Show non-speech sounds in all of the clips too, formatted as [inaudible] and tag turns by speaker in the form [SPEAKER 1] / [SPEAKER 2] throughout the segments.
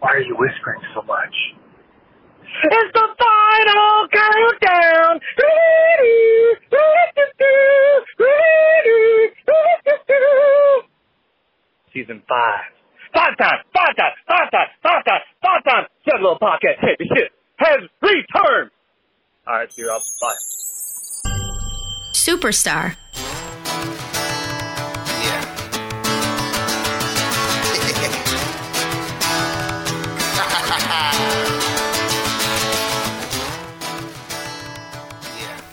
[SPEAKER 1] Why are you whispering so much?
[SPEAKER 2] It's the final countdown.
[SPEAKER 1] Season five.
[SPEAKER 2] Five times, five times, five times, five times, five times. Seven little podcast. Hey, the shit has returned.
[SPEAKER 1] All right, you're up. Bye.
[SPEAKER 3] Superstar.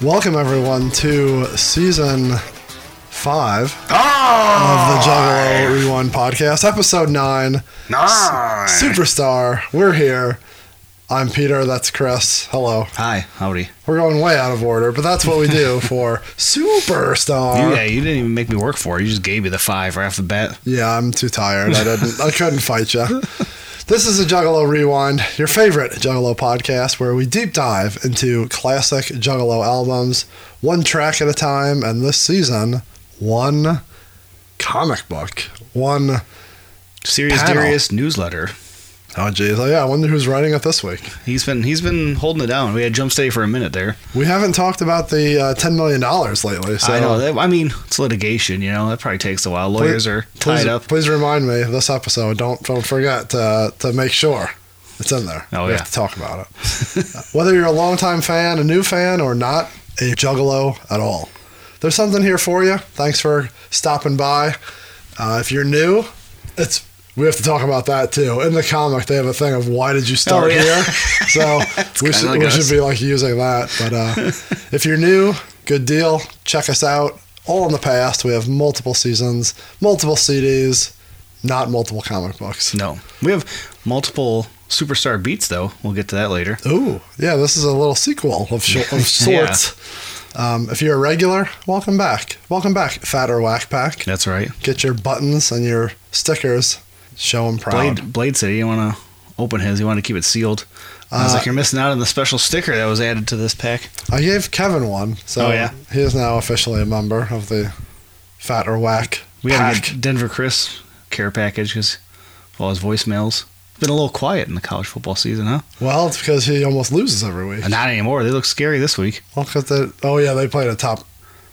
[SPEAKER 4] Welcome everyone to season five of the Juggalo Rewind podcast, episode nine,
[SPEAKER 5] Nice.
[SPEAKER 4] Superstar. We're here. I'm Peter. That's Chris. Hello.
[SPEAKER 5] Hi, howdy.
[SPEAKER 4] We're going way out of order, but that's what we do
[SPEAKER 5] You-
[SPEAKER 4] for Superstar.
[SPEAKER 5] yeah, you didn't even make me work for it. You just gave me the five right off the bat.
[SPEAKER 4] Yeah, I'm too tired. I didn't. I couldn't fight you. This is a Juggalo Rewind, your favorite Juggalo podcast, where we deep dive into classic Juggalo albums, one track at a time, and this season, one comic book. One
[SPEAKER 5] Serious
[SPEAKER 4] Panel.
[SPEAKER 5] Darius newsletter.
[SPEAKER 4] oh geez, oh yeah, I wonder who's writing it this week.
[SPEAKER 5] He's been he's been holding it down. We had jump steady for a minute there.
[SPEAKER 4] We haven't talked about the uh, ten million dollars lately, so
[SPEAKER 5] I know. That, I mean, it's litigation. You know, that probably takes a while. Lawyers
[SPEAKER 4] Please-
[SPEAKER 5] are tied
[SPEAKER 4] please,
[SPEAKER 5] up.
[SPEAKER 4] Please remind me this episode. Don't don't forget to to make sure it's in there.
[SPEAKER 5] Oh,
[SPEAKER 4] we
[SPEAKER 5] yeah.
[SPEAKER 4] have to talk about it. [laughs] Whether you're a longtime fan, a new fan, or not a juggalo at all, there's something here for you. Thanks for stopping by. Uh, if you're new, it's we have to talk about that too. In the comic, they have a thing of why did you start
[SPEAKER 5] Oh, yeah. [laughs]
[SPEAKER 4] here? So we,
[SPEAKER 5] kinda
[SPEAKER 4] should,
[SPEAKER 5] like
[SPEAKER 4] we
[SPEAKER 5] us.
[SPEAKER 4] should be like using that. But uh,
[SPEAKER 5] [laughs]
[SPEAKER 4] if you're new, good deal. Check us out. All in the past, we have multiple seasons, multiple CDs, not multiple comic books.
[SPEAKER 5] No, we have multiple superstar beats though. We'll get to that later.
[SPEAKER 4] Ooh, yeah, this is a little sequel of,
[SPEAKER 5] [laughs]
[SPEAKER 4] sh- of
[SPEAKER 5] Yeah.
[SPEAKER 4] sorts. Um, if you're a regular, welcome back. Welcome back, Fatter Whack Pack.
[SPEAKER 5] That's right.
[SPEAKER 4] Get your buttons and your stickers. Show them proud.
[SPEAKER 5] Blade Blade said he didn't want to open his. He wanted to keep it sealed. I was
[SPEAKER 4] Uh,
[SPEAKER 5] like, you're missing out on the special sticker that was added to this pack.
[SPEAKER 4] I gave Kevin one, so
[SPEAKER 5] Oh, yeah?
[SPEAKER 4] he is now officially a member of the Fat or Whack.
[SPEAKER 5] We
[SPEAKER 4] pack.
[SPEAKER 5] had a Denver Chris care package because of all his voicemails. Been a little quiet in the college football season, huh?
[SPEAKER 4] well, it's because he almost loses every week.
[SPEAKER 5] Uh, Not anymore. They look scary this week.
[SPEAKER 4] Well, 'cause they, oh yeah, they played a top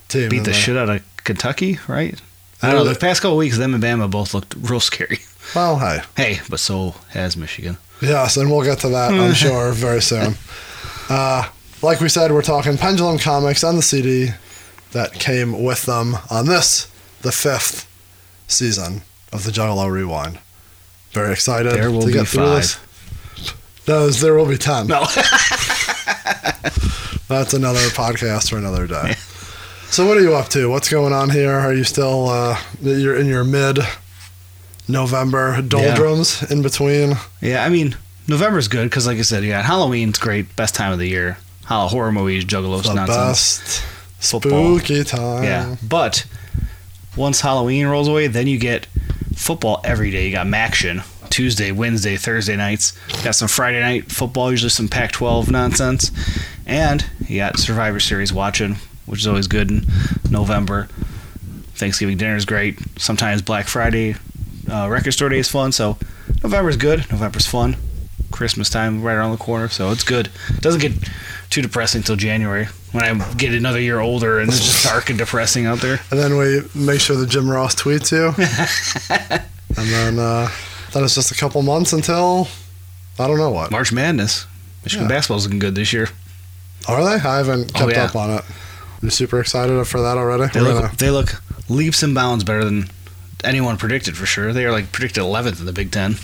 [SPEAKER 4] team.
[SPEAKER 5] Beat
[SPEAKER 4] and
[SPEAKER 5] the
[SPEAKER 4] they-
[SPEAKER 5] shit out of Kentucky, right?
[SPEAKER 4] I
[SPEAKER 5] I don't
[SPEAKER 4] know
[SPEAKER 5] know. The
[SPEAKER 4] that-
[SPEAKER 5] past couple weeks, them and Bama both looked real scary. [laughs]
[SPEAKER 4] Well, hey,
[SPEAKER 5] Hey, but so has Michigan.
[SPEAKER 4] yes, and we'll get to that,
[SPEAKER 5] Mm. [laughs]
[SPEAKER 4] I'm sure, very soon. Uh, like we said, we're talking Pendulum Comics and the CD that came with them on this, the fifth season of the Juggalo Rewind. Very excited
[SPEAKER 5] There will
[SPEAKER 4] to
[SPEAKER 5] be
[SPEAKER 4] get through this. No, there will be ten.
[SPEAKER 5] No.
[SPEAKER 4] [laughs] That's another podcast for another day. So, what are you up to? What's going on here? Are you still uh, you're in your mid November doldrums in between?
[SPEAKER 5] Yeah, I mean, November's good because, like I said, you got Halloween's great, best time of the year. Hollow horror movies, juggalos,
[SPEAKER 4] The
[SPEAKER 5] nonsense,
[SPEAKER 4] best
[SPEAKER 5] football.
[SPEAKER 4] spooky time.
[SPEAKER 5] Yeah, but once Halloween rolls away, then you get football every day. You got Maction Tuesday, Wednesday, Thursday nights. Got some Friday night football, usually some Pac-12 nonsense, and you got Survivor Series watching, which is always good in November. Thanksgiving dinner is great. Sometimes Black Friday, uh, record store day is fun. So November's good. November's fun. Christmas time right around the corner, so it's good. It doesn't get too depressing until January when I get another year older and it's just dark and depressing out there.
[SPEAKER 4] And then we make sure that Jim Ross tweets you.
[SPEAKER 5] [laughs]
[SPEAKER 4] and then uh, then it's just a couple months until I don't know what.
[SPEAKER 5] March Madness. Michigan
[SPEAKER 4] Yeah.
[SPEAKER 5] basketball's looking good this year.
[SPEAKER 4] Are they? I haven't
[SPEAKER 5] Oh,
[SPEAKER 4] kept
[SPEAKER 5] yeah.
[SPEAKER 4] up on it. You super excited for that already?
[SPEAKER 5] They
[SPEAKER 4] We're
[SPEAKER 5] look
[SPEAKER 4] gonna-
[SPEAKER 5] they look leaps and bounds better than anyone predicted for sure. They are like predicted 11th in the Big Ten.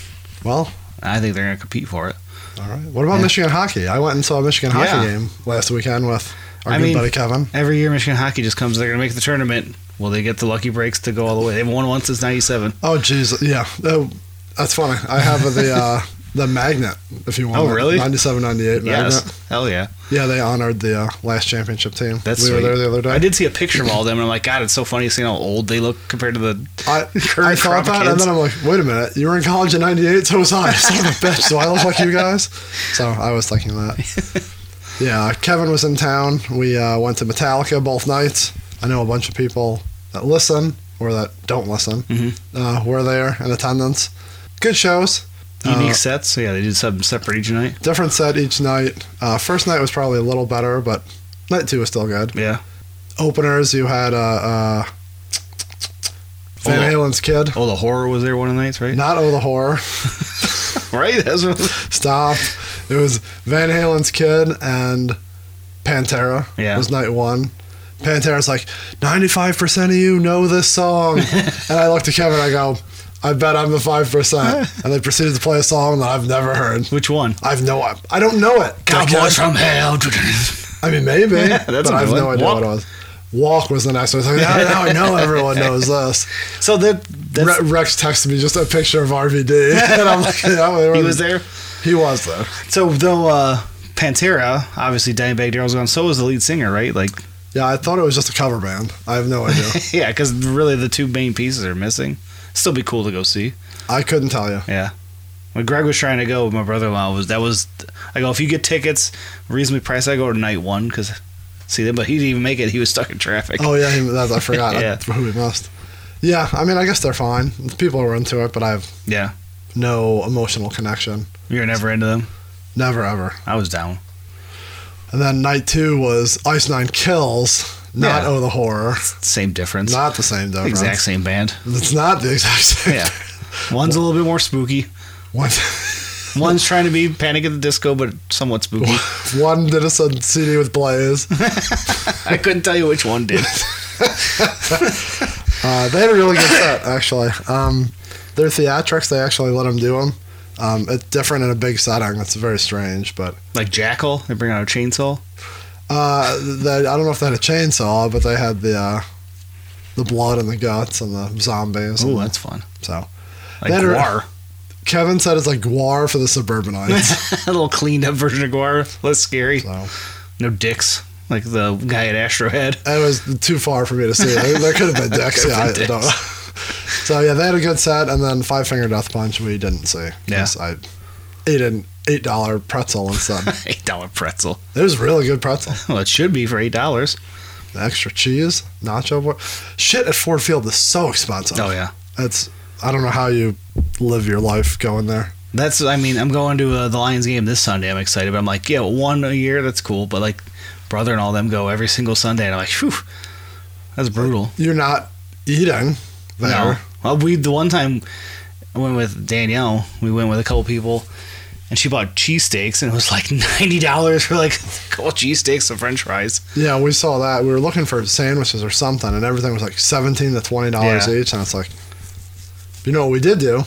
[SPEAKER 4] well,
[SPEAKER 5] I think they're going to compete for it.
[SPEAKER 4] all right. What about
[SPEAKER 5] Yeah.
[SPEAKER 4] Michigan hockey? I went and saw a Michigan hockey
[SPEAKER 5] Yeah.
[SPEAKER 4] game last weekend with our
[SPEAKER 5] I
[SPEAKER 4] good
[SPEAKER 5] mean-
[SPEAKER 4] buddy Kevin.
[SPEAKER 5] Every year Michigan hockey just comes. They're going to make the tournament. Will they get the lucky breaks to go all the way? They've won once since '97.
[SPEAKER 4] Oh, jeez. Yeah. Oh, that's funny. I have the
[SPEAKER 5] [laughs]
[SPEAKER 4] uh, the magnet, if you want.
[SPEAKER 5] Oh, really?
[SPEAKER 4] 97 98 magnet.
[SPEAKER 5] Yes, hell yeah.
[SPEAKER 4] Yeah, they honored the uh, last championship team.
[SPEAKER 5] That's
[SPEAKER 4] we
[SPEAKER 5] sweet.
[SPEAKER 4] were there the other day.
[SPEAKER 5] I did see a picture of all of them, and I'm like, God, it's so funny seeing how old they look compared to the. [laughs]
[SPEAKER 4] I, I
[SPEAKER 5] Current
[SPEAKER 4] thought
[SPEAKER 5] crop of
[SPEAKER 4] that, and
[SPEAKER 5] kids.
[SPEAKER 4] then I'm like, wait a minute, you were in college in '98, so was I. [laughs] Son of a bitch, do I look like you guys? So I was thinking that.
[SPEAKER 5] [laughs]
[SPEAKER 4] Yeah, Kevin was in town. We uh, went to Metallica both nights. I know a bunch of people that listen or that don't listen
[SPEAKER 5] Mhm.
[SPEAKER 4] uh, were there in attendance. Good shows.
[SPEAKER 5] Unique sets. So yeah, they did some separate each night.
[SPEAKER 4] Different set each night. Uh, first night was probably a little better, but night two was still good.
[SPEAKER 5] Yeah.
[SPEAKER 4] Openers, you had uh, uh, Van
[SPEAKER 5] Oh.
[SPEAKER 4] Halen's Kid.
[SPEAKER 5] Oh, the horror was there one of the nights, right?
[SPEAKER 4] Not Oh the Horror.
[SPEAKER 5] Right. That's what,
[SPEAKER 4] Stop. It was Van Halen's Kid and Pantera.
[SPEAKER 5] Yeah.
[SPEAKER 4] Was night one. Pantera's like, 95% of you know
[SPEAKER 5] [laughs]
[SPEAKER 4] this song. and I looked at Kevin, I go, I bet I'm the 5%. and they proceeded to play a song that I've never heard.
[SPEAKER 5] which one?
[SPEAKER 4] I've no, I, I don't know it.
[SPEAKER 5] from Hell.
[SPEAKER 4] I mean,
[SPEAKER 5] [laughs]
[SPEAKER 4] maybe.
[SPEAKER 5] Yeah, that's
[SPEAKER 4] but
[SPEAKER 5] a
[SPEAKER 4] I have
[SPEAKER 5] good
[SPEAKER 4] no
[SPEAKER 5] one.
[SPEAKER 4] idea what
[SPEAKER 5] Walk.
[SPEAKER 4] it was. Walk was the next one. I
[SPEAKER 5] [laughs]
[SPEAKER 4] was like, now, now I know everyone knows this.
[SPEAKER 5] so that that's,
[SPEAKER 4] Re- Rex texted me just a picture of RVD. [laughs] and I'm like, yeah, they were-
[SPEAKER 5] he was there.
[SPEAKER 4] He was there.
[SPEAKER 5] So though uh, Pantera, obviously Dimebag Darrell's gone. So was the lead singer, right? Like
[SPEAKER 4] Yeah, I thought it was just a cover band. I have no idea.
[SPEAKER 5] [laughs] yeah, because really the two main pieces are missing. Still be cool to go see.
[SPEAKER 4] I couldn't tell you.
[SPEAKER 5] Yeah. When Greg was trying to go, with my brother-in-law was that was. I go if you get tickets, reasonably priced. I go to night one because see them, but he didn't even make it. He was stuck in traffic.
[SPEAKER 4] Oh yeah, he, that, I forgot.
[SPEAKER 5] Yeah.
[SPEAKER 4] That's [laughs] who we missed. Yeah, I mean, I guess they're fine. People were into it, but I have
[SPEAKER 5] Yeah,
[SPEAKER 4] no emotional connection.
[SPEAKER 5] you're never into them.
[SPEAKER 4] Never ever.
[SPEAKER 5] I was down.
[SPEAKER 4] And then night two was Ice Nine Kills, not
[SPEAKER 5] Yeah.
[SPEAKER 4] Oh the Horror,
[SPEAKER 5] Same difference.
[SPEAKER 4] not the same difference.
[SPEAKER 5] exact same band.
[SPEAKER 4] It's not the exact same.
[SPEAKER 5] Yeah, one's a little bit more spooky.
[SPEAKER 4] [laughs] One, [laughs]
[SPEAKER 5] One's trying to be Panic at the Disco, but somewhat spooky.
[SPEAKER 4] one did a sudden CD with Blaze.
[SPEAKER 5] I couldn't tell you which one did.
[SPEAKER 4] Uh, they had a really good set, actually. Um, their theatrics, they actually let them do them. Um, it's different in a big setting. That's very strange, but
[SPEAKER 5] like Jackal, they bring out a chainsaw.
[SPEAKER 4] Uh, they, I don't know if they had a chainsaw, but they had the uh, the blood and the guts and the zombies.
[SPEAKER 5] Oh,
[SPEAKER 4] and-
[SPEAKER 5] that's fun.
[SPEAKER 4] so.
[SPEAKER 5] Like
[SPEAKER 4] Better-
[SPEAKER 5] Guar, [laughs]
[SPEAKER 4] Kevin said it's like Guar for the suburbanites.
[SPEAKER 5] [laughs] a little cleaned up version of Guar, less scary.
[SPEAKER 4] so
[SPEAKER 5] No dicks, like the guy at Astro had.
[SPEAKER 4] it was too far for me to see. There, there could have been
[SPEAKER 5] [laughs]
[SPEAKER 4] dicks. yeah, I
[SPEAKER 5] Could've been
[SPEAKER 4] don't know. [laughs] So yeah, they had a good set, and then Five Finger Death Punch we didn't see.
[SPEAKER 5] Yeah.
[SPEAKER 4] 'Cause I ate an eight dollar pretzel instead.
[SPEAKER 5] [laughs] Eight dollar pretzel.
[SPEAKER 4] it was really good pretzel.
[SPEAKER 5] Well, it should be for eight dollars.
[SPEAKER 4] The extra cheese, nacho. boy- Shit at Ford Field is so expensive.
[SPEAKER 5] Oh yeah,
[SPEAKER 4] It's I don't know how you live your life going there.
[SPEAKER 5] that's. I mean, I'm going to uh, the Lions game this Sunday. I'm excited, but I'm like, yeah, one a year, that's cool. But like, brother and all them go every single Sunday, and I'm like, phew, that's brutal.
[SPEAKER 4] You're not eating there.
[SPEAKER 5] No. Well, we the one time I went with Danielle, we went with a couple people, and she bought cheesesteaks, and it was like [laughs] ninety dollars for like a couple cheesesteaks and French fries.
[SPEAKER 4] Yeah, we saw that. We were looking for sandwiches or something, and everything was like seventeen to twenty dollars
[SPEAKER 5] Yeah. Hmm.
[SPEAKER 4] each. And it's like, you know what we did do?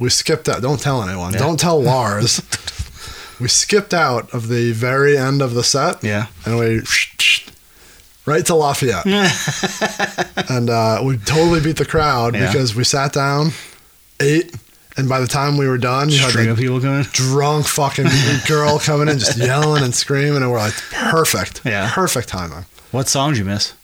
[SPEAKER 4] We skipped out. Don't tell anyone.
[SPEAKER 5] Yeah.
[SPEAKER 4] Don't tell
[SPEAKER 5] [laughs]
[SPEAKER 4] Lars. we skipped out of the very end of the set,
[SPEAKER 5] Yeah,
[SPEAKER 4] and we right
[SPEAKER 5] [laughs]
[SPEAKER 4] to Lafayette, and uh, we totally beat the crowd
[SPEAKER 5] Yeah.
[SPEAKER 4] because we sat down, ate, and by the time we were done, you had
[SPEAKER 5] string
[SPEAKER 4] like
[SPEAKER 5] of people coming.
[SPEAKER 4] drunk fucking
[SPEAKER 5] [laughs]
[SPEAKER 4] girl coming in, just yelling and screaming, and we're like, perfect,
[SPEAKER 5] Yeah.
[SPEAKER 4] perfect timing.
[SPEAKER 5] What songs you miss?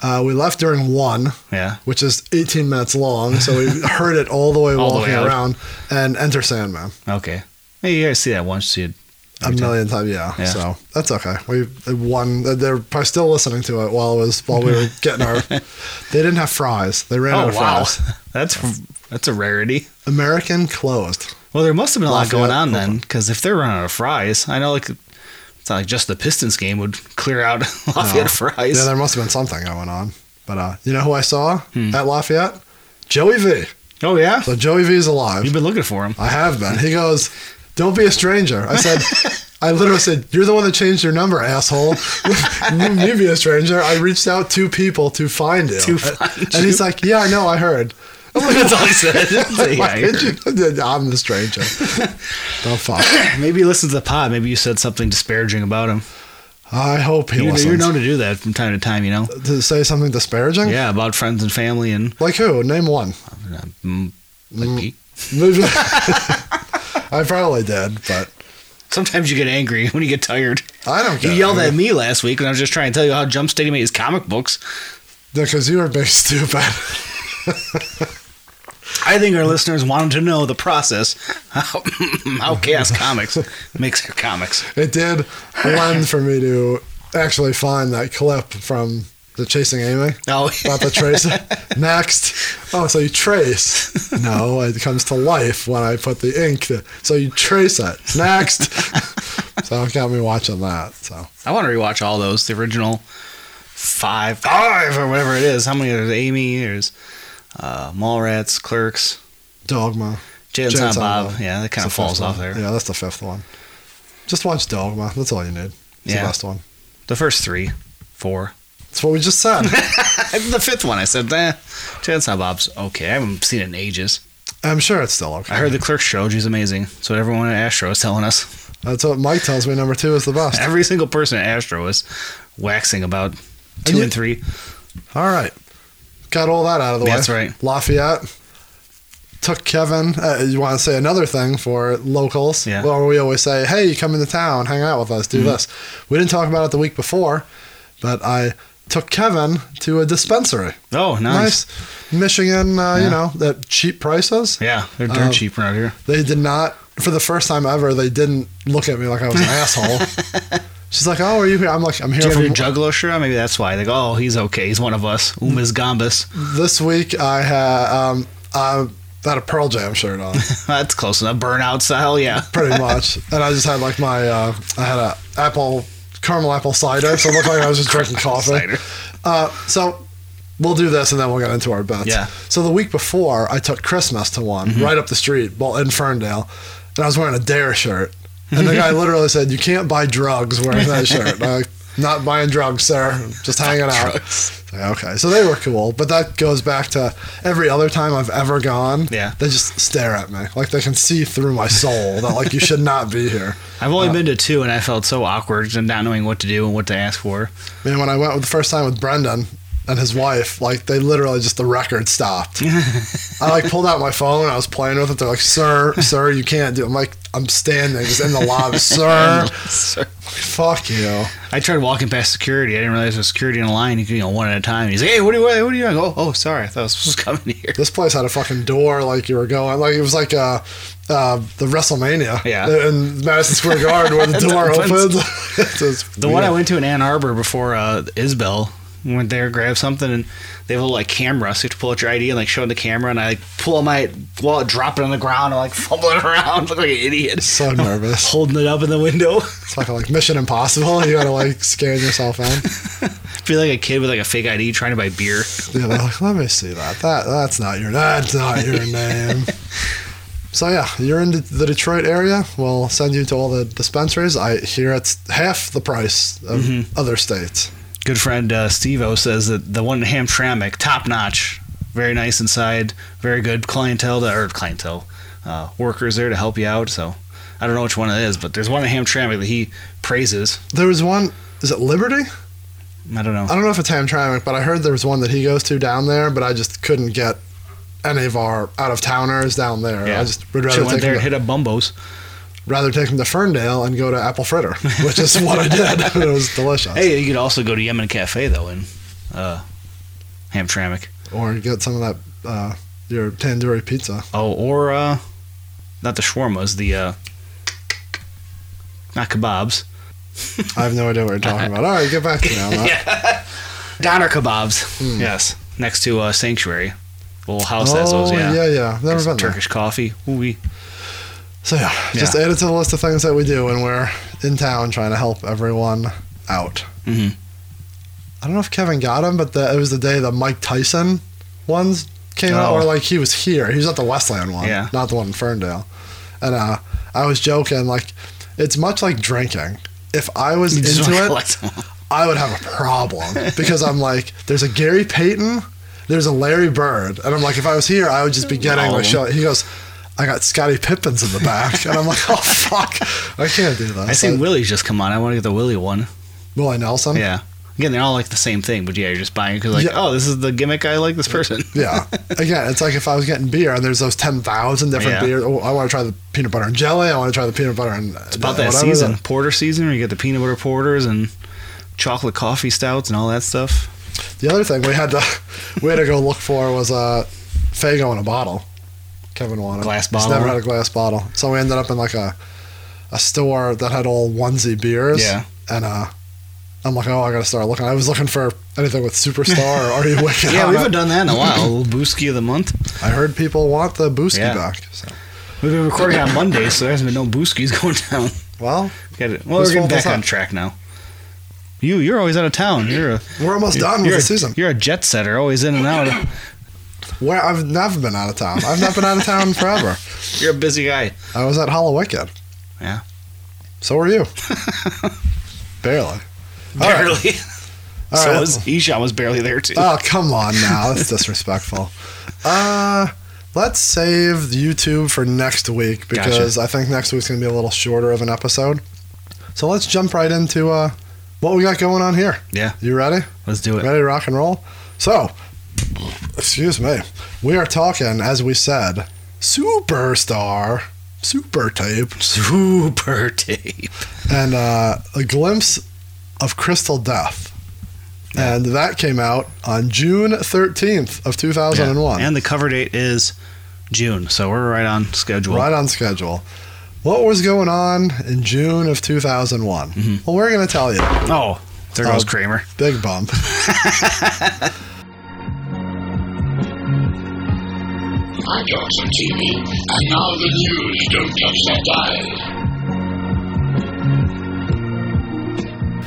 [SPEAKER 4] Uh, we left during one,
[SPEAKER 5] Yeah,
[SPEAKER 4] which is 18 minutes long, so
[SPEAKER 5] [laughs]
[SPEAKER 4] we heard it all the way
[SPEAKER 5] All the
[SPEAKER 4] walking
[SPEAKER 5] way out.
[SPEAKER 4] around. And Enter Sandman
[SPEAKER 5] okay. Hey, you guys see that once? See it.
[SPEAKER 4] a million times, yeah,
[SPEAKER 5] Yeah.
[SPEAKER 4] So that's okay. We won. They're probably still listening to it while it was while we were
[SPEAKER 5] [laughs]
[SPEAKER 4] getting our. they didn't have fries. They ran out
[SPEAKER 5] Oh
[SPEAKER 4] of
[SPEAKER 5] wow,
[SPEAKER 4] fries.
[SPEAKER 5] [laughs] that's that's a rarity.
[SPEAKER 4] American closed.
[SPEAKER 5] Well, there must have been a lot
[SPEAKER 4] Lafayette,
[SPEAKER 5] going on then, because if they're running out of fries, I know like it's not like just the Pistons game would clear out [laughs] Lafayette fries.
[SPEAKER 4] Yeah, there must have been something going on. But uh, you know who I saw
[SPEAKER 5] Hmm.
[SPEAKER 4] at Lafayette? Joey V.
[SPEAKER 5] oh yeah,
[SPEAKER 4] So Joey V is alive.
[SPEAKER 5] you've been looking for him.
[SPEAKER 4] I have been. He goes, Don't be a stranger.
[SPEAKER 5] [laughs]
[SPEAKER 4] I said, I literally said, You're the one that changed your number, asshole. [laughs] you me be a stranger. I reached out to people to find you.
[SPEAKER 5] To find
[SPEAKER 4] and he's like, Yeah, I know, I heard.
[SPEAKER 5] [laughs] That's all I [laughs] said. Yeah,
[SPEAKER 4] Why
[SPEAKER 5] I
[SPEAKER 4] did
[SPEAKER 5] heard.
[SPEAKER 4] you- I'm the [laughs] stranger. the fuck.
[SPEAKER 5] Maybe he listens to the pod. Maybe you said something disparaging about him.
[SPEAKER 4] I hope he
[SPEAKER 5] You,
[SPEAKER 4] listens.
[SPEAKER 5] you're known to do that from time to time, you know?
[SPEAKER 4] to say something disparaging?
[SPEAKER 5] Yeah, about friends and family and.
[SPEAKER 4] Like who? Name one.
[SPEAKER 5] Uh, mm, like me.
[SPEAKER 4] Maybe- [laughs] I probably did, but
[SPEAKER 5] Sometimes you get angry [laughs] when you get tired.
[SPEAKER 4] I don't
[SPEAKER 5] You
[SPEAKER 4] get
[SPEAKER 5] yelled at me last week when I was just trying to tell you how Jump Steady made his comic books.
[SPEAKER 4] Because you were being [laughs] stupid.
[SPEAKER 5] I think our listeners wanted to know the process [laughs] how, how Chaos Comics makes their comics.
[SPEAKER 4] It did lend for me to actually find that clip from The chasing Amy.
[SPEAKER 5] Oh,
[SPEAKER 4] About the tracer. Next. Oh, so you trace. No, it comes to life when I put the ink. To, so you trace it.
[SPEAKER 5] [laughs]
[SPEAKER 4] Next. so it got me watching that. So
[SPEAKER 5] [laughs] I want to rewatch all those. The original five, five or whatever it is. How many? There's Amy. There's uh, Mallrats, Clerks,
[SPEAKER 4] Dogma.
[SPEAKER 5] Jay and
[SPEAKER 4] Jay and
[SPEAKER 5] Silent Bob.
[SPEAKER 4] Silent Bob.
[SPEAKER 5] Yeah, that kind
[SPEAKER 4] That's
[SPEAKER 5] of
[SPEAKER 4] the
[SPEAKER 5] falls
[SPEAKER 4] fifth
[SPEAKER 5] off
[SPEAKER 4] one.
[SPEAKER 5] there.
[SPEAKER 4] Yeah, that's the fifth one. Just watch Dogma. That's all you need. It's
[SPEAKER 5] Yeah.
[SPEAKER 4] the best one.
[SPEAKER 5] The first three, four.
[SPEAKER 4] That's what we just
[SPEAKER 5] [laughs]
[SPEAKER 4] said.
[SPEAKER 5] the fifth one, I said, eh, Jay and Silent Bob's okay. I haven't seen it in ages.
[SPEAKER 4] I'm sure it's still okay.
[SPEAKER 5] I heard the Clerks trilogy is amazing. That's what everyone at Astro is telling us. [laughs]
[SPEAKER 4] That's what Mike tells me. Number two is the best.
[SPEAKER 5] Every single person at Astro is waxing about two
[SPEAKER 4] you-
[SPEAKER 5] and three.
[SPEAKER 4] All right. Got all that out of the way.
[SPEAKER 5] That's right.
[SPEAKER 4] Lafayette took Kevin. Uh, you want to say another thing for locals?
[SPEAKER 5] Yeah. Mm-hmm.
[SPEAKER 4] Well, we always say, hey, you come into town, hang out with us, do this. We didn't talk about it the week before, but I took Kevin to a dispensary.
[SPEAKER 5] Oh, nice.
[SPEAKER 4] Michigan, uh,
[SPEAKER 5] Yeah.
[SPEAKER 4] you know, at cheap prices.
[SPEAKER 5] Yeah, they're dirt
[SPEAKER 4] Um,
[SPEAKER 5] cheap around here.
[SPEAKER 4] They did not, for the first time ever, they didn't look at me like I
[SPEAKER 5] [laughs]
[SPEAKER 4] was an asshole. She's like, oh, are you here? I'm like, I'm here
[SPEAKER 5] Do you have
[SPEAKER 4] from Mm-hmm.
[SPEAKER 5] your Juggalo shirt on? Maybe that's why. They go, oh, he's okay. He's one of us. Uma's Gombas.
[SPEAKER 4] This week I had um I had a Pearl Jam shirt on,
[SPEAKER 5] [laughs] That's close enough. Burnout style, yeah.
[SPEAKER 4] pretty much, and I just had like my uh, I had a apple caramel apple cider, so it looked like I was just drinking coffee.
[SPEAKER 5] Cider.
[SPEAKER 4] Uh, so we'll do this, and then we'll get into our bets.
[SPEAKER 5] Yeah. Mm-hmm.
[SPEAKER 4] So the week before, I took Christmas to one right up the street, well in Ferndale, and I was wearing a Dare shirt, and the
[SPEAKER 5] [laughs]
[SPEAKER 4] guy literally said, "You can't buy drugs wearing that shirt." And I'm like, Not buying drugs, sir. Just hanging out. Okay, so they were cool, but that goes back to every other time I've ever gone.
[SPEAKER 5] Yeah.
[SPEAKER 4] they just stare at me like they can see through my soul that like you should not be here.
[SPEAKER 5] I've
[SPEAKER 4] Uh,
[SPEAKER 5] only been to two, and I felt so awkward and not knowing what to do and what to ask
[SPEAKER 4] [laughs]
[SPEAKER 5] for.
[SPEAKER 4] I mean, when I went with the first time with Brendan and his wife, like they literally just the record stopped. I like pulled out my phone. I was playing with it. They're like, "Sir, sir, you can't do." It. I'm like, "I'm standing just in the
[SPEAKER 5] [laughs]
[SPEAKER 4] lobby, sir." Fuck you.
[SPEAKER 5] I tried walking past security. I didn't realize there was security in the line. You could, you know, one at a time. He's like, "Hey, what are you? What are you doing?" I go, "Oh, sorry. I thought I was supposed to come in here."
[SPEAKER 4] This place had a fucking door like you were going. Like it was like uh, uh, the WrestleMania
[SPEAKER 5] Yeah.
[SPEAKER 4] in Madison Square Garden
[SPEAKER 5] [laughs]
[SPEAKER 4] where the door
[SPEAKER 5] It opens.
[SPEAKER 4] opens. [laughs] It's just
[SPEAKER 5] The one I
[SPEAKER 4] weird.
[SPEAKER 5] went to in Ann Arbor before uh, Isbel we went there, grabbed something, and they have a little like camera, so you have to pull out your ID and like show it the camera. And I like pull out my wallet, drop it on the ground, and like [laughs] fumble it around, look like an idiot,
[SPEAKER 4] so nervous.
[SPEAKER 5] holding it up in the window. [laughs]
[SPEAKER 4] It's like a, like Mission Impossible. You gotta like scan yourself in.
[SPEAKER 5] Feel like a kid with like a fake ID trying to buy beer.
[SPEAKER 4] Yeah, they're like, [laughs] let me see that. That that's not your that's
[SPEAKER 5] [laughs]
[SPEAKER 4] not your name. So yeah, you're in the Detroit area. We'll send you to all the dispensaries. I hear it's half the price of
[SPEAKER 5] Mm-hmm.
[SPEAKER 4] other states.
[SPEAKER 5] Good friend uh, Steve O says that the one in Hamtramck, top notch, very nice inside, very good clientele to, or clientele uh, workers there to help you out. So I don't know which one it is, but there's one in Hamtramck that he praises.
[SPEAKER 4] There was one. Is it Liberty?
[SPEAKER 5] I don't know.
[SPEAKER 4] I don't know if it's Hamtramck, but I heard there was one that he goes to down there. But I just couldn't get any of our out of towners down there. I just would rather
[SPEAKER 5] Should've
[SPEAKER 4] take,
[SPEAKER 5] went there
[SPEAKER 4] them
[SPEAKER 5] and
[SPEAKER 4] to,
[SPEAKER 5] hit up Bumbos.
[SPEAKER 4] rather take them to Ferndale and go to
[SPEAKER 5] [laughs]
[SPEAKER 4] Apple Fritter, which is what I did. [laughs] it was delicious.
[SPEAKER 5] Hey, you could also go to Yemen Cafe though in uh, Hamtramck.
[SPEAKER 4] Or get some of that uh, your tandoori pizza.
[SPEAKER 5] Oh, or uh, not the shawarmas, the uh, not kebabs,
[SPEAKER 4] I have no idea what you're talking about. All right, get back to me on that.
[SPEAKER 5] doner kebabs.
[SPEAKER 4] Hmm.
[SPEAKER 5] Yes, next to uh, Sanctuary, the little house that has those. Yeah,
[SPEAKER 4] Oh, yeah, yeah. Never
[SPEAKER 5] Some
[SPEAKER 4] been there.
[SPEAKER 5] Turkish coffee. Ooh, we
[SPEAKER 4] So yeah, just
[SPEAKER 5] Yeah.
[SPEAKER 4] add it to the list of things that we do when we're in town trying to help everyone out.
[SPEAKER 5] Mhm.
[SPEAKER 4] I don't know if Kevin got him, but the, it was the day the Mike Tyson ones came out,
[SPEAKER 5] Oh.
[SPEAKER 4] or like he was here. He was at the Westland one,
[SPEAKER 5] Yeah.
[SPEAKER 4] not the one in Ferndale. And uh, I was joking, like it's much like drinking. If I was
[SPEAKER 5] you just
[SPEAKER 4] into
[SPEAKER 5] wanna
[SPEAKER 4] it,
[SPEAKER 5] collect [laughs] them all.
[SPEAKER 4] I would have a problem because I'm like, there's a Gary Payton, there's a Larry Bird, and I'm like, if I was here, I would just be getting
[SPEAKER 5] All
[SPEAKER 4] my
[SPEAKER 5] of
[SPEAKER 4] show. He goes, I got Scotty Pippins in the back, and I'm like, oh fuck, I can't do that.
[SPEAKER 5] I seen Willie's just come on. I want to get the Willie
[SPEAKER 4] [laughs]
[SPEAKER 5] one.
[SPEAKER 4] Willie Nelson.
[SPEAKER 5] Yeah. Again, they're all like the same thing, but yeah, you're just buying because like,
[SPEAKER 4] Yeah.
[SPEAKER 5] oh, this is the gimmick. I like this person. [laughs]
[SPEAKER 4] Yeah. Again, it's like if I was getting beer and there's those 10,000 different
[SPEAKER 5] Yeah.
[SPEAKER 4] beers. Oh, I want to try the peanut butter and jelly. I want to try the peanut butter and. uh, It's
[SPEAKER 5] about that season, porter season, where you get the peanut butter porters and chocolate coffee stouts and all that
[SPEAKER 4] [laughs]
[SPEAKER 5] stuff.
[SPEAKER 4] The other thing we had to we had to go look for was a Fago in a bottle. Kevin wanted
[SPEAKER 5] Glass
[SPEAKER 4] He's
[SPEAKER 5] bottle,
[SPEAKER 4] never
[SPEAKER 5] huh?
[SPEAKER 4] had a glass bottle, so we ended up in like a a store that had all onesie beers.
[SPEAKER 5] Yeah.
[SPEAKER 4] and uh, I'm like, oh, I gotta start looking. I was looking for anything with Superstar or
[SPEAKER 5] [laughs]
[SPEAKER 4] Are You Wicked?
[SPEAKER 5] Yeah,
[SPEAKER 4] on
[SPEAKER 5] we
[SPEAKER 4] it.
[SPEAKER 5] haven't done that in a while. A little Booski of the month.
[SPEAKER 4] I heard people want the Booski
[SPEAKER 5] Yeah.
[SPEAKER 4] back. So.
[SPEAKER 5] We've been recording on Monday, so there hasn't been no Booskies [laughs] going down.
[SPEAKER 4] Well,
[SPEAKER 5] Got it. Well,
[SPEAKER 4] Whose
[SPEAKER 5] we're getting
[SPEAKER 4] fault is
[SPEAKER 5] back
[SPEAKER 4] that?
[SPEAKER 5] on track now. You, you're always out of town. You're a,
[SPEAKER 4] we're almost done with
[SPEAKER 5] you're
[SPEAKER 4] the
[SPEAKER 5] a,
[SPEAKER 4] season.
[SPEAKER 5] You're a jet setter, always in and out.
[SPEAKER 4] Where I've never been out of town. I've not been out of town forever.
[SPEAKER 5] You're a busy guy.
[SPEAKER 4] I was at Hollow Wicked.
[SPEAKER 5] Yeah.
[SPEAKER 4] So were
[SPEAKER 5] [laughs]
[SPEAKER 4] you. Barely. All right.
[SPEAKER 5] Barely. [laughs]
[SPEAKER 4] All
[SPEAKER 5] so
[SPEAKER 4] right.
[SPEAKER 5] was Eshawn was barely there too.
[SPEAKER 4] Oh, come on now.
[SPEAKER 5] [laughs]
[SPEAKER 4] That's disrespectful. Uh, let's save YouTube for next week because I think next week's going to be a little shorter of an episode. So let's jump right into uh, what we got going on here.
[SPEAKER 5] Yeah.
[SPEAKER 4] You ready?
[SPEAKER 5] Let's do it.
[SPEAKER 4] Ready to rock and roll? So, excuse me. We are talking, as we said, superstar, super tape,
[SPEAKER 5] Super tape.
[SPEAKER 4] and uh, a glimpse of Crystal Death. And that came out on June 13th of 2001.
[SPEAKER 5] And the cover date is June, so we're right on schedule.
[SPEAKER 4] Right on schedule. What was going on in June of 2001?
[SPEAKER 5] Mm-hmm.
[SPEAKER 4] Well, we're going to tell you.
[SPEAKER 5] Oh, there goes
[SPEAKER 4] Oh.
[SPEAKER 5] Kramer.
[SPEAKER 4] Big bump.
[SPEAKER 3] I got some TV, and now the news. Don't touch that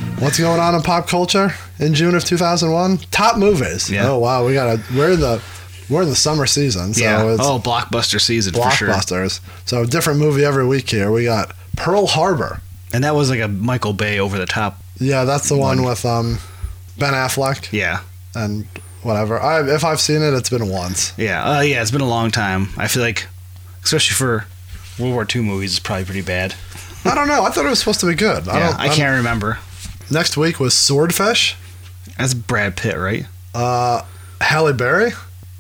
[SPEAKER 3] dial.
[SPEAKER 4] What's going on in pop culture in June of 2001? Top movies.
[SPEAKER 5] Yeah.
[SPEAKER 4] Oh wow, we got to we're in the we're in the summer season, so
[SPEAKER 5] yeah.
[SPEAKER 4] it's
[SPEAKER 5] Oh, blockbuster season for sure.
[SPEAKER 4] blockbusters. So different movie every week here. We got Pearl Harbor.
[SPEAKER 5] And that was like a Michael Bay over the top.
[SPEAKER 4] Yeah, that's the one with um Ben Affleck
[SPEAKER 5] Yeah.
[SPEAKER 4] and whatever. I if I've seen it, it's been once.
[SPEAKER 5] Yeah. Uh, yeah. It's been a long time. I feel like, especially for World War II movies, it's probably pretty bad.
[SPEAKER 4] I don't know. I thought it was supposed to be good. I
[SPEAKER 5] yeah.
[SPEAKER 4] don't
[SPEAKER 5] I
[SPEAKER 4] I'm-
[SPEAKER 5] can't remember.
[SPEAKER 4] Next week was Swordfish.
[SPEAKER 5] That's Brad Pitt, right?
[SPEAKER 4] Uh Halle Berry.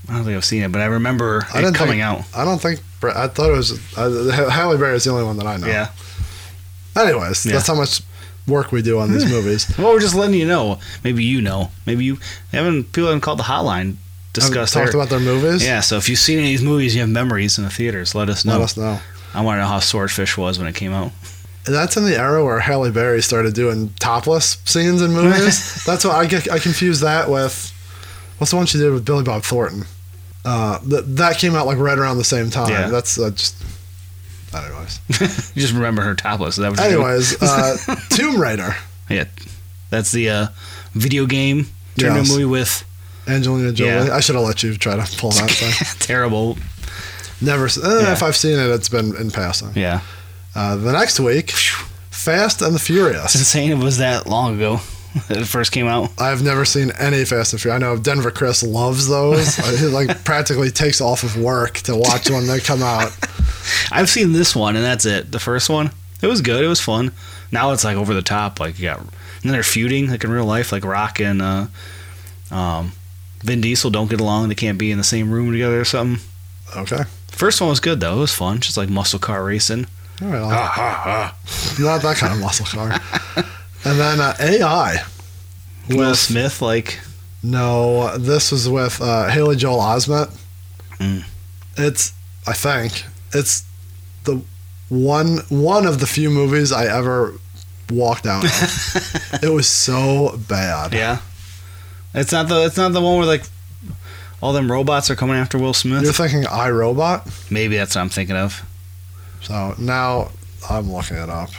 [SPEAKER 5] I don't think I've seen it, but I remember
[SPEAKER 4] I
[SPEAKER 5] it
[SPEAKER 4] didn't
[SPEAKER 5] coming
[SPEAKER 4] think-
[SPEAKER 5] out.
[SPEAKER 4] I don't think Bra- I thought it was uh, Halle Berry is the only one that I know.
[SPEAKER 5] Yeah.
[SPEAKER 4] Anyways,
[SPEAKER 5] Yeah.
[SPEAKER 4] that's how much work we do
[SPEAKER 5] [laughs]
[SPEAKER 4] on these movies.
[SPEAKER 5] Well, we're just letting you know. Maybe you know. Maybe you haven't. People haven't called the hotline. Discussed.
[SPEAKER 4] talked about their movies.
[SPEAKER 5] Yeah. So if you've seen any of these movies, you have memories in the theaters. Let us know.
[SPEAKER 4] Let us know.
[SPEAKER 5] I want to know how Swordfish was when it came out. [laughs]
[SPEAKER 4] And that's in the era where Halle Berry started doing topless scenes
[SPEAKER 5] [laughs]
[SPEAKER 4] in movies. that's why I get I confuse that with what's the one she did with Billy Bob Thornton. Uh, th- that came out like right around the same time.
[SPEAKER 5] Yeah.
[SPEAKER 4] That's uh, just. Anyways,
[SPEAKER 5] You just remember her topless. That was
[SPEAKER 4] anyways,
[SPEAKER 5] [laughs]
[SPEAKER 4] uh, Tomb Raider,
[SPEAKER 5] Yeah. That's the uh, video game turned
[SPEAKER 4] Yes.
[SPEAKER 5] into a movie with
[SPEAKER 4] Angelina Jolie.
[SPEAKER 5] Yeah.
[SPEAKER 4] I should have let you try to pull that.
[SPEAKER 5] [laughs]
[SPEAKER 4] thing.
[SPEAKER 5] terrible.
[SPEAKER 4] Never. s- Uh,
[SPEAKER 5] Yeah.
[SPEAKER 4] If I've seen it, it's been in passing.
[SPEAKER 5] Yeah.
[SPEAKER 4] Uh, the next week, Fast and the Furious.
[SPEAKER 5] It's insane. It was that long ago. [laughs] that It first came out.
[SPEAKER 4] I've never seen any Fast and Furious. I know Denver Chris loves those.
[SPEAKER 5] [laughs]
[SPEAKER 4] he like practically takes off of work to watch when they come out.
[SPEAKER 5] I've seen this one, and that's it. The first one, it was good. It was fun. Now it's like over the top. Like you got, and then they're feuding like in real life. Like Rock and uh, um, Vin Diesel don't get along. They can't be in the same room together or something.
[SPEAKER 4] Okay.
[SPEAKER 5] First one was good though. It was fun. Just like muscle car racing.
[SPEAKER 4] All right, I'll- Not that kind of muscle
[SPEAKER 5] [laughs]
[SPEAKER 4] car. and then uh, AI.
[SPEAKER 5] Will Smith like
[SPEAKER 4] No, this was with uh, Haley Joel Osment.
[SPEAKER 5] Mm.
[SPEAKER 4] It's, I think, it's the one one of the few movies I ever walked out
[SPEAKER 5] [laughs]
[SPEAKER 4] of. it was so bad.
[SPEAKER 5] yeah. It's not the it's not the one where like all them robots are coming after Will Smith.
[SPEAKER 4] You're thinking iRobot?
[SPEAKER 5] Maybe that's what I'm thinking of.
[SPEAKER 4] So now I'm looking it up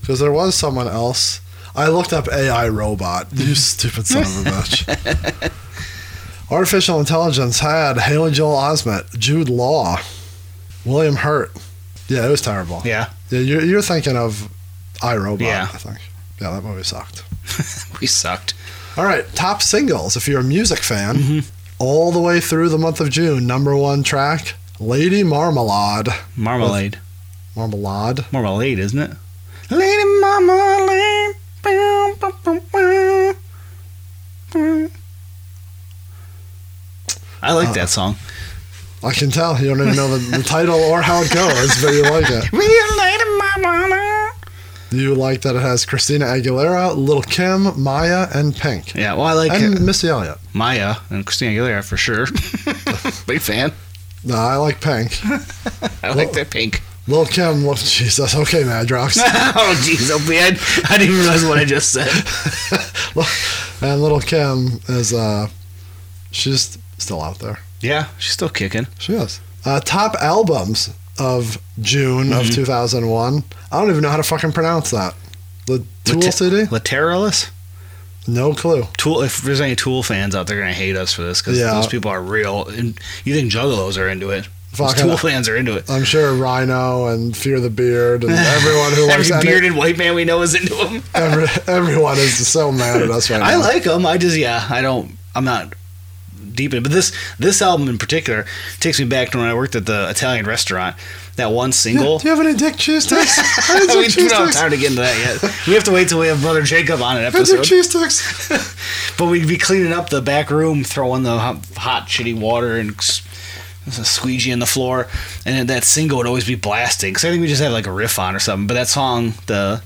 [SPEAKER 4] because there was someone else. I looked up AI robot. [laughs] You stupid son of a bitch.
[SPEAKER 5] [laughs]
[SPEAKER 4] Artificial intelligence had Haley Joel Osment, Jude Law, William Hurt. Yeah, it was terrible.
[SPEAKER 5] Yeah, [laughs]
[SPEAKER 4] Yeah, you're, you're thinking of iRobot,
[SPEAKER 5] Yeah.
[SPEAKER 4] I think. Yeah, that movie sucked.
[SPEAKER 5] we sucked.
[SPEAKER 4] All right, top singles. If you're a music fan,
[SPEAKER 5] Mm-hmm.
[SPEAKER 4] all the way through the month of June, number one track, Lady Marmalade.
[SPEAKER 5] Marmalade,
[SPEAKER 4] Marmalade.
[SPEAKER 5] marmalade, isn't it? Lady marmalade. Bow, bow, bow, bow. Bow. I
[SPEAKER 4] Uh,
[SPEAKER 5] like that song.
[SPEAKER 4] I can tell. You don't even know the, the title or how it goes, but you like it.
[SPEAKER 5] Real lady marmalade.
[SPEAKER 4] You like that it has Christina Aguilera, Little Kim, Maya, and Pink.
[SPEAKER 5] Yeah, well, I like
[SPEAKER 4] And Missy Elliott.
[SPEAKER 5] Maya and Christina Aguilera for
[SPEAKER 4] [laughs]
[SPEAKER 5] sure. Big fan.
[SPEAKER 4] No, I like Pink.
[SPEAKER 5] I like that pink. [laughs]
[SPEAKER 4] Little Kim, look, [laughs] Jesus. Okay, Madrox.
[SPEAKER 5] oh, jeez, Opie, I, I didn't even realize what I just said.
[SPEAKER 4] And little Kim is uh, she's still out there.
[SPEAKER 5] Yeah, she's still kicking.
[SPEAKER 4] She is. Uh, top albums of June
[SPEAKER 5] Mm-hmm.
[SPEAKER 4] of 2001. I don't even know how to fucking pronounce that. The Tool
[SPEAKER 5] Late-
[SPEAKER 4] CD?
[SPEAKER 5] Lateralis?
[SPEAKER 4] No clue.
[SPEAKER 5] Tool. If there's any Tool fans out, there, they're gonna hate us for this because
[SPEAKER 4] Yeah.
[SPEAKER 5] those people are real. And you think Juggalos are into it? Those
[SPEAKER 4] Fucking-
[SPEAKER 5] Tool fans are into it.
[SPEAKER 4] I'm sure Rhino and Fear the Beard and everyone
[SPEAKER 5] [laughs]
[SPEAKER 4] who works
[SPEAKER 5] Every
[SPEAKER 4] at
[SPEAKER 5] bearded white man we know is into them.
[SPEAKER 4] it, every, everyone is so mad at us right now.
[SPEAKER 5] I like them. I just yeah. I don't. I'm not deep in. it. But this this album in particular takes me back to when I worked at the Italian restaurant. That one [laughs]
[SPEAKER 4] Do
[SPEAKER 5] single.
[SPEAKER 4] you have any dick cheese [laughs] sticks? I
[SPEAKER 5] we
[SPEAKER 4] need
[SPEAKER 5] don't
[SPEAKER 4] some cheese
[SPEAKER 5] have
[SPEAKER 4] sticks.
[SPEAKER 5] time to get into that yet. We have to wait till we have Brother Jacob on an
[SPEAKER 4] I need some
[SPEAKER 5] episode.
[SPEAKER 4] cheese sticks.
[SPEAKER 5] But we'd be cleaning up the back room, throwing the hot, hot shitty water and s- squeegee in the floor, and then that single would always be blasting. Because I think we just had like a riff on or something. But that song, the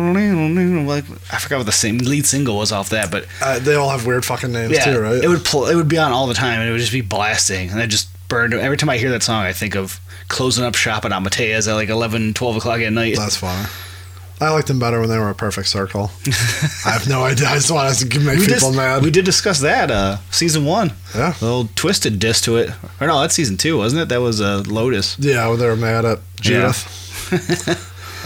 [SPEAKER 5] like I forgot what the same lead single was off that, but
[SPEAKER 4] Uh, they all have weird fucking names
[SPEAKER 5] yeah,
[SPEAKER 4] too, right?
[SPEAKER 5] it would pl- it would be on all the time, and it would just be blasting, and I just burned. Every time I hear that song, I think of closing up shop at Amatea's at like 11, 12 o'clock at night.
[SPEAKER 4] That's funny. I liked them better when they were a perfect circle. I have no idea. I just want to make
[SPEAKER 5] we,
[SPEAKER 4] people
[SPEAKER 5] dis-
[SPEAKER 4] mad.
[SPEAKER 5] we did discuss that uh, season one.
[SPEAKER 4] Yeah.
[SPEAKER 5] A little twisted diss to it. Or no, that's season two, wasn't it? That was uh, Lotus.
[SPEAKER 4] Yeah, well, they were mad at Judith.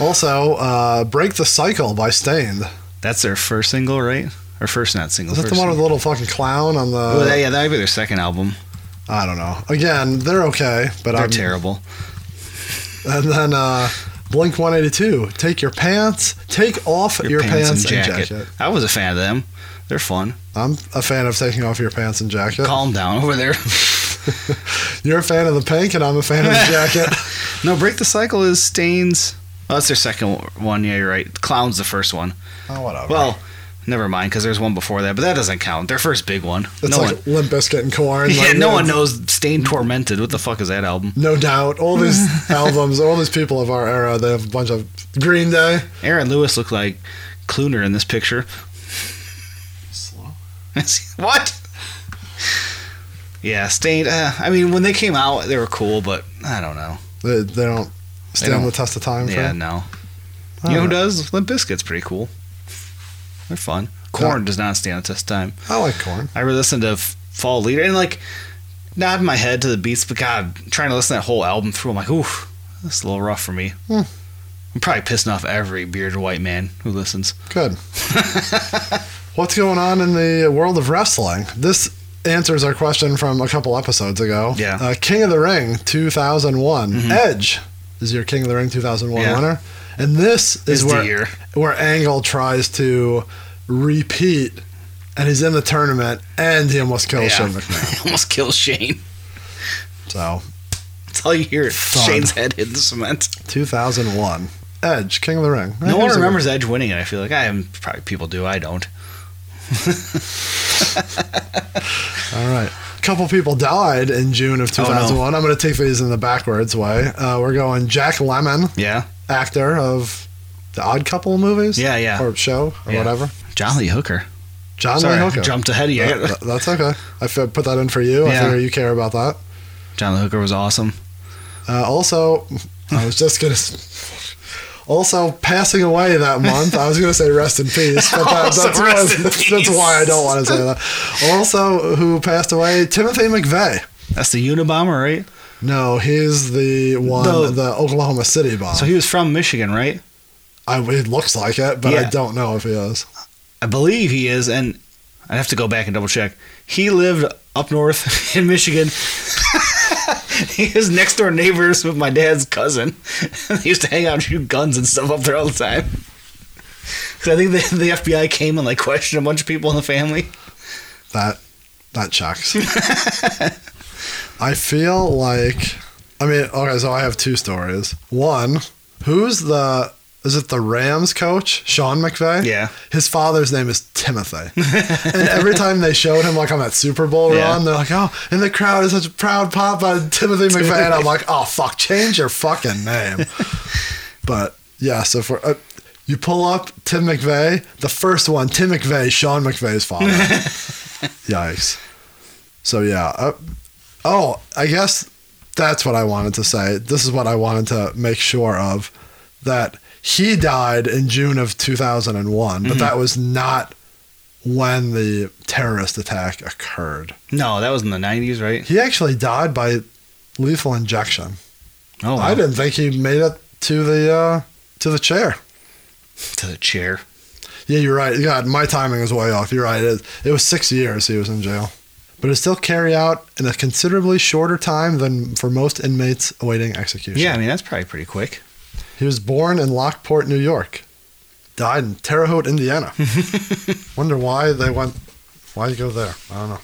[SPEAKER 5] [laughs]
[SPEAKER 4] also, uh, Break the Cycle by Stained.
[SPEAKER 5] That's their first single, right? Or first not single.
[SPEAKER 4] Is that
[SPEAKER 5] First
[SPEAKER 4] the one with the little fucking clown on the. uh,
[SPEAKER 5] single. Oh, that- yeah, that would be their second album.
[SPEAKER 4] I don't know. Again, they're okay, but
[SPEAKER 5] They're
[SPEAKER 4] I'm.
[SPEAKER 5] terrible.
[SPEAKER 4] And then uh, Blink 182. Take your pants. Take off your, pants, and jacket.
[SPEAKER 5] I was a fan of them. They're fun.
[SPEAKER 4] I'm a fan of taking off your pants and jacket.
[SPEAKER 5] Calm down over there. [laughs]
[SPEAKER 4] You're a fan of the pink, and I'm a fan
[SPEAKER 5] [laughs]
[SPEAKER 4] of the jacket.
[SPEAKER 5] no, Break the Cycle is Stains. Oh, that's their second one. Yeah, you're right. Clown's the first one.
[SPEAKER 4] Oh, whatever.
[SPEAKER 5] Well, never mind, because there's one before that, but that doesn't count. Their first big one.
[SPEAKER 4] it's
[SPEAKER 5] no
[SPEAKER 4] like
[SPEAKER 5] one.
[SPEAKER 4] Limp Bizkit and
[SPEAKER 5] [laughs]
[SPEAKER 4] Corn.
[SPEAKER 5] Yeah, no one knows Stain Tormented. What the fuck is that album?
[SPEAKER 4] No doubt.
[SPEAKER 5] [laughs]
[SPEAKER 4] All these albums, all these people of our era, they have a bunch of Green Day.
[SPEAKER 5] Aaron Lewis looked like Clooner in this picture. [laughs] what? Yeah, Stain. Uh, I mean, when they came out, they were cool, but I don't know.
[SPEAKER 4] They, they don't stand
[SPEAKER 5] don't-
[SPEAKER 4] the test of time.
[SPEAKER 5] Yeah,
[SPEAKER 4] Fran.
[SPEAKER 5] no.
[SPEAKER 4] I
[SPEAKER 5] You know
[SPEAKER 4] don't
[SPEAKER 5] who
[SPEAKER 4] know.
[SPEAKER 5] does? Limp Bizkit's pretty cool. They're fun. Corn does not stand the test of time.
[SPEAKER 4] I like corn.
[SPEAKER 5] I re-listened to F- Fall Leader and like nodding my head to the beats, but God, trying to listen to that whole album through, I'm like, oof, that's a little rough for me.
[SPEAKER 4] Hmm.
[SPEAKER 5] I'm probably pissing off every bearded white man who listens. [laughs]
[SPEAKER 4] Good. What's going on in the world of wrestling? This answers our question from a couple episodes ago.
[SPEAKER 5] Yeah. Mm-hmm.
[SPEAKER 4] Uh, King of the Ring 2001. Edge is your King of the Ring 2001
[SPEAKER 5] Yeah.
[SPEAKER 4] winner. And this is
[SPEAKER 5] Is the
[SPEAKER 4] where,
[SPEAKER 5] year.
[SPEAKER 4] where Angle tries to repeat, and he's in the tournament, and he almost kills Shane McMahon.
[SPEAKER 5] almost kills Shane. [laughs]
[SPEAKER 4] So,
[SPEAKER 5] That's all you hear.
[SPEAKER 4] Fun.
[SPEAKER 5] Shane's head hit the cement.
[SPEAKER 4] 2001. Edge, King of the Ring.
[SPEAKER 5] No one
[SPEAKER 4] Here's a-
[SPEAKER 5] remembers Edge winning it. I feel like I am. Probably people do. I don't.
[SPEAKER 4] All right. A couple people died in June
[SPEAKER 5] Oh,
[SPEAKER 4] of 2001. I'm going to take these in the backwards way. Uh, we're going Jack Lemon,
[SPEAKER 5] Yeah.
[SPEAKER 4] actor of the Odd Couple movies.
[SPEAKER 5] Yeah, yeah.
[SPEAKER 4] Or show or
[SPEAKER 5] Yeah.
[SPEAKER 4] whatever.
[SPEAKER 5] Jolly Hooker.
[SPEAKER 4] John
[SPEAKER 5] Sorry,
[SPEAKER 4] Lee
[SPEAKER 5] I
[SPEAKER 4] Hooker.
[SPEAKER 5] jumped ahead of you.
[SPEAKER 4] That- that- that's okay. I fi- put that in for you. I
[SPEAKER 5] Yeah.
[SPEAKER 4] figure you care about that.
[SPEAKER 5] John Lee Hooker was awesome.
[SPEAKER 4] Uh, also, [laughs] I was just going to. Also, passing away that month. I was going to say rest in peace, but
[SPEAKER 5] [laughs]
[SPEAKER 4] that,
[SPEAKER 5] Also,
[SPEAKER 4] that's,
[SPEAKER 5] rest in
[SPEAKER 4] that's,
[SPEAKER 5] peace.
[SPEAKER 4] that's why I don't want to say that. Also, who passed away? Timothy McVeigh.
[SPEAKER 5] That's the Unabomber, right?
[SPEAKER 4] No, he's the one,
[SPEAKER 5] No.
[SPEAKER 4] the Oklahoma City bomb.
[SPEAKER 5] So he was from Michigan, right?
[SPEAKER 4] I, it looks like it, but I
[SPEAKER 5] Yeah.
[SPEAKER 4] don't know if he is.
[SPEAKER 5] I believe he is, and I'd have to go back and double check. He lived up north [laughs] in Michigan. His next door neighbors with my dad's cousin. [laughs] they used to hang out and shoot guns and stuff up there all the time. [laughs] Because I think the, the FBI came and like questioned a bunch of people in the family.
[SPEAKER 4] That that checks.
[SPEAKER 5] [laughs]
[SPEAKER 4] I feel like, I mean, okay, so I have two stories. One, who's the is it the Rams coach Sean McVay?
[SPEAKER 5] Yeah.
[SPEAKER 4] his father's name is Timothy,
[SPEAKER 5] [laughs]
[SPEAKER 4] and every time they showed him like on that Super Bowl
[SPEAKER 5] Yeah.
[SPEAKER 4] run, they're like, "Oh, and the crowd is such a proud pop by Timothy McVay," and I'm like, "Oh fuck, change your fucking name." But yeah, so for uh, you pull up Tim McVeigh, the first one, Tim McVeigh, Sean McVeigh's father. Yikes. So yeah. Uh, oh, I guess that's what I wanted to say. This is what I wanted to make sure of that he died in June of 2001, but that was not when the terrorist attack occurred.
[SPEAKER 5] No, that was in the 90s, right?
[SPEAKER 4] He actually died by lethal injection.
[SPEAKER 5] Oh, wow.
[SPEAKER 4] I didn't think he made it to the uh, to the chair.
[SPEAKER 5] to the chair.
[SPEAKER 4] Yeah, you're right. God, my timing is way off. You're right. It, it was six years he was in jail, but it still carry out in a considerably shorter time than for most inmates awaiting execution.
[SPEAKER 5] Yeah, I mean, that's probably pretty quick.
[SPEAKER 4] He was born in Lockport, New York. Died in Terre
[SPEAKER 5] [laughs]
[SPEAKER 4] Haute, Indiana. Wonder why they went. Why go there? I don't know.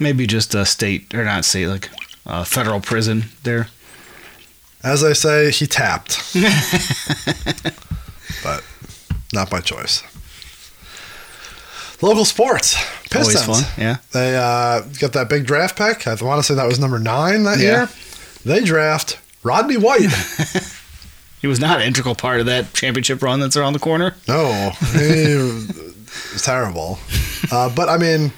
[SPEAKER 5] Maybe just a state, or not state, like a federal prison there.
[SPEAKER 4] As I say,
[SPEAKER 5] [laughs]
[SPEAKER 4] he tapped. but not by choice. Local sports. Pistons.
[SPEAKER 5] Always fun. Yeah.
[SPEAKER 4] They uh, got that big draft pick. I want to say that was number nine that
[SPEAKER 5] Yeah.
[SPEAKER 4] year. They draft Rodney
[SPEAKER 5] [laughs]
[SPEAKER 4] White.
[SPEAKER 5] He was not an integral part of that championship run that's around the corner.
[SPEAKER 4] No, he was terrible. Uh, but I mean,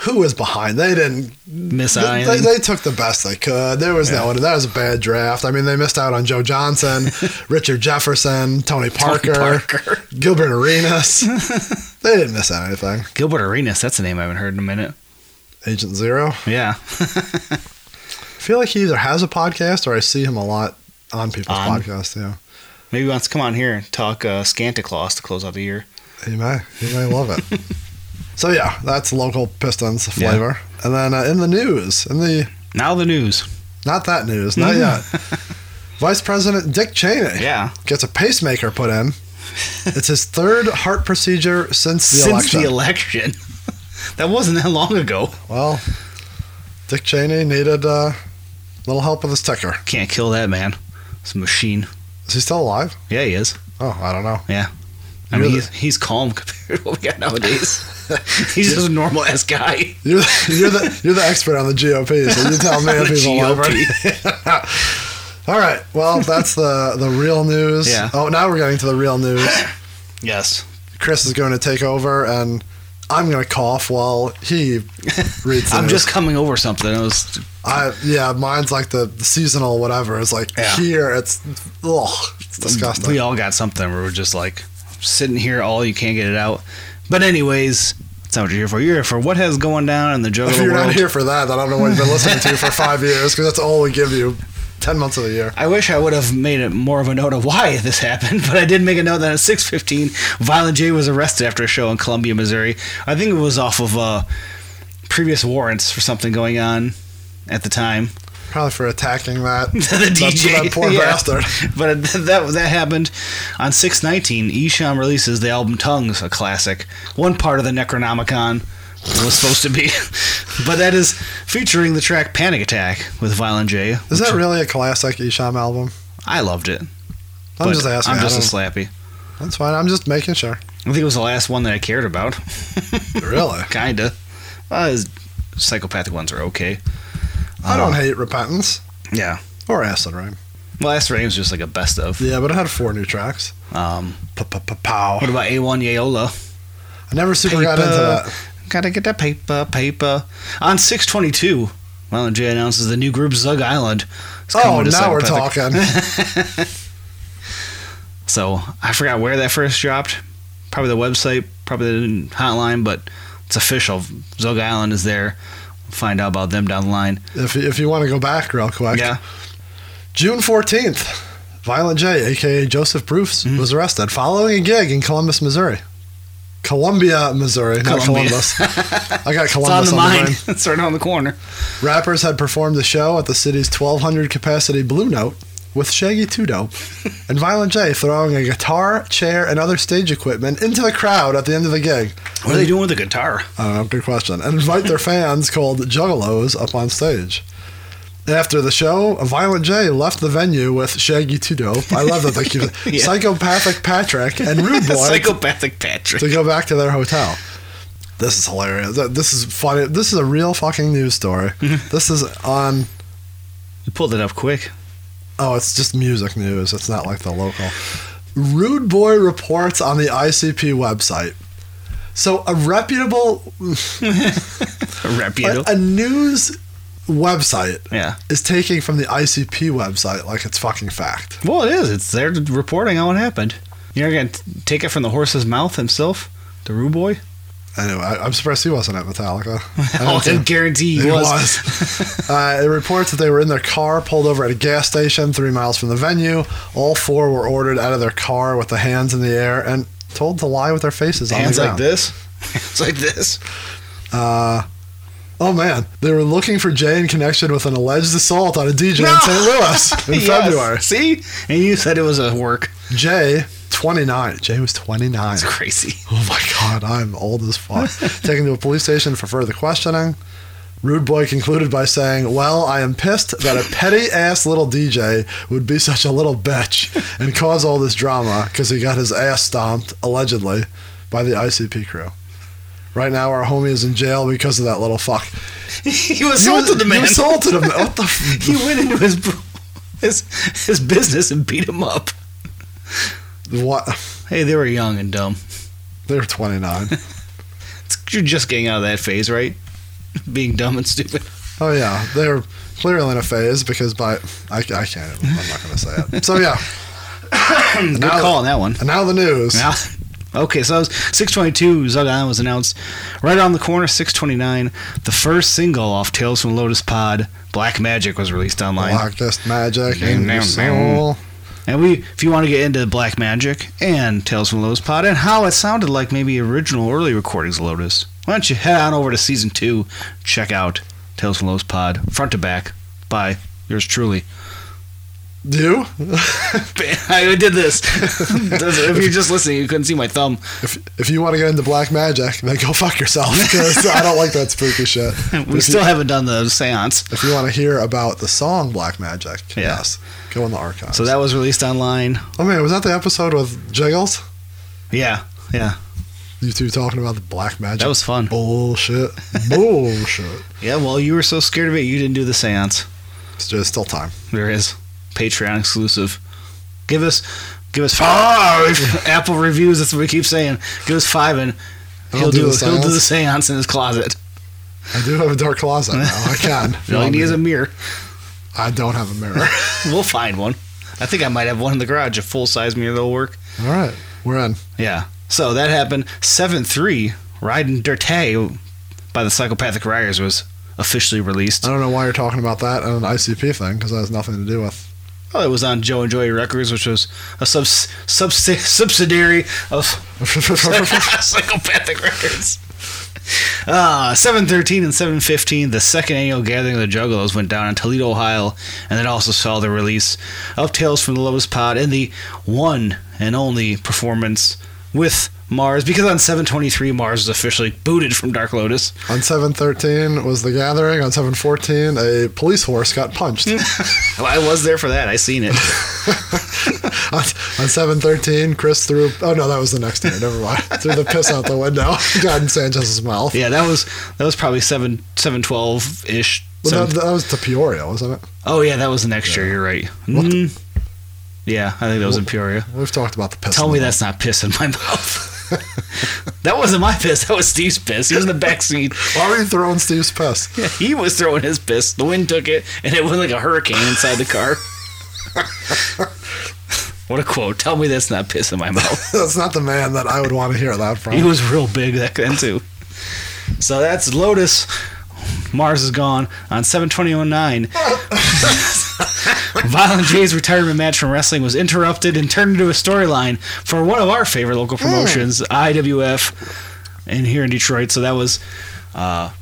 [SPEAKER 4] who was behind? They didn't.
[SPEAKER 5] Miss
[SPEAKER 4] They,
[SPEAKER 5] Ian.
[SPEAKER 4] they, they took the best they could. There was no one. That was a bad draft. I mean, they missed out on
[SPEAKER 5] [laughs]
[SPEAKER 4] Joe Johnson, Richard Jefferson, Tony Parker,
[SPEAKER 5] Parker. [laughs]
[SPEAKER 4] Gilbert Arenas. they didn't miss out anything.
[SPEAKER 5] Gilbert Arenas, that's a name I haven't heard in a minute.
[SPEAKER 4] Agent Zero.
[SPEAKER 5] Yeah.
[SPEAKER 4] I feel like he either has a podcast or I see him a lot on people's
[SPEAKER 5] On?
[SPEAKER 4] podcasts. Yeah,
[SPEAKER 5] Maybe he wants to come on here and talk uh, Scanticlaus to close out the year.
[SPEAKER 4] he may. He may love
[SPEAKER 5] [laughs]
[SPEAKER 4] it. So yeah, that's local Pistons flavor. And then uh, in the news, in the
[SPEAKER 5] Now the news.
[SPEAKER 4] Not that news. Not yet.
[SPEAKER 5] [laughs]
[SPEAKER 4] Vice President Dick Cheney
[SPEAKER 5] Mm-hmm. Yeah.
[SPEAKER 4] gets a pacemaker put in. It's his third heart procedure since [laughs] the
[SPEAKER 5] Since
[SPEAKER 4] election.
[SPEAKER 5] the election. [laughs] that wasn't that long ago.
[SPEAKER 4] well, Dick Cheney needed a uh, little help with his ticker.
[SPEAKER 5] Can't kill that man. It's a machine.
[SPEAKER 4] Is he still alive?
[SPEAKER 5] Yeah, he is.
[SPEAKER 4] Oh, I don't know.
[SPEAKER 5] Yeah. I
[SPEAKER 4] Really?
[SPEAKER 5] mean, he's, he's calm [laughs] compared to what we got nowadays. [laughs] he's just a normal ass guy.
[SPEAKER 4] You're the, [laughs] you're the you're the expert on the GOP,
[SPEAKER 5] [laughs]
[SPEAKER 4] so you tell me
[SPEAKER 5] On
[SPEAKER 4] if
[SPEAKER 5] the
[SPEAKER 4] he's alive.
[SPEAKER 5] GOP.
[SPEAKER 4] [laughs] All right. Well, that's the the real news.
[SPEAKER 5] Yeah.
[SPEAKER 4] Oh, now we're getting to the real news.
[SPEAKER 5] Yes.
[SPEAKER 4] Chris is going to take over, and I'm going to cough while
[SPEAKER 5] [laughs]
[SPEAKER 4] he reads. The
[SPEAKER 5] I'm
[SPEAKER 4] news.
[SPEAKER 5] just coming over something. It was
[SPEAKER 4] I yeah, mine's like the, the seasonal whatever. It's like
[SPEAKER 5] Yeah.
[SPEAKER 4] here, it's ugh, it's disgusting.
[SPEAKER 5] We all got something where we're just like sitting here all you can't get it out. But anyways, that's not what you're here for. You're here for what has going down in the
[SPEAKER 4] if
[SPEAKER 5] juggler
[SPEAKER 4] you're
[SPEAKER 5] world.
[SPEAKER 4] not here for that, then I don't know what you've been listening to for five years because that's all we give you, ten months of the year.
[SPEAKER 5] I wish I would have made it more of a note of why [laughs] this happened, but I did make a note that at 6:15, Violent J was arrested after a show in Columbia, Missouri. I think it was off of uh, previous warrants for something going on at the time.
[SPEAKER 4] Probably for
[SPEAKER 5] [laughs]
[SPEAKER 4] attacking that
[SPEAKER 5] the
[SPEAKER 4] that-
[SPEAKER 5] DJ,
[SPEAKER 4] that poor
[SPEAKER 5] yeah.
[SPEAKER 4] bastard.
[SPEAKER 5] But that that happened on 619. Esham releases the album Tongues, a classic. One part of the Necronomicon was supposed to be, [laughs] but that is featuring the track Panic Attack with Violent J.
[SPEAKER 4] Is that
[SPEAKER 5] which
[SPEAKER 4] really a classic Isham album?
[SPEAKER 5] I loved it.
[SPEAKER 4] I'm
[SPEAKER 5] but
[SPEAKER 4] just asking.
[SPEAKER 5] I'm
[SPEAKER 4] I
[SPEAKER 5] just a
[SPEAKER 4] don't-
[SPEAKER 5] slappy.
[SPEAKER 4] that's fine. I'm just making sure.
[SPEAKER 5] I think it was the last one that I cared about. [laughs]
[SPEAKER 4] Really?
[SPEAKER 5] Kinda. Well, his psychopathic ones are okay.
[SPEAKER 4] I don't
[SPEAKER 5] Uh,
[SPEAKER 4] hate Repentance
[SPEAKER 5] Yeah.
[SPEAKER 4] or Acid Rain.
[SPEAKER 5] Well, Last Rain was just like a best of.
[SPEAKER 4] Yeah, but it had four new tracks.
[SPEAKER 5] Um,
[SPEAKER 4] Pow.
[SPEAKER 5] what about A1 Yeola?
[SPEAKER 4] I never super got into that.
[SPEAKER 5] Gotta get that paper, paper. On 622, Violent J announces the new group Zug Island. is
[SPEAKER 4] Oh,
[SPEAKER 5] coming to
[SPEAKER 4] now we're
[SPEAKER 5] Psychopathic.
[SPEAKER 4] talking.
[SPEAKER 5] [laughs] So I forgot where that first dropped. Probably the website, probably the hotline, but it's official. Zug Island is there. Find out about them down the line.
[SPEAKER 4] if, if you want to go back real quick.
[SPEAKER 5] Yeah.
[SPEAKER 4] June 14th, Violent J, aka Joseph Bruce,
[SPEAKER 5] Mm-hmm.
[SPEAKER 4] was arrested following a gig in Columbus, Missouri. Columbia, Missouri, not
[SPEAKER 5] Columbia. [laughs]
[SPEAKER 4] Columbus. I got
[SPEAKER 5] It's on
[SPEAKER 4] Columbus
[SPEAKER 5] the
[SPEAKER 4] on, the
[SPEAKER 5] mind.
[SPEAKER 4] mind.
[SPEAKER 5] [laughs] it's right on the corner.
[SPEAKER 4] Rappers had performed the show at the city's 1,200 capacity Blue Note with Shaggy Two Dope and Violent J throwing a guitar, chair, and other stage equipment into the crowd at the end of the gig.
[SPEAKER 5] What are they doing with the [laughs] guitar?
[SPEAKER 4] I don't know, good question. And invite their fans called Juggalos up on stage. After the show, Violent J left the venue with Shaggy Two Dope. I love that they keep
[SPEAKER 5] Yeah.
[SPEAKER 4] Psychopathic Patrick and
[SPEAKER 5] [laughs]
[SPEAKER 4] Rude Boy
[SPEAKER 5] Psychopathic Patrick.
[SPEAKER 4] to go back to their hotel. This is hilarious. Th- This is funny. This is a real fucking news story. this is on.
[SPEAKER 5] You pulled it up quick.
[SPEAKER 4] Oh, it's just music news. It's not like the local. Rude Boy reports on the ICP website. So a reputable,
[SPEAKER 5] Reputable.
[SPEAKER 4] a, a news website
[SPEAKER 5] yeah.
[SPEAKER 4] is taking from the ICP website like it's fucking fact.
[SPEAKER 5] Well, it is. It's there reporting on what happened. You're going to take it from the horse's mouth himself, the Rue Boy?
[SPEAKER 4] Anyway, I, I'm surprised he wasn't at
[SPEAKER 5] [laughs]
[SPEAKER 4] Metallica. I
[SPEAKER 5] Oh,
[SPEAKER 4] don't
[SPEAKER 5] I
[SPEAKER 4] think-
[SPEAKER 5] guarantee
[SPEAKER 4] He
[SPEAKER 5] he was. [laughs]
[SPEAKER 4] was. uh, it reports that they were in their car, pulled over at a gas station three miles from the venue. All four were ordered out of their car with the hands in the air and told to lie with their faces on the
[SPEAKER 5] Hands
[SPEAKER 4] ground.
[SPEAKER 5] like this. Hands like this.
[SPEAKER 4] Oh man, they were looking for Jay in connection with an alleged assault on a DJ in
[SPEAKER 5] No! [laughs]
[SPEAKER 4] St. Louis
[SPEAKER 5] Yes.
[SPEAKER 4] in February.
[SPEAKER 5] See? And you said it was a work.
[SPEAKER 4] Jay, 29. Jay was 29.
[SPEAKER 5] It's crazy. [laughs]
[SPEAKER 4] Oh my god, I'm old as fuck. Taken to a police station for further questioning. Rude Boy concluded by saying, Well, I am pissed that a petty ass little DJ would be such a little bitch and cause all this drama because he got his ass stomped, allegedly, by the ICP crew. Right now, our homie is in jail because of that little fuck.
[SPEAKER 5] He assaulted the
[SPEAKER 4] You
[SPEAKER 5] man. [laughs]
[SPEAKER 4] assaulted him. What the f-
[SPEAKER 5] he went into his his his business and beat him up.
[SPEAKER 4] What? [laughs]
[SPEAKER 5] Hey, they were young and dumb.
[SPEAKER 4] They're 29.
[SPEAKER 5] It's- You're just getting out of that phase, right? Being dumb and stupid.
[SPEAKER 4] Oh yeah, they're clearly in a phase because by I, I can't. even- I'm not going to say it. So yeah,
[SPEAKER 5] [coughs] Good
[SPEAKER 4] Now-
[SPEAKER 5] call on that one.
[SPEAKER 4] and now the news.
[SPEAKER 5] Now, okay, so it was 622 Zug Island was announced right on the corner. 629, the first single off Tales from Lotus Pod, Black Magic, was released online.
[SPEAKER 4] Lock this magic
[SPEAKER 5] Down,
[SPEAKER 4] in your
[SPEAKER 5] down,
[SPEAKER 4] soul.
[SPEAKER 5] And we, if you want to get into Black Magic and Tales from Lotus Pod and how it sounded like maybe original early recordings of Lotus, why don't you head on over to season two, check out Tales from Lotus Pod front to back by yours truly. [laughs]
[SPEAKER 4] Do
[SPEAKER 5] I did this. [laughs] if you're just listening, you couldn't see my thumb.
[SPEAKER 4] [laughs] if if you want to get into black magic, then go fuck yourself because I don't like that spooky shit.
[SPEAKER 5] [laughs] We still haven't done the seance.
[SPEAKER 4] If you want to hear about the song Black Magic,
[SPEAKER 5] Yeah.
[SPEAKER 4] yes, go in the archives.
[SPEAKER 5] So that was released online.
[SPEAKER 4] oh man, was that the episode with Jiggles?
[SPEAKER 5] Yeah, yeah,
[SPEAKER 4] You two talking about the black magic?
[SPEAKER 5] that was fun.
[SPEAKER 4] bullshit. bullshit.
[SPEAKER 5] Yeah, well, you were so scared of it, you didn't do the seance.
[SPEAKER 4] It's just still time.
[SPEAKER 5] There is Patreon exclusive. Give us, give us five
[SPEAKER 4] [laughs]
[SPEAKER 5] Apple reviews. That's what we keep saying. Give us five, and
[SPEAKER 4] I'll
[SPEAKER 5] he'll
[SPEAKER 4] do
[SPEAKER 5] do,
[SPEAKER 4] the
[SPEAKER 5] he'll do the
[SPEAKER 4] seance.
[SPEAKER 5] seance in his closet.
[SPEAKER 4] I do have a dark closet now. I can. [laughs] If you
[SPEAKER 5] All he
[SPEAKER 4] want me
[SPEAKER 5] needs is
[SPEAKER 4] to-
[SPEAKER 5] a mirror.
[SPEAKER 4] I don't have a mirror.
[SPEAKER 5] We'll find one. I think I might have one in the garage, a full size mirror that'll work.
[SPEAKER 4] [laughs] All right, we're in.
[SPEAKER 5] Yeah. So that happened. Seven three riding Dirte by the Psychopathic Rioters was officially released.
[SPEAKER 4] I don't know why you're talking about that and an ICP thing because that has nothing to do with. [laughs]
[SPEAKER 5] Oh, it was on Joe and Joy Records, which was a sub sub subsidiary of [laughs] Psychopathic Records. Uh, 713 and 715, the second annual gathering of the Juggalos went down in Toledo, Ohio, and it also saw the release of Tales from the Lowest Pod and the one and only performance with Mars, because on 723, Mars was officially booted from Dark Lotus.
[SPEAKER 4] On 713 was the gathering. On 714, a police horse got punched. on,
[SPEAKER 5] I was there for that, I seen [laughs] it.
[SPEAKER 4] [laughs] on 713, Chris threw. Oh no, that was the next year. Never [laughs] mind. threw the piss out the window. [laughs] Got in Sanchez's mouth.
[SPEAKER 5] Yeah, that was that was probably 7 712 ish.
[SPEAKER 4] Well, that, that was the Peoria, wasn't it?
[SPEAKER 5] Oh yeah, that was the next year. You're right. Mm. yeah, I think that was in Peoria.
[SPEAKER 4] We've talked about the piss.
[SPEAKER 5] Tell
[SPEAKER 4] in
[SPEAKER 5] me
[SPEAKER 4] the
[SPEAKER 5] that's not piss in my [laughs] mouth. that wasn't my piss. That was Steve's piss. He was in the back seat.
[SPEAKER 4] mouth. Why were you throwing Steve's piss?
[SPEAKER 5] He was throwing his piss. The wind took it, and it went like a hurricane inside the car. what a quote! Tell me that's not piss in my mouth.
[SPEAKER 4] that's not the man that I would want to hear that from.
[SPEAKER 5] He was real big back then too. So that's Lotus. Mars is gone on 721.9. [laughs] Violent J's retirement match from wrestling was interrupted and turned into a storyline for one of our favorite local promotions, IWF, and here in Detroit. So that was, uh,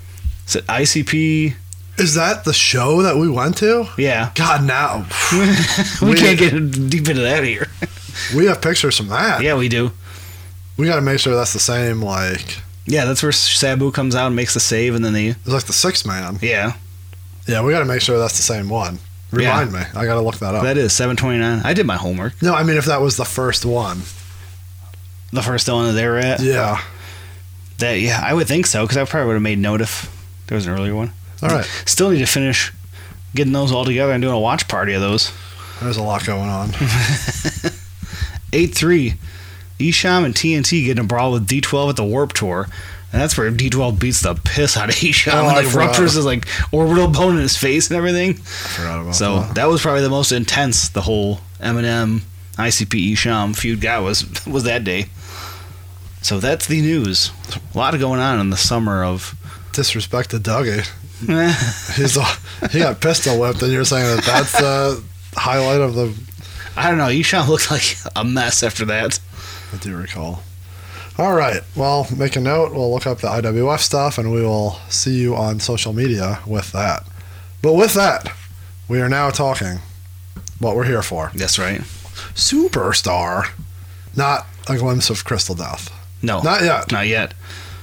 [SPEAKER 5] is it ICP?
[SPEAKER 4] Is that the show that we went to?
[SPEAKER 5] Yeah. [laughs]
[SPEAKER 4] God, now
[SPEAKER 5] We,
[SPEAKER 4] We-
[SPEAKER 5] can't get deep into that here.
[SPEAKER 4] we have pictures from that.
[SPEAKER 5] yeah, we do.
[SPEAKER 4] We got to make sure that's the same. Like
[SPEAKER 5] Yeah, that's where Sabu comes out and makes the save, and then the
[SPEAKER 4] it's like the six man.
[SPEAKER 5] yeah,
[SPEAKER 4] Yeah, we got to make sure that's the same one. Remind me. I got to look that up.
[SPEAKER 5] that is 729. I did my homework.
[SPEAKER 4] no, I mean if that was the first one.
[SPEAKER 5] The first one that they were at.
[SPEAKER 4] Yeah.
[SPEAKER 5] That yeah, I would think so because I probably would have made note if there was an earlier one.
[SPEAKER 4] All right.
[SPEAKER 5] Still need to finish getting those all together and doing a watch party of those.
[SPEAKER 4] There's a lot
[SPEAKER 5] [laughs]
[SPEAKER 4] going on.
[SPEAKER 5] Eight three, Isham and TNT getting a brawl with D12 at the Warp Tour, and that's where D12 beats the piss out of [laughs] Isham
[SPEAKER 4] Oh, I
[SPEAKER 5] and like
[SPEAKER 4] forgot.
[SPEAKER 5] ruptures his like orbital bone in his face and everything.
[SPEAKER 4] I forgot about
[SPEAKER 5] So
[SPEAKER 4] that.
[SPEAKER 5] that was probably the most intense the [laughs] whole Eminem ICP Isham feud guy was was that day. So that's the news. A lot of going on in the summer of.
[SPEAKER 4] Disrespect to Dougie.
[SPEAKER 5] Eh,
[SPEAKER 4] He's all, he got pistol whipped, and you're saying that that's the highlight of the.
[SPEAKER 5] I don't know. Eshawn [laughs] looked like a mess after that.
[SPEAKER 4] I do recall. All right. Well, make a note. We'll look up the IWF stuff, and we will see you on social media with that. But with that, we are now talking what we're here for.
[SPEAKER 5] That's right.
[SPEAKER 4] Superstar, not a glimpse of Crystal Death.
[SPEAKER 5] No,
[SPEAKER 4] Not yet.
[SPEAKER 5] not yet,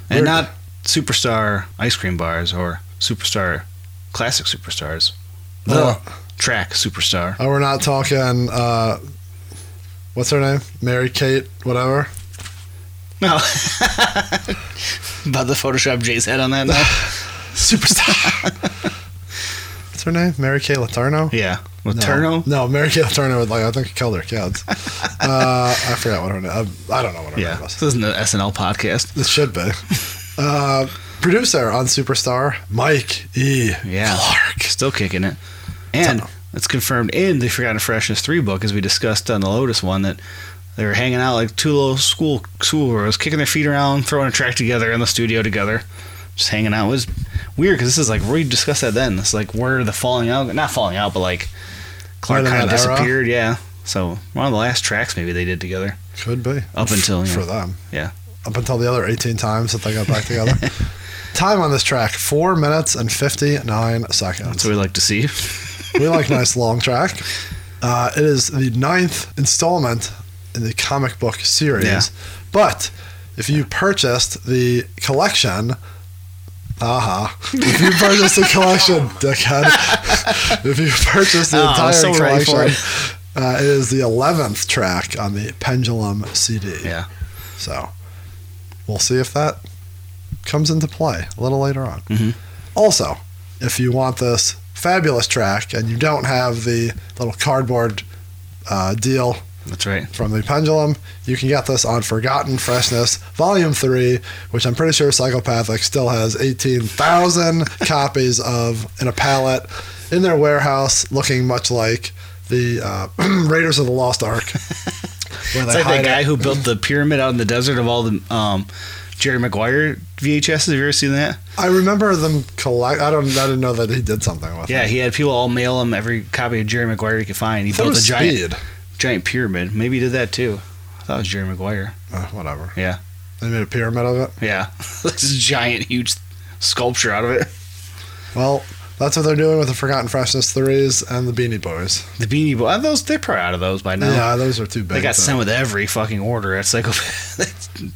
[SPEAKER 5] and
[SPEAKER 4] We're-
[SPEAKER 5] not superstar ice cream bars or superstar classic superstars. The
[SPEAKER 4] No.
[SPEAKER 5] track superstar.
[SPEAKER 4] Oh, we're not talking. Uh, what's her name? Mary Kate, whatever.
[SPEAKER 5] No. [laughs] About the Photoshop Jay's head on that
[SPEAKER 4] [laughs]
[SPEAKER 5] now. Superstar.
[SPEAKER 4] What's her name? Mary Kate Letourneau.
[SPEAKER 5] [laughs] Yeah.
[SPEAKER 4] No.
[SPEAKER 5] Materno?
[SPEAKER 4] No, Mary Kate Letourneau. Like I think she killed her [laughs] kids. uh, I forgot what her name. I, I don't know what her
[SPEAKER 5] Yeah.
[SPEAKER 4] name was.
[SPEAKER 5] This isn't an SNL podcast.
[SPEAKER 4] This should be. Uh, producer on Superstar, Mike E.
[SPEAKER 5] Yeah.
[SPEAKER 4] Clark.
[SPEAKER 5] Still kicking it. And it's confirmed in the Forgotten Freshness 3 book, as we discussed on the Lotus one, that they were hanging out like two little school school girls, kicking their feet around, throwing a track together in the studio together, just hanging out. It was weird because this is like, we discussed that then. It's like where the falling out, not falling out, but like Clark
[SPEAKER 4] Right in
[SPEAKER 5] kind of
[SPEAKER 4] that era?
[SPEAKER 5] disappeared. Yeah. So one of the last tracks maybe they did together.
[SPEAKER 4] Could be.
[SPEAKER 5] Up until, yeah.
[SPEAKER 4] For them.
[SPEAKER 5] Yeah.
[SPEAKER 4] Up until the other 18 times that they got
[SPEAKER 5] [laughs]
[SPEAKER 4] back together. Time on this track, 4 minutes and 59
[SPEAKER 5] That's
[SPEAKER 4] seconds.
[SPEAKER 5] what we like to see. [laughs]
[SPEAKER 4] we like nice long track. Uh, it is the ninth installment in the comic book series.
[SPEAKER 5] Yeah.
[SPEAKER 4] But if you purchased the collection, aha! If you purchased the
[SPEAKER 5] [laughs]
[SPEAKER 4] collection, dickhead. [laughs] if you purchased the
[SPEAKER 5] Oh, I
[SPEAKER 4] entire
[SPEAKER 5] was so ready for
[SPEAKER 4] collection, uh, it is the eleventh track on the Pendulum CD.
[SPEAKER 5] Yeah.
[SPEAKER 4] So we'll see if that comes into play a little later on.
[SPEAKER 5] Mm-hmm.
[SPEAKER 4] Also, if you want this fabulous track and you don't have the little cardboard uh, deal
[SPEAKER 5] That's right.
[SPEAKER 4] from the Pendulum, you can get this on Forgotten Freshness Volume 3, which I'm pretty sure Psychopathic still has 18,000 [laughs] copies of in a pallet in their warehouse, looking much like the uh, [clears throat] Raiders of the
[SPEAKER 5] [laughs]
[SPEAKER 4] Lost Ark. Where
[SPEAKER 5] It's like
[SPEAKER 4] hide
[SPEAKER 5] that
[SPEAKER 4] it.
[SPEAKER 5] guy who built the pyramid out in the desert of all the um, Jerry Maguire VHSs. Have you ever seen that?
[SPEAKER 4] I remember them collect. I don't. I didn't know that he did something with
[SPEAKER 5] Yeah,
[SPEAKER 4] it.
[SPEAKER 5] he had people all mail him every copy of Jerry Maguire he could find. He
[SPEAKER 4] I thought it
[SPEAKER 5] built a
[SPEAKER 4] was
[SPEAKER 5] giant
[SPEAKER 4] speed.
[SPEAKER 5] giant pyramid. Maybe he did that too. I thought it was Jerry Maguire.
[SPEAKER 4] Uh, whatever.
[SPEAKER 5] Yeah.
[SPEAKER 4] They made a pyramid of it.
[SPEAKER 5] Yeah. [laughs] this giant, huge sculpture out of it.
[SPEAKER 4] Well, that's what they're doing with the Forgotten Freshness threes and the Beanie Boys.
[SPEAKER 5] The Beanie Boy. Those, they're probably out of those by now.
[SPEAKER 4] Yeah, those are two big.
[SPEAKER 5] they got
[SPEAKER 4] though.
[SPEAKER 5] sent with every fucking order at [laughs] psychopath.com.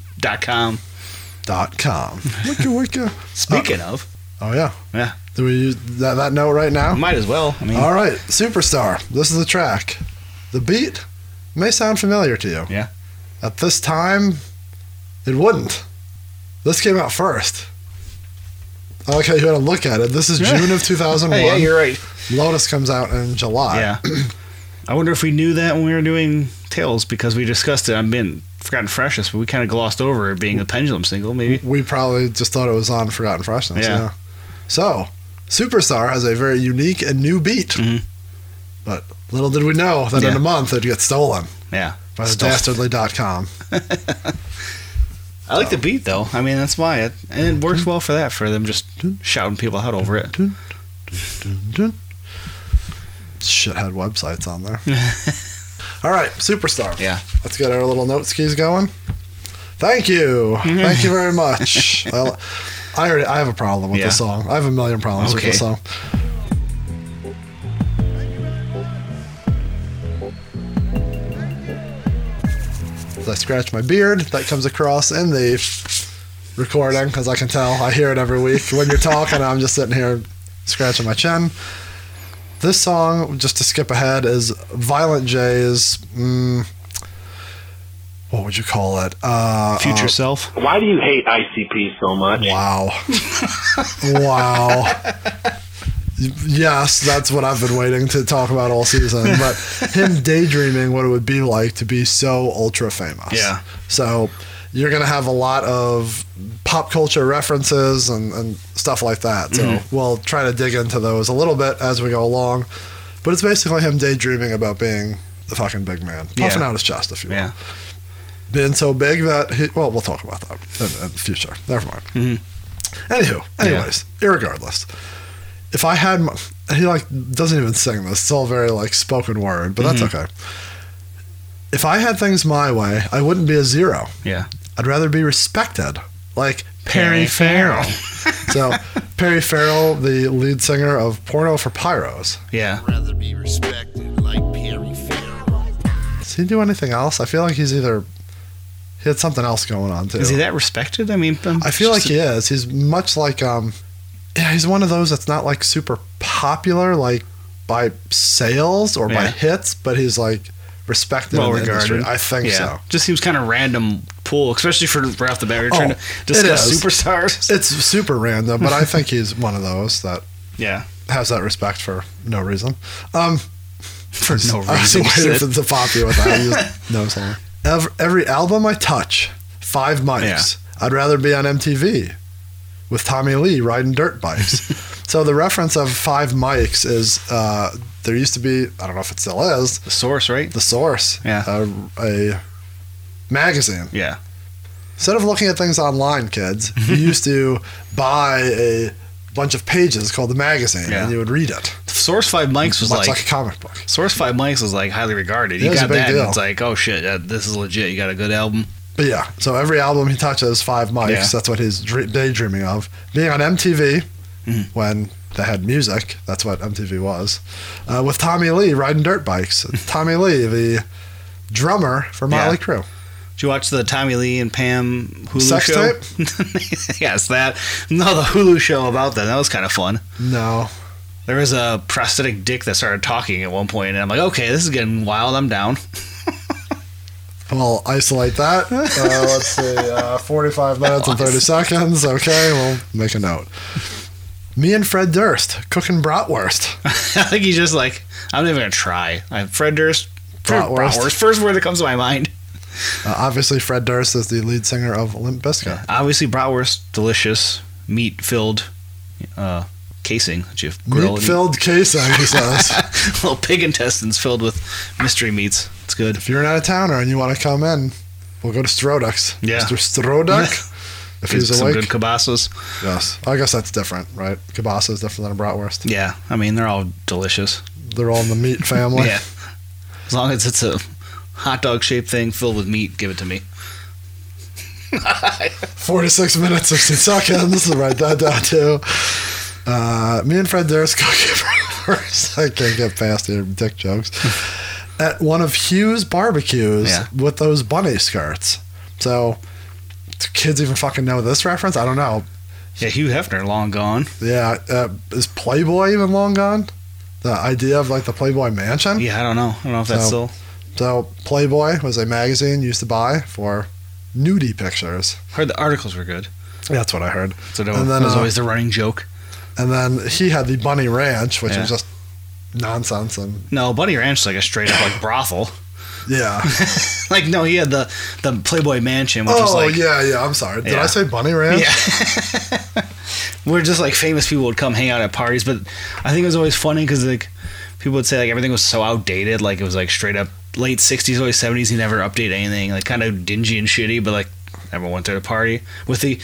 [SPEAKER 5] [laughs]
[SPEAKER 4] dot com. Wicca wicca.
[SPEAKER 5] Speaking of,
[SPEAKER 4] Oh yeah.
[SPEAKER 5] Yeah.
[SPEAKER 4] Do we use that, that note right now?
[SPEAKER 5] might as well. I mean,
[SPEAKER 4] All right, superstar. This is the track. The beat may sound familiar to you.
[SPEAKER 5] Yeah.
[SPEAKER 4] At this time, it wouldn't. This came out first. I like how you had to look at it. This is
[SPEAKER 5] Yeah.
[SPEAKER 4] June of 2001.
[SPEAKER 5] [laughs] hey, yeah, you're right.
[SPEAKER 4] Lotus comes out in July.
[SPEAKER 5] Yeah. I wonder if we knew that when we were doing Tales because we discussed it. I've been Forgotten Freshness, but we kind of glossed over it being a Pendulum single, maybe.
[SPEAKER 4] We probably just thought it was on Forgotten Freshness.
[SPEAKER 5] Yeah.
[SPEAKER 4] Yeah. So, Superstar has a very unique and new beat.
[SPEAKER 5] Mhm.
[SPEAKER 4] But little did we know that in
[SPEAKER 5] Yeah.
[SPEAKER 4] a month it'd get stolen
[SPEAKER 5] Yeah.
[SPEAKER 4] by the
[SPEAKER 5] Stole-
[SPEAKER 4] dastardly.com.
[SPEAKER 5] I like the beat, though. I mean, that's why. It, and it works well for that, for them just shouting people out over it.
[SPEAKER 4] Shithead websites
[SPEAKER 5] [laughs]
[SPEAKER 4] on there. All right, Superstar.
[SPEAKER 5] Yeah.
[SPEAKER 4] Let's get our little note skis going. Thank you. Thank you
[SPEAKER 5] [laughs]
[SPEAKER 4] very much. I, I, already, I have a problem with this
[SPEAKER 5] Yeah.
[SPEAKER 4] song. I have a million problems with this
[SPEAKER 5] Okay.
[SPEAKER 4] song. As I scratch my beard, that comes across in the recording, as I can tell. I hear it every week. When you're talking, I'm just sitting here scratching my chin. This song, just to skip ahead, is Violent J's. Mm, what would you call it? Uh,
[SPEAKER 5] Future Self.
[SPEAKER 2] Why do you hate ICP so much?
[SPEAKER 4] Wow. wow. Yes, that's what I've been waiting to talk about all season. But him daydreaming what it would be like to be so ultra famous.
[SPEAKER 5] Yeah.
[SPEAKER 4] So you're going to have a lot of pop culture references and, and stuff like that. So
[SPEAKER 5] Mm-hmm.
[SPEAKER 4] we'll try to dig into those a little bit as we go along. But it's basically him daydreaming about being the fucking big man, puffing
[SPEAKER 5] Yeah.
[SPEAKER 4] out his chest, if you will.
[SPEAKER 5] Yeah.
[SPEAKER 4] been so big that he, well, we'll talk about that in, in the future. Never mind.
[SPEAKER 5] Mm-hmm.
[SPEAKER 4] Anywho, anyways, irregardless, if I had my, he like doesn't even sing this. It's all very like spoken word, but that's
[SPEAKER 5] Mm-hmm.
[SPEAKER 4] okay. If I had things my way, I wouldn't be a zero.
[SPEAKER 5] Yeah.
[SPEAKER 4] I'd rather be respected, like Perry
[SPEAKER 5] [laughs]
[SPEAKER 4] Farrell. so Perry Farrell, the lead singer of Porno for Pyros.
[SPEAKER 5] Yeah.
[SPEAKER 6] rather be respected like Perry Farrell.
[SPEAKER 4] Does he do anything else? I feel like he's either he had something else going on too.
[SPEAKER 5] Is he that respected? I mean, I'm
[SPEAKER 4] I feel like
[SPEAKER 5] just-
[SPEAKER 4] he is. He's much like um, yeah, he's one of those that's not like super popular like by sales or by
[SPEAKER 5] Yeah.
[SPEAKER 4] hits, but he's like respected
[SPEAKER 5] well
[SPEAKER 4] in the industry.
[SPEAKER 5] regarded.
[SPEAKER 4] I think so.
[SPEAKER 5] Just seems kind of random pool, especially for right off the bat. We're trying
[SPEAKER 4] Oh,
[SPEAKER 5] to
[SPEAKER 4] it
[SPEAKER 5] discuss
[SPEAKER 4] is.
[SPEAKER 5] superstars. [laughs]
[SPEAKER 4] It's super random, but I think he's one of those that
[SPEAKER 5] Yeah.
[SPEAKER 4] has that respect for no reason. Um,
[SPEAKER 5] [laughs] For no
[SPEAKER 4] I was
[SPEAKER 5] reason.
[SPEAKER 4] waiting for the poppy with that.
[SPEAKER 5] [laughs]
[SPEAKER 4] He just knows her. Every, every album I touch, five mics. I'd rather be on MTV with Tommy Lee riding dirt bikes.
[SPEAKER 5] [laughs]
[SPEAKER 4] so the reference of five mics is uh, there used to be, I don't know if it still is,
[SPEAKER 5] the source, right?
[SPEAKER 4] The Source,
[SPEAKER 5] Yeah.
[SPEAKER 4] a, a magazine.
[SPEAKER 5] Yeah.
[SPEAKER 4] Instead of looking at things
[SPEAKER 5] [laughs]
[SPEAKER 4] online, kids, you used to buy a bunch of pages called the magazine
[SPEAKER 5] Yeah.
[SPEAKER 4] and you would read it.
[SPEAKER 5] Source Five Mics was
[SPEAKER 4] much
[SPEAKER 5] like,
[SPEAKER 4] like a comic book.
[SPEAKER 5] Source Five Mics was like highly regarded. You
[SPEAKER 4] It was a
[SPEAKER 5] got
[SPEAKER 4] big
[SPEAKER 5] that,
[SPEAKER 4] deal.
[SPEAKER 5] and it's like, oh shit, uh, this is legit. You got a good album.
[SPEAKER 4] But yeah, so every album he touches, five mics.
[SPEAKER 5] Yeah.
[SPEAKER 4] That's what he's dre- daydreaming of. Being on MTV
[SPEAKER 5] Hmm.
[SPEAKER 4] when they had music. That's what MTV was. Uh, with Tommy Lee riding
[SPEAKER 5] [laughs]
[SPEAKER 4] dirt bikes. Tommy Lee, the drummer for Motley
[SPEAKER 5] Yeah.
[SPEAKER 4] Crue.
[SPEAKER 5] Did you watch the Tommy Lee and Pam Hulu
[SPEAKER 4] Sex
[SPEAKER 5] show? [laughs] yes, that. No, the Hulu show about that. That was kind of fun.
[SPEAKER 4] No,
[SPEAKER 5] There was a prosthetic dick that started talking at one point, and I'm like, okay, this is getting wild. I'm down. [laughs]
[SPEAKER 4] we'll isolate that. Uh, let's see, uh, forty-five minutes and thirty seconds. Okay, we'll make a note. Me and Fred Durst
[SPEAKER 5] [laughs]
[SPEAKER 4] cooking bratwurst.
[SPEAKER 5] I think he's just like, I'm not even gonna try. I'm Fred Durst. Fred
[SPEAKER 4] Bratwurst.
[SPEAKER 5] Bratwurst. First word that comes to my mind.
[SPEAKER 4] Uh, obviously, Fred Durst is the lead singer of Limp Bizkit.
[SPEAKER 5] Obviously, bratwurst, delicious, meat filled uh, casing that you grill.
[SPEAKER 4] Meat
[SPEAKER 5] and-
[SPEAKER 4] filled queso, he says.
[SPEAKER 5] [laughs] little pig intestines filled with mystery meats. It's good.
[SPEAKER 4] If you're an out of towner and you want to come in, we'll go to Stroduck's.
[SPEAKER 5] Yeah.
[SPEAKER 4] Mr. Stroduck. if he's
[SPEAKER 5] some
[SPEAKER 4] awake.
[SPEAKER 5] good kielbasa's.
[SPEAKER 4] yes. I guess that's different, right? Kielbasa is different than a bratwurst.
[SPEAKER 5] Yeah, I mean they're all delicious.
[SPEAKER 4] They're all in the meat family.
[SPEAKER 5] Yeah, as long as it's a hot dog shaped thing filled with meat, give it to me.
[SPEAKER 4] 46 minutes, 16 seconds. [laughs] Write that down too. Uh, me and Fred Durst [laughs] cooking first. I can't get past your
[SPEAKER 5] [laughs]
[SPEAKER 4] dick jokes. At one of Hugh's barbecues
[SPEAKER 5] Yeah.
[SPEAKER 4] with those bunny skirts. So, do kids even fucking know this reference? I don't know.
[SPEAKER 5] Yeah, Hugh Hefner long gone.
[SPEAKER 4] Yeah, uh, is Playboy even long gone? The idea of like the Playboy mansion.
[SPEAKER 5] Yeah, I don't know. I don't know if that's
[SPEAKER 4] So-
[SPEAKER 5] still
[SPEAKER 4] So Playboy was a magazine you used to buy for nudie pictures.
[SPEAKER 5] heard. The articles were good,
[SPEAKER 4] That's what I heard.
[SPEAKER 5] so that
[SPEAKER 4] And
[SPEAKER 5] was
[SPEAKER 4] then, uh,
[SPEAKER 5] always the running joke.
[SPEAKER 4] And then he had the Bunny Ranch, which
[SPEAKER 5] Yeah.
[SPEAKER 4] was just nonsense and
[SPEAKER 5] No, Bunny Ranch is like a straight up like brothel. [laughs]
[SPEAKER 4] yeah.
[SPEAKER 5] Like no, he had the the Playboy Mansion, which was
[SPEAKER 4] oh
[SPEAKER 5] like
[SPEAKER 4] yeah, yeah. I'm sorry. Did I
[SPEAKER 5] Yeah.
[SPEAKER 4] say Bunny Ranch?
[SPEAKER 5] Yeah. We're just like famous people would come hang out at parties, but I think it was always funny because like people would say like everything was so outdated, like it was like straight up late '60s, early '70s. He never update anything, like kind of dingy and shitty, but like everyone went there to party with the.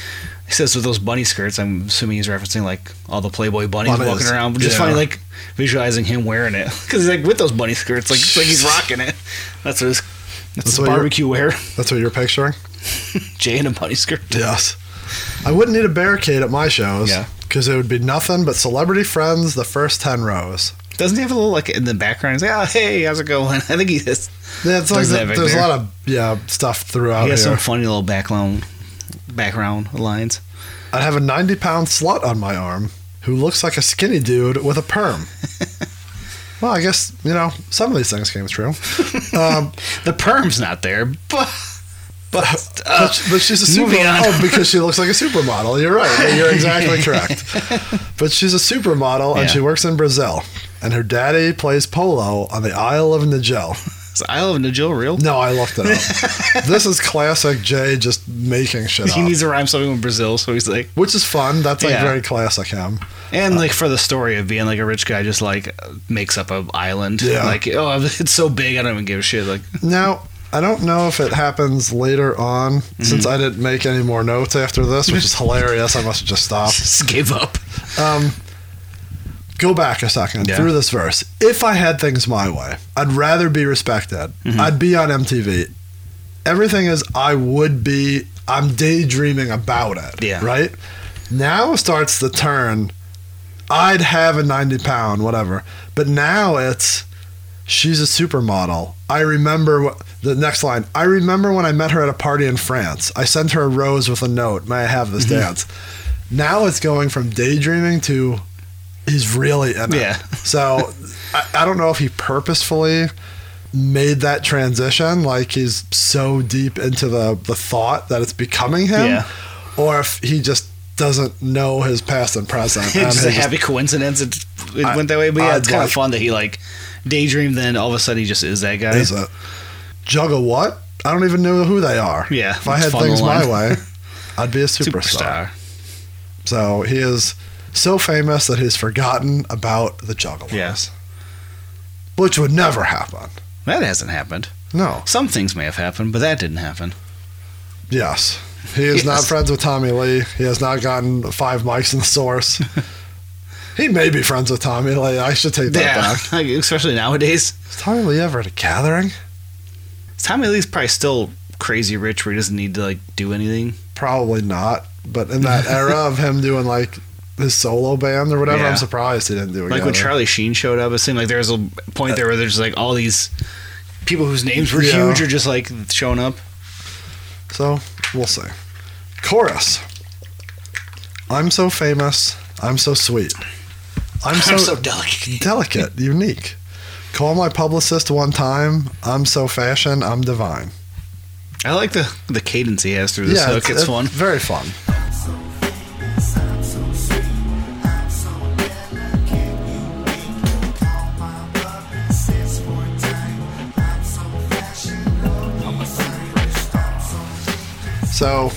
[SPEAKER 5] He says with those bunny skirts. I'm assuming he's referencing like all the Playboy bunnies,
[SPEAKER 4] Bunnies.
[SPEAKER 5] walking around. Just
[SPEAKER 4] Yeah.
[SPEAKER 5] funny, like visualizing him wearing it [laughs] because he's like with those bunny skirts, like it's like he's rocking it. That's what his. That's,
[SPEAKER 4] That's
[SPEAKER 5] the
[SPEAKER 4] what you're-
[SPEAKER 5] barbecue wear. [laughs]
[SPEAKER 4] That's what you're picturing.
[SPEAKER 5] Jay in a bunny skirt.
[SPEAKER 4] Yes. I wouldn't need a barricade at my shows.
[SPEAKER 5] Yeah.
[SPEAKER 4] Because it would be nothing but celebrity friends the first ten rows.
[SPEAKER 5] Doesn't he have a little like in the background? He's like, oh, hey, how's it going? [laughs] I think he has,
[SPEAKER 4] Yeah, it's like
[SPEAKER 5] Does
[SPEAKER 4] the,
[SPEAKER 5] that back
[SPEAKER 4] there's
[SPEAKER 5] there.
[SPEAKER 4] a lot of yeah stuff throughout
[SPEAKER 5] he has
[SPEAKER 4] here.
[SPEAKER 5] some funny little background background lines.
[SPEAKER 4] I'd have a 90 pound slut on my arm who looks like a skinny dude with
[SPEAKER 5] [laughs]
[SPEAKER 4] a perm. well, I guess, you know, some of these things came true.
[SPEAKER 5] The perm's not there, [laughs] but but uh,
[SPEAKER 4] But, but she's a
[SPEAKER 5] moving
[SPEAKER 4] supermodel.
[SPEAKER 5] on.
[SPEAKER 4] Oh, because she looks like a supermodel. You're right.
[SPEAKER 5] [laughs]
[SPEAKER 4] You're exactly correct. But she's a supermodel and
[SPEAKER 5] Yeah.
[SPEAKER 4] she works in Brazil. And her daddy plays polo on the Isle of Nigel.
[SPEAKER 5] is Isle of Nigel real?
[SPEAKER 4] No, I looked
[SPEAKER 5] [laughs]
[SPEAKER 4] it up. this is classic Jay just making shit
[SPEAKER 5] He
[SPEAKER 4] up.
[SPEAKER 5] needs to rhyme something with Brazil, so he's like,
[SPEAKER 4] which is fun. That's like
[SPEAKER 5] Yeah.
[SPEAKER 4] very classic him.
[SPEAKER 5] and like for the story of being like a rich guy, just like makes up an island.
[SPEAKER 4] Yeah.
[SPEAKER 5] [laughs] Like, [laughs] oh, it's so big, I don't even give a shit. Like,
[SPEAKER 4] Now, I don't know if it happens later on
[SPEAKER 5] Mm-hmm.
[SPEAKER 4] since I didn't make any more notes after this, which is hilarious. I must have just stopped.
[SPEAKER 5] Just gave
[SPEAKER 4] [laughs]
[SPEAKER 5] up.
[SPEAKER 4] Go back a second
[SPEAKER 5] Yeah.
[SPEAKER 4] through this verse. If I had things my way, I'd rather be respected.
[SPEAKER 5] Mm-hmm.
[SPEAKER 4] I'd be on MTV. Everything is I would be. I'm daydreaming about it.
[SPEAKER 5] Yeah.
[SPEAKER 4] Right now starts the turn. I'd have a 90 pound, whatever. But now it's she's a supermodel. I remember what the next line. I remember when I met her at a party in France. I sent her a rose with a note. May I have this
[SPEAKER 5] Mm-hmm.
[SPEAKER 4] dance? Now it's going from daydreaming to he's really in it.
[SPEAKER 5] Yeah.
[SPEAKER 4] [laughs] So I, I don't know if he purposefully made that transition, like he's so deep into the, the thought that it's becoming him,
[SPEAKER 5] Yeah.
[SPEAKER 4] or if he just doesn't know his past and
[SPEAKER 5] [laughs]
[SPEAKER 4] present. and
[SPEAKER 5] It's just
[SPEAKER 4] he
[SPEAKER 5] a
[SPEAKER 4] just-
[SPEAKER 5] happy coincidence. It, it
[SPEAKER 4] I-
[SPEAKER 5] went that way, but yeah,
[SPEAKER 4] I'd
[SPEAKER 5] it's kind
[SPEAKER 4] like-
[SPEAKER 5] of fun that he like daydreamed. Then all of a sudden, he just is that guy.
[SPEAKER 4] is it? Juggle what? I don't even know who they are.
[SPEAKER 5] Yeah,
[SPEAKER 4] If I
[SPEAKER 5] it's
[SPEAKER 4] had
[SPEAKER 5] fun to
[SPEAKER 4] things my
[SPEAKER 5] learn. [laughs]
[SPEAKER 4] way, I'd be a superstar.
[SPEAKER 5] Superstar.
[SPEAKER 4] So he is so famous that he's forgotten about the juggalos.
[SPEAKER 5] Yes,
[SPEAKER 4] Which would never happen.
[SPEAKER 5] that hasn't happened.
[SPEAKER 4] No.
[SPEAKER 5] Some things may have happened, but that didn't happen.
[SPEAKER 4] Yes. He is not
[SPEAKER 5] Yes.
[SPEAKER 4] friends with Tommy Lee. He has not gotten five mics in
[SPEAKER 5] [laughs]
[SPEAKER 4] the source. he may be friends with Tommy Lee. I should take that
[SPEAKER 5] Yeah, [laughs]
[SPEAKER 4] back.
[SPEAKER 5] like, especially nowadays.
[SPEAKER 4] Is Tommy Lee ever at a gathering?
[SPEAKER 5] Tommy Lee's probably still crazy rich, where he doesn't need to like do anything.
[SPEAKER 4] Probably not. But in
[SPEAKER 5] [laughs]
[SPEAKER 4] that era of him doing like his solo band or whatever,
[SPEAKER 5] Yeah.
[SPEAKER 4] I'm surprised he didn't do it.
[SPEAKER 5] Like when Charlie Sheen showed up, it seemed like there was a point there where there's like all these people whose names were
[SPEAKER 4] Yeah.
[SPEAKER 5] huge are just like showing up.
[SPEAKER 4] So we'll see. Chorus. I'm so famous. I'm so sweet. I'm so,
[SPEAKER 5] delicate.
[SPEAKER 4] delicate, unique. Call my publicist one time. I'm so fashion. I'm divine.
[SPEAKER 5] I like the the cadence he has through this hook. It's, fun.
[SPEAKER 4] Very fun. So,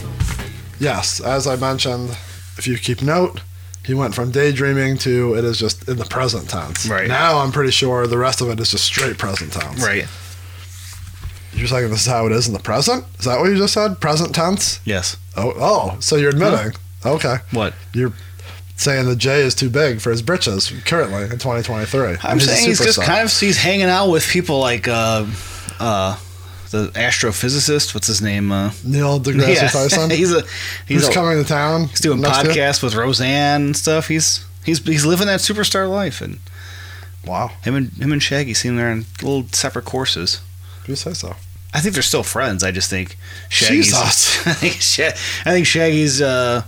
[SPEAKER 4] yes, as I mentioned, if you keep note, he went from daydreaming to it is just in the present tense.
[SPEAKER 5] Right.
[SPEAKER 4] Now I'm pretty sure the rest of it is just straight present tense.
[SPEAKER 5] Right.
[SPEAKER 4] You're saying this is how it is in the present? Is that what you just said? Present tense?
[SPEAKER 5] Yes.
[SPEAKER 4] Oh, oh, so you're admitting. Okay.
[SPEAKER 5] What?
[SPEAKER 4] You're saying the J is too big for his britches currently in 2023.
[SPEAKER 5] I'm saying he's just kind of he's hanging out with people like uh uh the astrophysicist, what's his name? [laughs] Uh
[SPEAKER 4] Neil deGrasse
[SPEAKER 5] [laughs]
[SPEAKER 4] Tyson.
[SPEAKER 5] he's a he's,
[SPEAKER 4] Who's
[SPEAKER 5] a-
[SPEAKER 4] coming to town.
[SPEAKER 5] he's doing
[SPEAKER 4] next year?
[SPEAKER 5] podcasts with Roseanne and stuff. He's he's he's living that superstar life and
[SPEAKER 4] Wow.
[SPEAKER 5] him and him and Shaggy seem they're on little separate courses.
[SPEAKER 4] You say so.
[SPEAKER 5] I think they're still friends. I just [laughs] think Shaggy's.
[SPEAKER 4] Jesus.
[SPEAKER 5] [laughs] I think Sha- I think Shaggy's. Uh,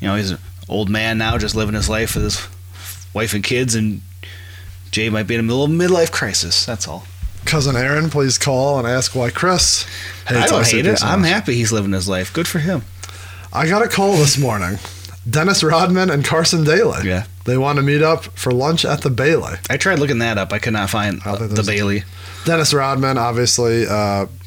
[SPEAKER 5] you know, he's an old man now, just living his life with his wife and kids, and Jay might be in a little midlife crisis. That's all.
[SPEAKER 4] Cousin Aaron, please call and ask why Chris hates
[SPEAKER 5] I don't
[SPEAKER 4] us
[SPEAKER 5] hate
[SPEAKER 4] super
[SPEAKER 5] it.
[SPEAKER 4] so
[SPEAKER 5] I'm
[SPEAKER 4] much.
[SPEAKER 5] happy he's living his life. Good for him.
[SPEAKER 4] I got a call this morning. Dennis Rodman and Carson Daly.
[SPEAKER 5] Yeah.
[SPEAKER 4] They want to meet up for lunch at the Bailey.
[SPEAKER 5] I tried looking that up. I could not find
[SPEAKER 4] I don't
[SPEAKER 5] uh,
[SPEAKER 4] think
[SPEAKER 5] the
[SPEAKER 4] those-
[SPEAKER 5] Bailey.
[SPEAKER 4] Dennis Rodman, obviously, uh,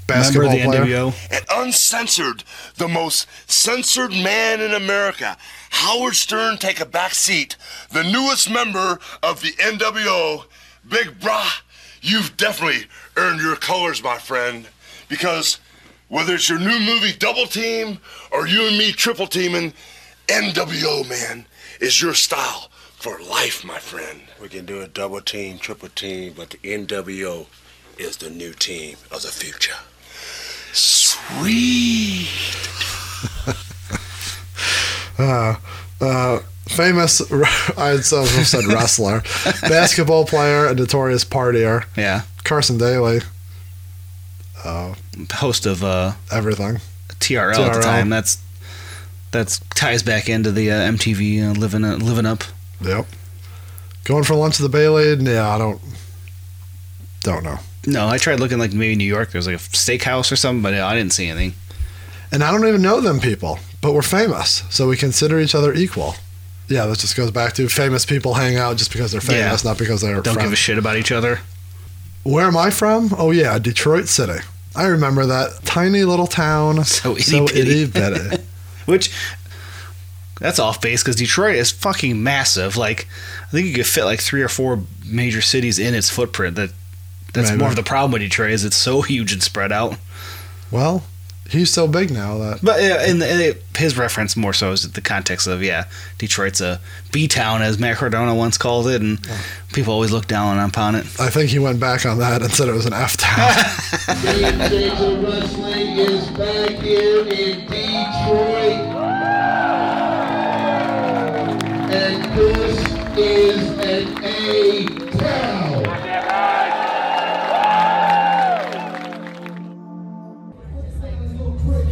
[SPEAKER 5] Remember
[SPEAKER 4] basketball
[SPEAKER 5] the
[SPEAKER 4] player.
[SPEAKER 5] NWO?
[SPEAKER 6] And uncensored, the most censored man in America. Howard Stern, take a back seat. The newest member of the NWO, Big Brah, you've definitely earned your colors, my friend. Because whether it's your new movie Double Team or you and me triple teaming, NWO, man, is your style for life, my friend.
[SPEAKER 7] We can do a double team, triple team, but the NWO is the new team of the future.
[SPEAKER 6] Sweet.
[SPEAKER 4] uh, famous, [laughs] I sort of
[SPEAKER 5] [laughs]
[SPEAKER 4] said wrestler, basketball player, and notorious partier,
[SPEAKER 5] Yeah,
[SPEAKER 4] Carson Daly,
[SPEAKER 5] host of uh,
[SPEAKER 4] everything.
[SPEAKER 5] TRL, at the
[SPEAKER 4] TRL.
[SPEAKER 5] time. That's that's ties back into the uh, MTV uh, living uh, living up.
[SPEAKER 4] Yep. Going for lunch at the Bailey? Yeah, I don't. Don't know.
[SPEAKER 5] No, I tried looking like maybe New York. There's like a steakhouse or something, but uh, I didn't see anything.
[SPEAKER 4] And I don't even know them people, but we're famous, so we consider each other equal. Yeah, that just goes back to famous people hang out just because they're famous, not because they're
[SPEAKER 5] Don't
[SPEAKER 4] friends.
[SPEAKER 5] give a shit about each other.
[SPEAKER 4] Where am I from? Oh yeah, Detroit City. I remember that tiny little
[SPEAKER 5] [laughs]
[SPEAKER 4] town.
[SPEAKER 5] So itty-bitty.
[SPEAKER 4] itty bitty.
[SPEAKER 5] Which that's off base because Detroit is fucking massive. Like I think you could fit like three or four major cities in its footprint. That That's
[SPEAKER 4] Maybe.
[SPEAKER 5] more of the problem with Detroit is it's so huge and spread out.
[SPEAKER 4] Well, he's so big now that
[SPEAKER 5] But uh, in the, in the- his reference more so is the context of yeah, Detroit's a B town as Matt Cardona once called it, and people always look down upon it. [laughs]
[SPEAKER 4] I think he went back on that and said it was an F town.
[SPEAKER 8] Big Table Wrestling is back here in Detroit. And this is an A town.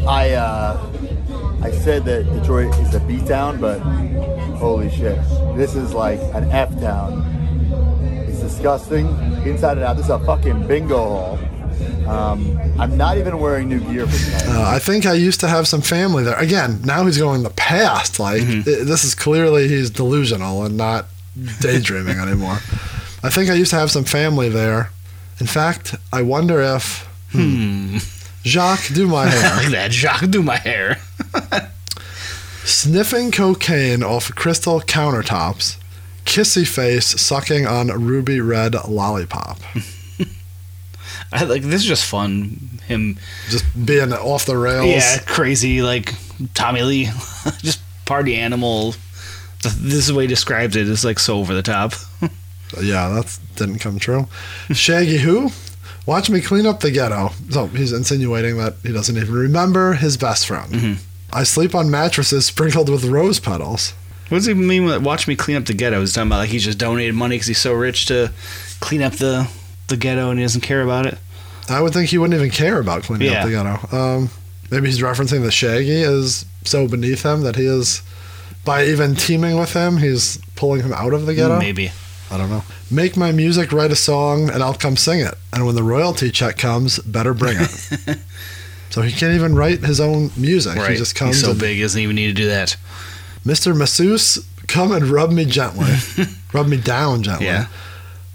[SPEAKER 9] I uh, I said that Detroit is a B town, but holy shit, this is like an F town. It's disgusting inside and out. This is a fucking bingo hall. Um, I'm not even wearing new gear for tonight.
[SPEAKER 4] Uh, I think I used to have some family there. Again, now he's going the past. Like i- this is clearly he's delusional and not daydreaming anymore. I think I used to have some family there. In fact, I wonder if hmm, Jacques do my
[SPEAKER 5] [laughs]
[SPEAKER 4] hair
[SPEAKER 5] Look at that, Jacques do my hair. [laughs]
[SPEAKER 4] sniffing cocaine off crystal countertops, kissy face sucking on ruby red lollipop,
[SPEAKER 5] I like this is just fun. Him,
[SPEAKER 4] just being off the rails.
[SPEAKER 5] yeah, crazy like Tommy Lee, [laughs] just party animal. Th- This is the way he describes it. It's like so over the top.
[SPEAKER 4] Yeah, that didn't come true. Shaggy who? Watch me clean up the ghetto. So he's insinuating that he doesn't even remember his best friend.
[SPEAKER 5] Mm-hmm.
[SPEAKER 4] I sleep on mattresses sprinkled with rose petals.
[SPEAKER 5] What does he mean? With, Watch me clean up the ghetto. He's talking about like he's just donated money because he's so rich to clean up the the ghetto and he doesn't care about it.
[SPEAKER 4] I would think he wouldn't even care about cleaning
[SPEAKER 5] Yeah.
[SPEAKER 4] up the ghetto. Um, maybe he's referencing that Shaggy is so beneath him that he is, by even teaming with him, he's pulling him out of the ghetto.
[SPEAKER 5] Maybe.
[SPEAKER 4] I don't know. Make my music, write a song, and I'll come sing it. And when the royalty check comes, better bring it.
[SPEAKER 5] [laughs]
[SPEAKER 4] so he can't even write his own music. He just comes.
[SPEAKER 5] He's so
[SPEAKER 4] and,
[SPEAKER 5] big, he doesn't even need to do that.
[SPEAKER 4] Mr. Masseuse, come and rub me
[SPEAKER 5] [laughs]
[SPEAKER 4] gently. rub me down gently.
[SPEAKER 5] Yeah.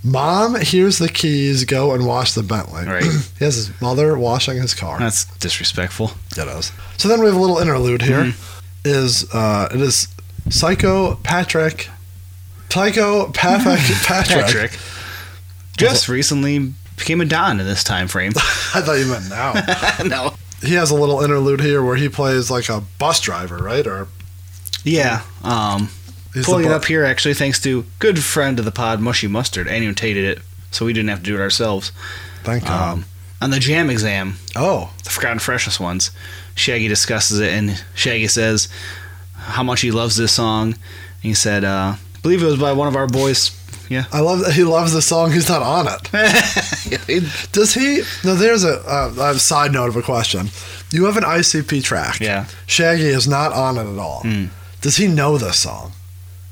[SPEAKER 4] Mom, here's the keys. Go and wash the Bentley.
[SPEAKER 5] Right.
[SPEAKER 4] [clears throat] he has his mother washing his car.
[SPEAKER 5] That's disrespectful.
[SPEAKER 4] Ghettos. So then we have a little interlude here.
[SPEAKER 5] Mm-hmm.
[SPEAKER 4] Is uh, it is Psycho Patrick, psychopathic
[SPEAKER 5] [laughs]
[SPEAKER 4] Patrick.
[SPEAKER 5] Patrick just recently became a Don in this time
[SPEAKER 4] [laughs]
[SPEAKER 5] frame.
[SPEAKER 4] I thought you meant now.
[SPEAKER 5] no.
[SPEAKER 4] he has a little interlude here where he plays like a bus driver, right? Or
[SPEAKER 5] Yeah. Um,
[SPEAKER 4] he's
[SPEAKER 5] pulling
[SPEAKER 4] the
[SPEAKER 5] it
[SPEAKER 4] bu-
[SPEAKER 5] up here actually thanks to good friend of the pod, Mushy Mustard, and tated it, so we didn't have to do it ourselves.
[SPEAKER 4] Thank God.
[SPEAKER 5] Um, on the jam exam,
[SPEAKER 4] Ah. oh,
[SPEAKER 5] the Forgotten Freshness ones. Shaggy discusses it, and Shaggy says how much he loves this song. And he said, uh, I believe it was by one of our boys.
[SPEAKER 4] I love that he loves the song. He's not on it. Does he? No. There's a, uh, a side note of a question. You have an ICP track.
[SPEAKER 5] Yeah. Hmm.
[SPEAKER 4] Shaggy is not on it at all. Does he know this song?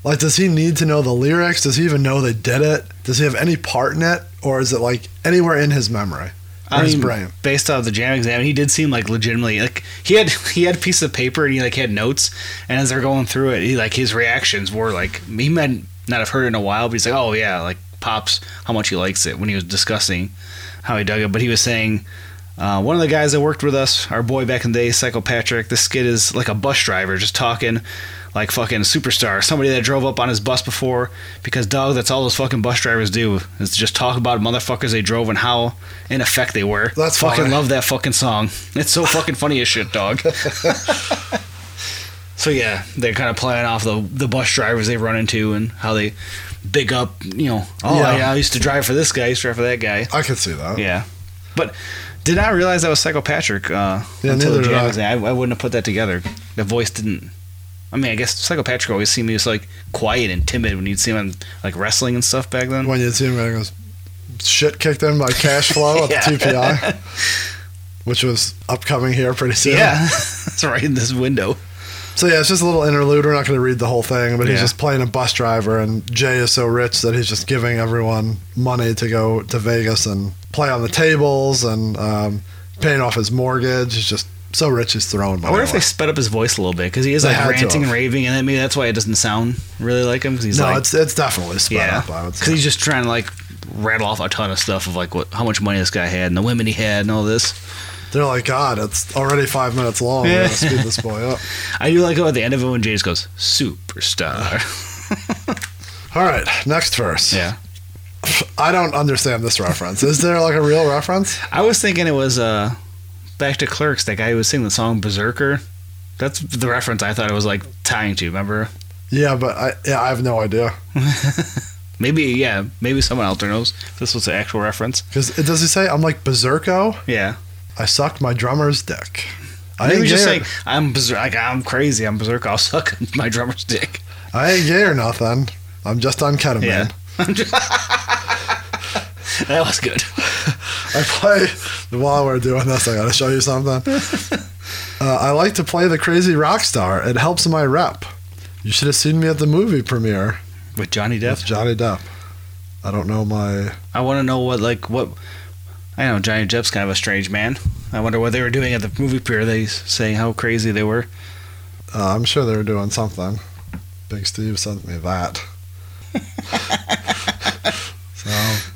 [SPEAKER 4] Like, does he need to know the lyrics? Does he even know they did it? Does he have any part in it, or is it like anywhere in his memory? Or
[SPEAKER 5] I
[SPEAKER 4] his
[SPEAKER 5] mean,
[SPEAKER 4] brain.
[SPEAKER 5] based off the jam exam, he did seem like legitimately like he had [laughs] he had a piece of paper and he like had notes, and as they're going through it, he like his reactions were like he might not have heard it in a while, but he's like, oh yeah, like pops how much he likes it when he was discussing how he dug it, but he was saying. Uh, one of the guys that worked with us, our boy back in the day, Psycho Patrick, this kid is like a bus driver, just talking like fucking superstar. Somebody that drove up on his bus before, because dog, that's all those fucking bus drivers do is just talk about motherfuckers they drove and how in effect they were.
[SPEAKER 4] That's
[SPEAKER 5] fucking
[SPEAKER 4] funny.
[SPEAKER 5] love that fucking song. It's so fucking funny as shit,
[SPEAKER 4] [laughs]
[SPEAKER 5] dog. so yeah, they're kind of playing off the the bus drivers they run into and how they big up, you know. Oh
[SPEAKER 4] Yeah.
[SPEAKER 5] yeah, I used to drive for this guy, I used to drive for that guy.
[SPEAKER 4] I could see that.
[SPEAKER 5] Yeah. But did not realize that was Psycho Patrick uh,
[SPEAKER 4] Yeah,
[SPEAKER 5] until
[SPEAKER 4] neither
[SPEAKER 5] the
[SPEAKER 4] did
[SPEAKER 5] jam
[SPEAKER 4] I.
[SPEAKER 5] exam. I, I wouldn't have put that together. The voice didn't. I mean, I guess Psycho Patrick always seemed as like quiet and timid when you'd see him on, like wrestling and stuff back then.
[SPEAKER 4] when you see him, he goes, shit kicked in by cash flow
[SPEAKER 5] [laughs]
[SPEAKER 4] at
[SPEAKER 5] Yeah.
[SPEAKER 4] the TPI, which was upcoming here pretty soon.
[SPEAKER 5] Yeah, [laughs] it's right in this window.
[SPEAKER 4] So, yeah, it's just a little interlude. We're not going to read the whole thing, but he's
[SPEAKER 5] Yeah.
[SPEAKER 4] just playing a bus driver, and Jay is so rich that he's just giving everyone money to go to Vegas and play on the tables and um, paying off his mortgage. He's just so rich he's throwing money.
[SPEAKER 5] I wonder if
[SPEAKER 4] away.
[SPEAKER 5] they sped up his voice a little bit because he is
[SPEAKER 4] They
[SPEAKER 5] like
[SPEAKER 4] had to
[SPEAKER 5] ranting
[SPEAKER 4] have.
[SPEAKER 5] and raving, and then maybe that's why it doesn't sound really like him because he's
[SPEAKER 4] no,
[SPEAKER 5] like,
[SPEAKER 4] it's, it's definitely sped
[SPEAKER 5] yeah,
[SPEAKER 4] up, I would
[SPEAKER 5] because
[SPEAKER 4] say.
[SPEAKER 5] he's just trying to like rattle off a ton of stuff of like what how much money this guy had and the women he had and all this.
[SPEAKER 4] They're like, God, it's already five minutes long. We're
[SPEAKER 5] Yeah.
[SPEAKER 4] going to speed this
[SPEAKER 5] [laughs]
[SPEAKER 4] boy up.
[SPEAKER 5] I do like how at the end of it when Jay just goes superstar.
[SPEAKER 4] All right, next verse.
[SPEAKER 5] yeah.
[SPEAKER 4] I don't understand this reference. Is there like a real reference?
[SPEAKER 5] I was thinking it was uh, back to Clerks. That guy who was singing the song Berserker. That's the reference I thought it was like tying to. Remember?
[SPEAKER 4] Yeah, but I yeah, I have no idea
[SPEAKER 5] Maybe yeah. Maybe someone out there knows. if This was the actual reference.
[SPEAKER 4] because does he say I'm like Berserko?
[SPEAKER 5] Yeah.
[SPEAKER 4] I sucked my drummer's dick. I
[SPEAKER 5] Maybe
[SPEAKER 4] ain't
[SPEAKER 5] just
[SPEAKER 4] gay
[SPEAKER 5] like
[SPEAKER 4] or,
[SPEAKER 5] I'm berserk. Like, I'm crazy. I'm berserk. I'll suck [laughs] my drummer's dick.
[SPEAKER 4] I ain't gay or nothing. I'm just on ketamine.
[SPEAKER 5] Yeah. [laughs] that was good.
[SPEAKER 4] I play while we're doing this. I gotta show you [laughs] something. Uh, I like to play the crazy rock star. It helps my rep. You should have seen me at the movie premiere
[SPEAKER 5] With Johnny
[SPEAKER 4] with
[SPEAKER 5] Depp.
[SPEAKER 4] Johnny Depp. I don't know my.
[SPEAKER 5] I want to know what like what. I know Johnny Depp's kind of a strange man. I wonder what they were doing at the movie premiere. They saying how crazy they were.
[SPEAKER 4] Uh, I'm sure they were doing something. Big Steve sent
[SPEAKER 5] [laughs]
[SPEAKER 4] me that. so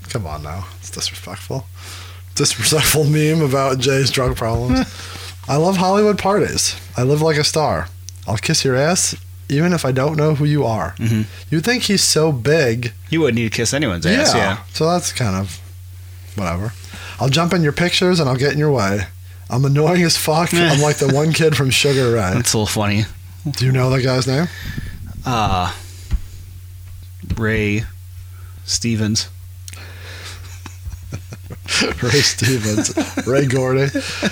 [SPEAKER 4] come on now, it's disrespectful. Disrespectful meme about Jay's
[SPEAKER 5] [laughs]
[SPEAKER 4] drug problems. I love Hollywood parties. I live like a star. I'll kiss your ass even if I don't know who you are.
[SPEAKER 5] Mhm.
[SPEAKER 4] You think he's so big?
[SPEAKER 5] You wouldn't need to kiss anyone's ass. Yeah.
[SPEAKER 4] So that's kind of whatever. I'll jump in your pictures and I'll get in your way. I'm annoying as
[SPEAKER 5] [laughs]
[SPEAKER 4] fuck. I'm like the one kid from Sugar Ray.
[SPEAKER 5] That's a little funny.
[SPEAKER 4] Do you know that guy's name?
[SPEAKER 5] Uh Ray Stevens.
[SPEAKER 4] Ray Stevens, Ray Gordy,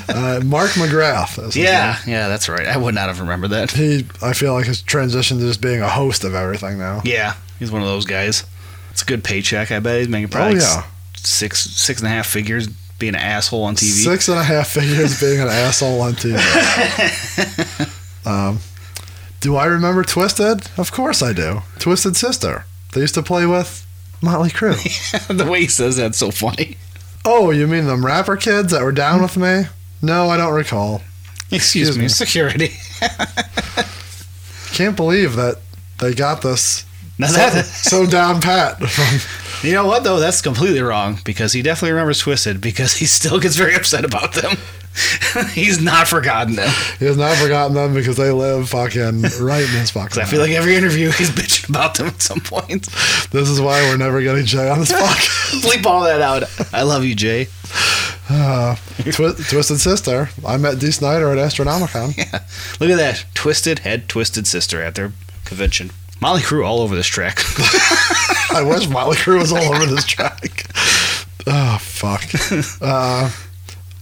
[SPEAKER 4] uh, Mark McGrath. is his
[SPEAKER 5] Yeah, yeah, that's right. I would not have remembered that.
[SPEAKER 4] name. he. I feel like has transitioned to just being a host of everything now.
[SPEAKER 5] Yeah, he's one of those guys. It's a good paycheck. I bet he's making
[SPEAKER 4] Oh
[SPEAKER 5] probably
[SPEAKER 4] yeah,
[SPEAKER 5] six six and a half figures being an asshole on TV.
[SPEAKER 4] six and a half figures being an asshole on TV.
[SPEAKER 5] [laughs]
[SPEAKER 4] um, do I remember Twisted? Of course I do. Twisted Sister. They used to play with
[SPEAKER 5] [laughs]
[SPEAKER 4] Motley Crue.
[SPEAKER 5] [laughs] the way he says that's so funny.
[SPEAKER 4] oh, you mean them rapper kids that were down with me? No, I don't recall.
[SPEAKER 5] Excuse,
[SPEAKER 4] Excuse
[SPEAKER 5] me, [laughs]
[SPEAKER 4] me.
[SPEAKER 5] security.
[SPEAKER 4] Can't believe that they got this
[SPEAKER 5] Now that,
[SPEAKER 4] so down pat from
[SPEAKER 5] you know what though? That's completely wrong because he definitely remembers Twisted because he still gets very upset about them. [laughs] he's not forgotten them.
[SPEAKER 4] He has not forgotten them because they live fucking right in his
[SPEAKER 5] [laughs]
[SPEAKER 4] fucking.
[SPEAKER 5] I feel like every interview he's bitching about them at some point.
[SPEAKER 4] this is why we're never getting
[SPEAKER 5] [laughs]
[SPEAKER 4] Jay on this podcast.
[SPEAKER 5] Bleep all that out. I love you, Jay.
[SPEAKER 4] Uh, Twi- Twisted Sister. I met D. Snyder at Astronomicon.
[SPEAKER 5] Yeah. Look at that. Twisted head, twisted sister at their convention. Molly Crew all over this track. [laughs]
[SPEAKER 4] I wish Motley Crue was all over this track. [laughs] Oh
[SPEAKER 5] [laughs]
[SPEAKER 4] fuck. Uh,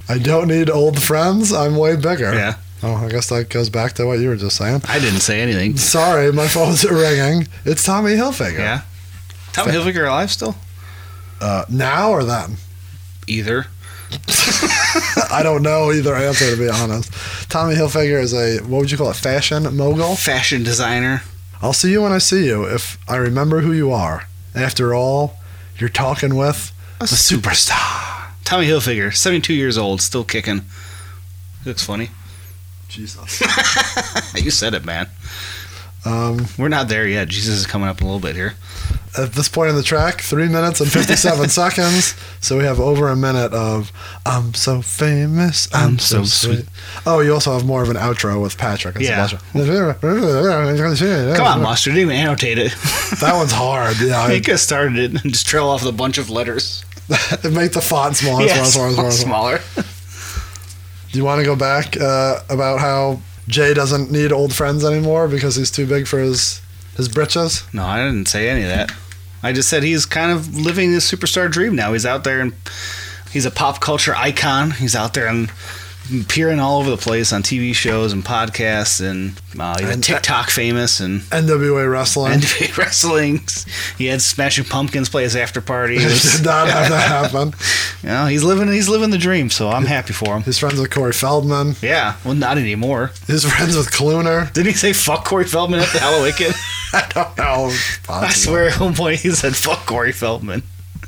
[SPEAKER 4] I don't need old friends. I'm way bigger.
[SPEAKER 5] yeah.
[SPEAKER 4] Oh, I guess that goes back to what you were just saying.
[SPEAKER 5] I didn't say anything.
[SPEAKER 4] Sorry, my phone's [laughs] ringing. It's Tommy Hilfiger.
[SPEAKER 5] Yeah. Tommy Hilfiger alive still?
[SPEAKER 4] Uh, now or then?
[SPEAKER 5] Either.
[SPEAKER 4] I don't know either answer to be honest. Tommy Hilfiger is a what would you call it? Fashion mogul.
[SPEAKER 5] Fashion designer.
[SPEAKER 4] I'll see you when I see you if I remember who you are. After all, you're talking with a superstar.
[SPEAKER 5] Tommy Hilfiger, 72 years old, still kicking. Looks funny.
[SPEAKER 4] Jesus.
[SPEAKER 5] You said it, man.
[SPEAKER 4] Um,
[SPEAKER 5] We're not there yet. Jesus is coming up in a little bit here.
[SPEAKER 4] at this point in the track, three minutes and 57 seconds. So we have over a minute of I'm so famous, I'm,
[SPEAKER 5] I'm so
[SPEAKER 4] so, sweet. Oh, you also have more of an outro with Patrick. It's a
[SPEAKER 5] Yeah.
[SPEAKER 4] bunch of-
[SPEAKER 5] Come on, Monster. Didn't even annotate it.
[SPEAKER 4] That one's hard. Yeah,
[SPEAKER 5] [laughs] he
[SPEAKER 4] I,
[SPEAKER 5] could have started it and just trail off the bunch of letters.
[SPEAKER 4] make the font smaller,
[SPEAKER 5] Yeah,
[SPEAKER 4] smaller, smaller, smaller, smaller.
[SPEAKER 5] smaller.
[SPEAKER 4] Do you want to go back uh, about how Jay doesn't need old friends anymore because he's too big for his his britches?
[SPEAKER 5] No, I didn't say any of that. I just said he's kind of living his superstar dream now. He's out there and he's a pop culture icon. He's out there and peering all over the place on TV shows and podcasts and uh, even
[SPEAKER 4] And-
[SPEAKER 5] TikTok famous and [laughs]
[SPEAKER 4] NWA wrestling.
[SPEAKER 5] NBA wrestling. He had Smashing Pumpkins play his after
[SPEAKER 4] [laughs]
[SPEAKER 5] party. It was-
[SPEAKER 4] [laughs] did not have that happen.
[SPEAKER 5] you know, he's living he's living the dream, so I'm happy for him.
[SPEAKER 4] He's friends with Corey Feldman.
[SPEAKER 5] Yeah, well, not anymore.
[SPEAKER 4] He's friends with [laughs] Clooner.
[SPEAKER 5] Didn't he say fuck Corey Feldman at the Hello Wicked?
[SPEAKER 4] I don't know.
[SPEAKER 5] [laughs] I swear at one point he said fuck Corey Feldman.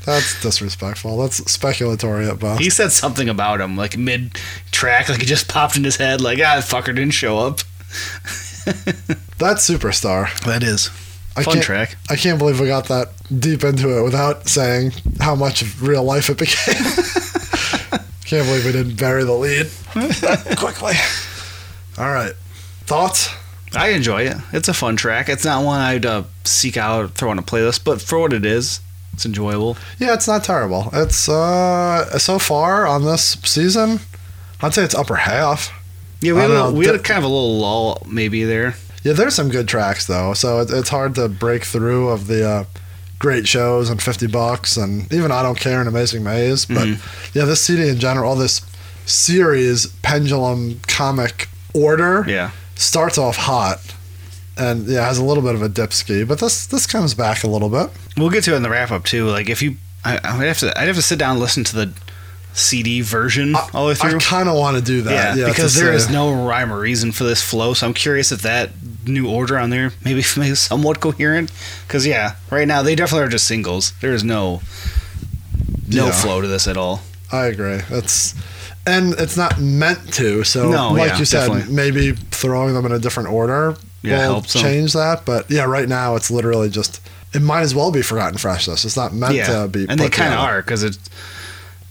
[SPEAKER 4] That's disrespectful. That's speculatory at best.
[SPEAKER 5] He said something about him, like mid track, like it just [laughs] popped in his head, like, ah, fucker didn't show up.
[SPEAKER 4] That's superstar.
[SPEAKER 5] That is.
[SPEAKER 4] I
[SPEAKER 5] Fun
[SPEAKER 4] can't,
[SPEAKER 5] track.
[SPEAKER 4] I can't believe we got that deep into it without saying how much of real life it became. [laughs] can't believe we didn't bury the lead that quickly. All right. Thoughts?
[SPEAKER 5] I enjoy it. It's a fun track. It's not one I'd uh, seek out, throw on a playlist, but for what it is, It's enjoyable.
[SPEAKER 4] Yeah, it's not terrible. It's uh so far on this season, I'd say it's upper half.
[SPEAKER 5] Yeah, we
[SPEAKER 4] I
[SPEAKER 5] had, a,
[SPEAKER 4] don't
[SPEAKER 5] little-
[SPEAKER 4] know,
[SPEAKER 5] we had
[SPEAKER 4] the-
[SPEAKER 5] a kind of a little lull maybe there.
[SPEAKER 4] Yeah, there's some good tracks though, so it, it's hard to break through of the uh, great shows and fifty bucks and even I don't care and Amazing Maze, but
[SPEAKER 5] Mm-hmm.
[SPEAKER 4] yeah, this CD in general, all this series pendulum comic order
[SPEAKER 5] Yeah.
[SPEAKER 4] starts off hot and yeah has a little bit of a dip ski, but this this comes back a little bit.
[SPEAKER 5] We'll get to it in the wrap up too. Like if you, I, I would have to, I'd have to sit down and listen to the CD version all the way
[SPEAKER 4] I
[SPEAKER 5] through.
[SPEAKER 4] kind of want to do
[SPEAKER 5] yeah,
[SPEAKER 4] that, yeah,
[SPEAKER 5] because
[SPEAKER 4] to
[SPEAKER 5] there is
[SPEAKER 4] see.
[SPEAKER 5] no rhyme or reason for this flow. So I'm curious if that new order on there [laughs] maybe is somewhat coherent. Because yeah, right now they definitely are just singles. There is no no
[SPEAKER 4] Yeah.
[SPEAKER 5] flow to this at all.
[SPEAKER 4] I agree. That's and it's not meant to. So,
[SPEAKER 5] No,
[SPEAKER 4] like
[SPEAKER 5] yeah,
[SPEAKER 4] you said,
[SPEAKER 5] definitely.
[SPEAKER 4] maybe throwing them in a different order
[SPEAKER 5] Yeah,
[SPEAKER 4] will
[SPEAKER 5] helps 'em.
[SPEAKER 4] change that. But yeah, right now it's literally just it might as well be forgotten freshness. It's not meant
[SPEAKER 5] yeah,
[SPEAKER 4] to be.
[SPEAKER 5] and they
[SPEAKER 4] put
[SPEAKER 5] kind of
[SPEAKER 4] together.
[SPEAKER 5] are because it.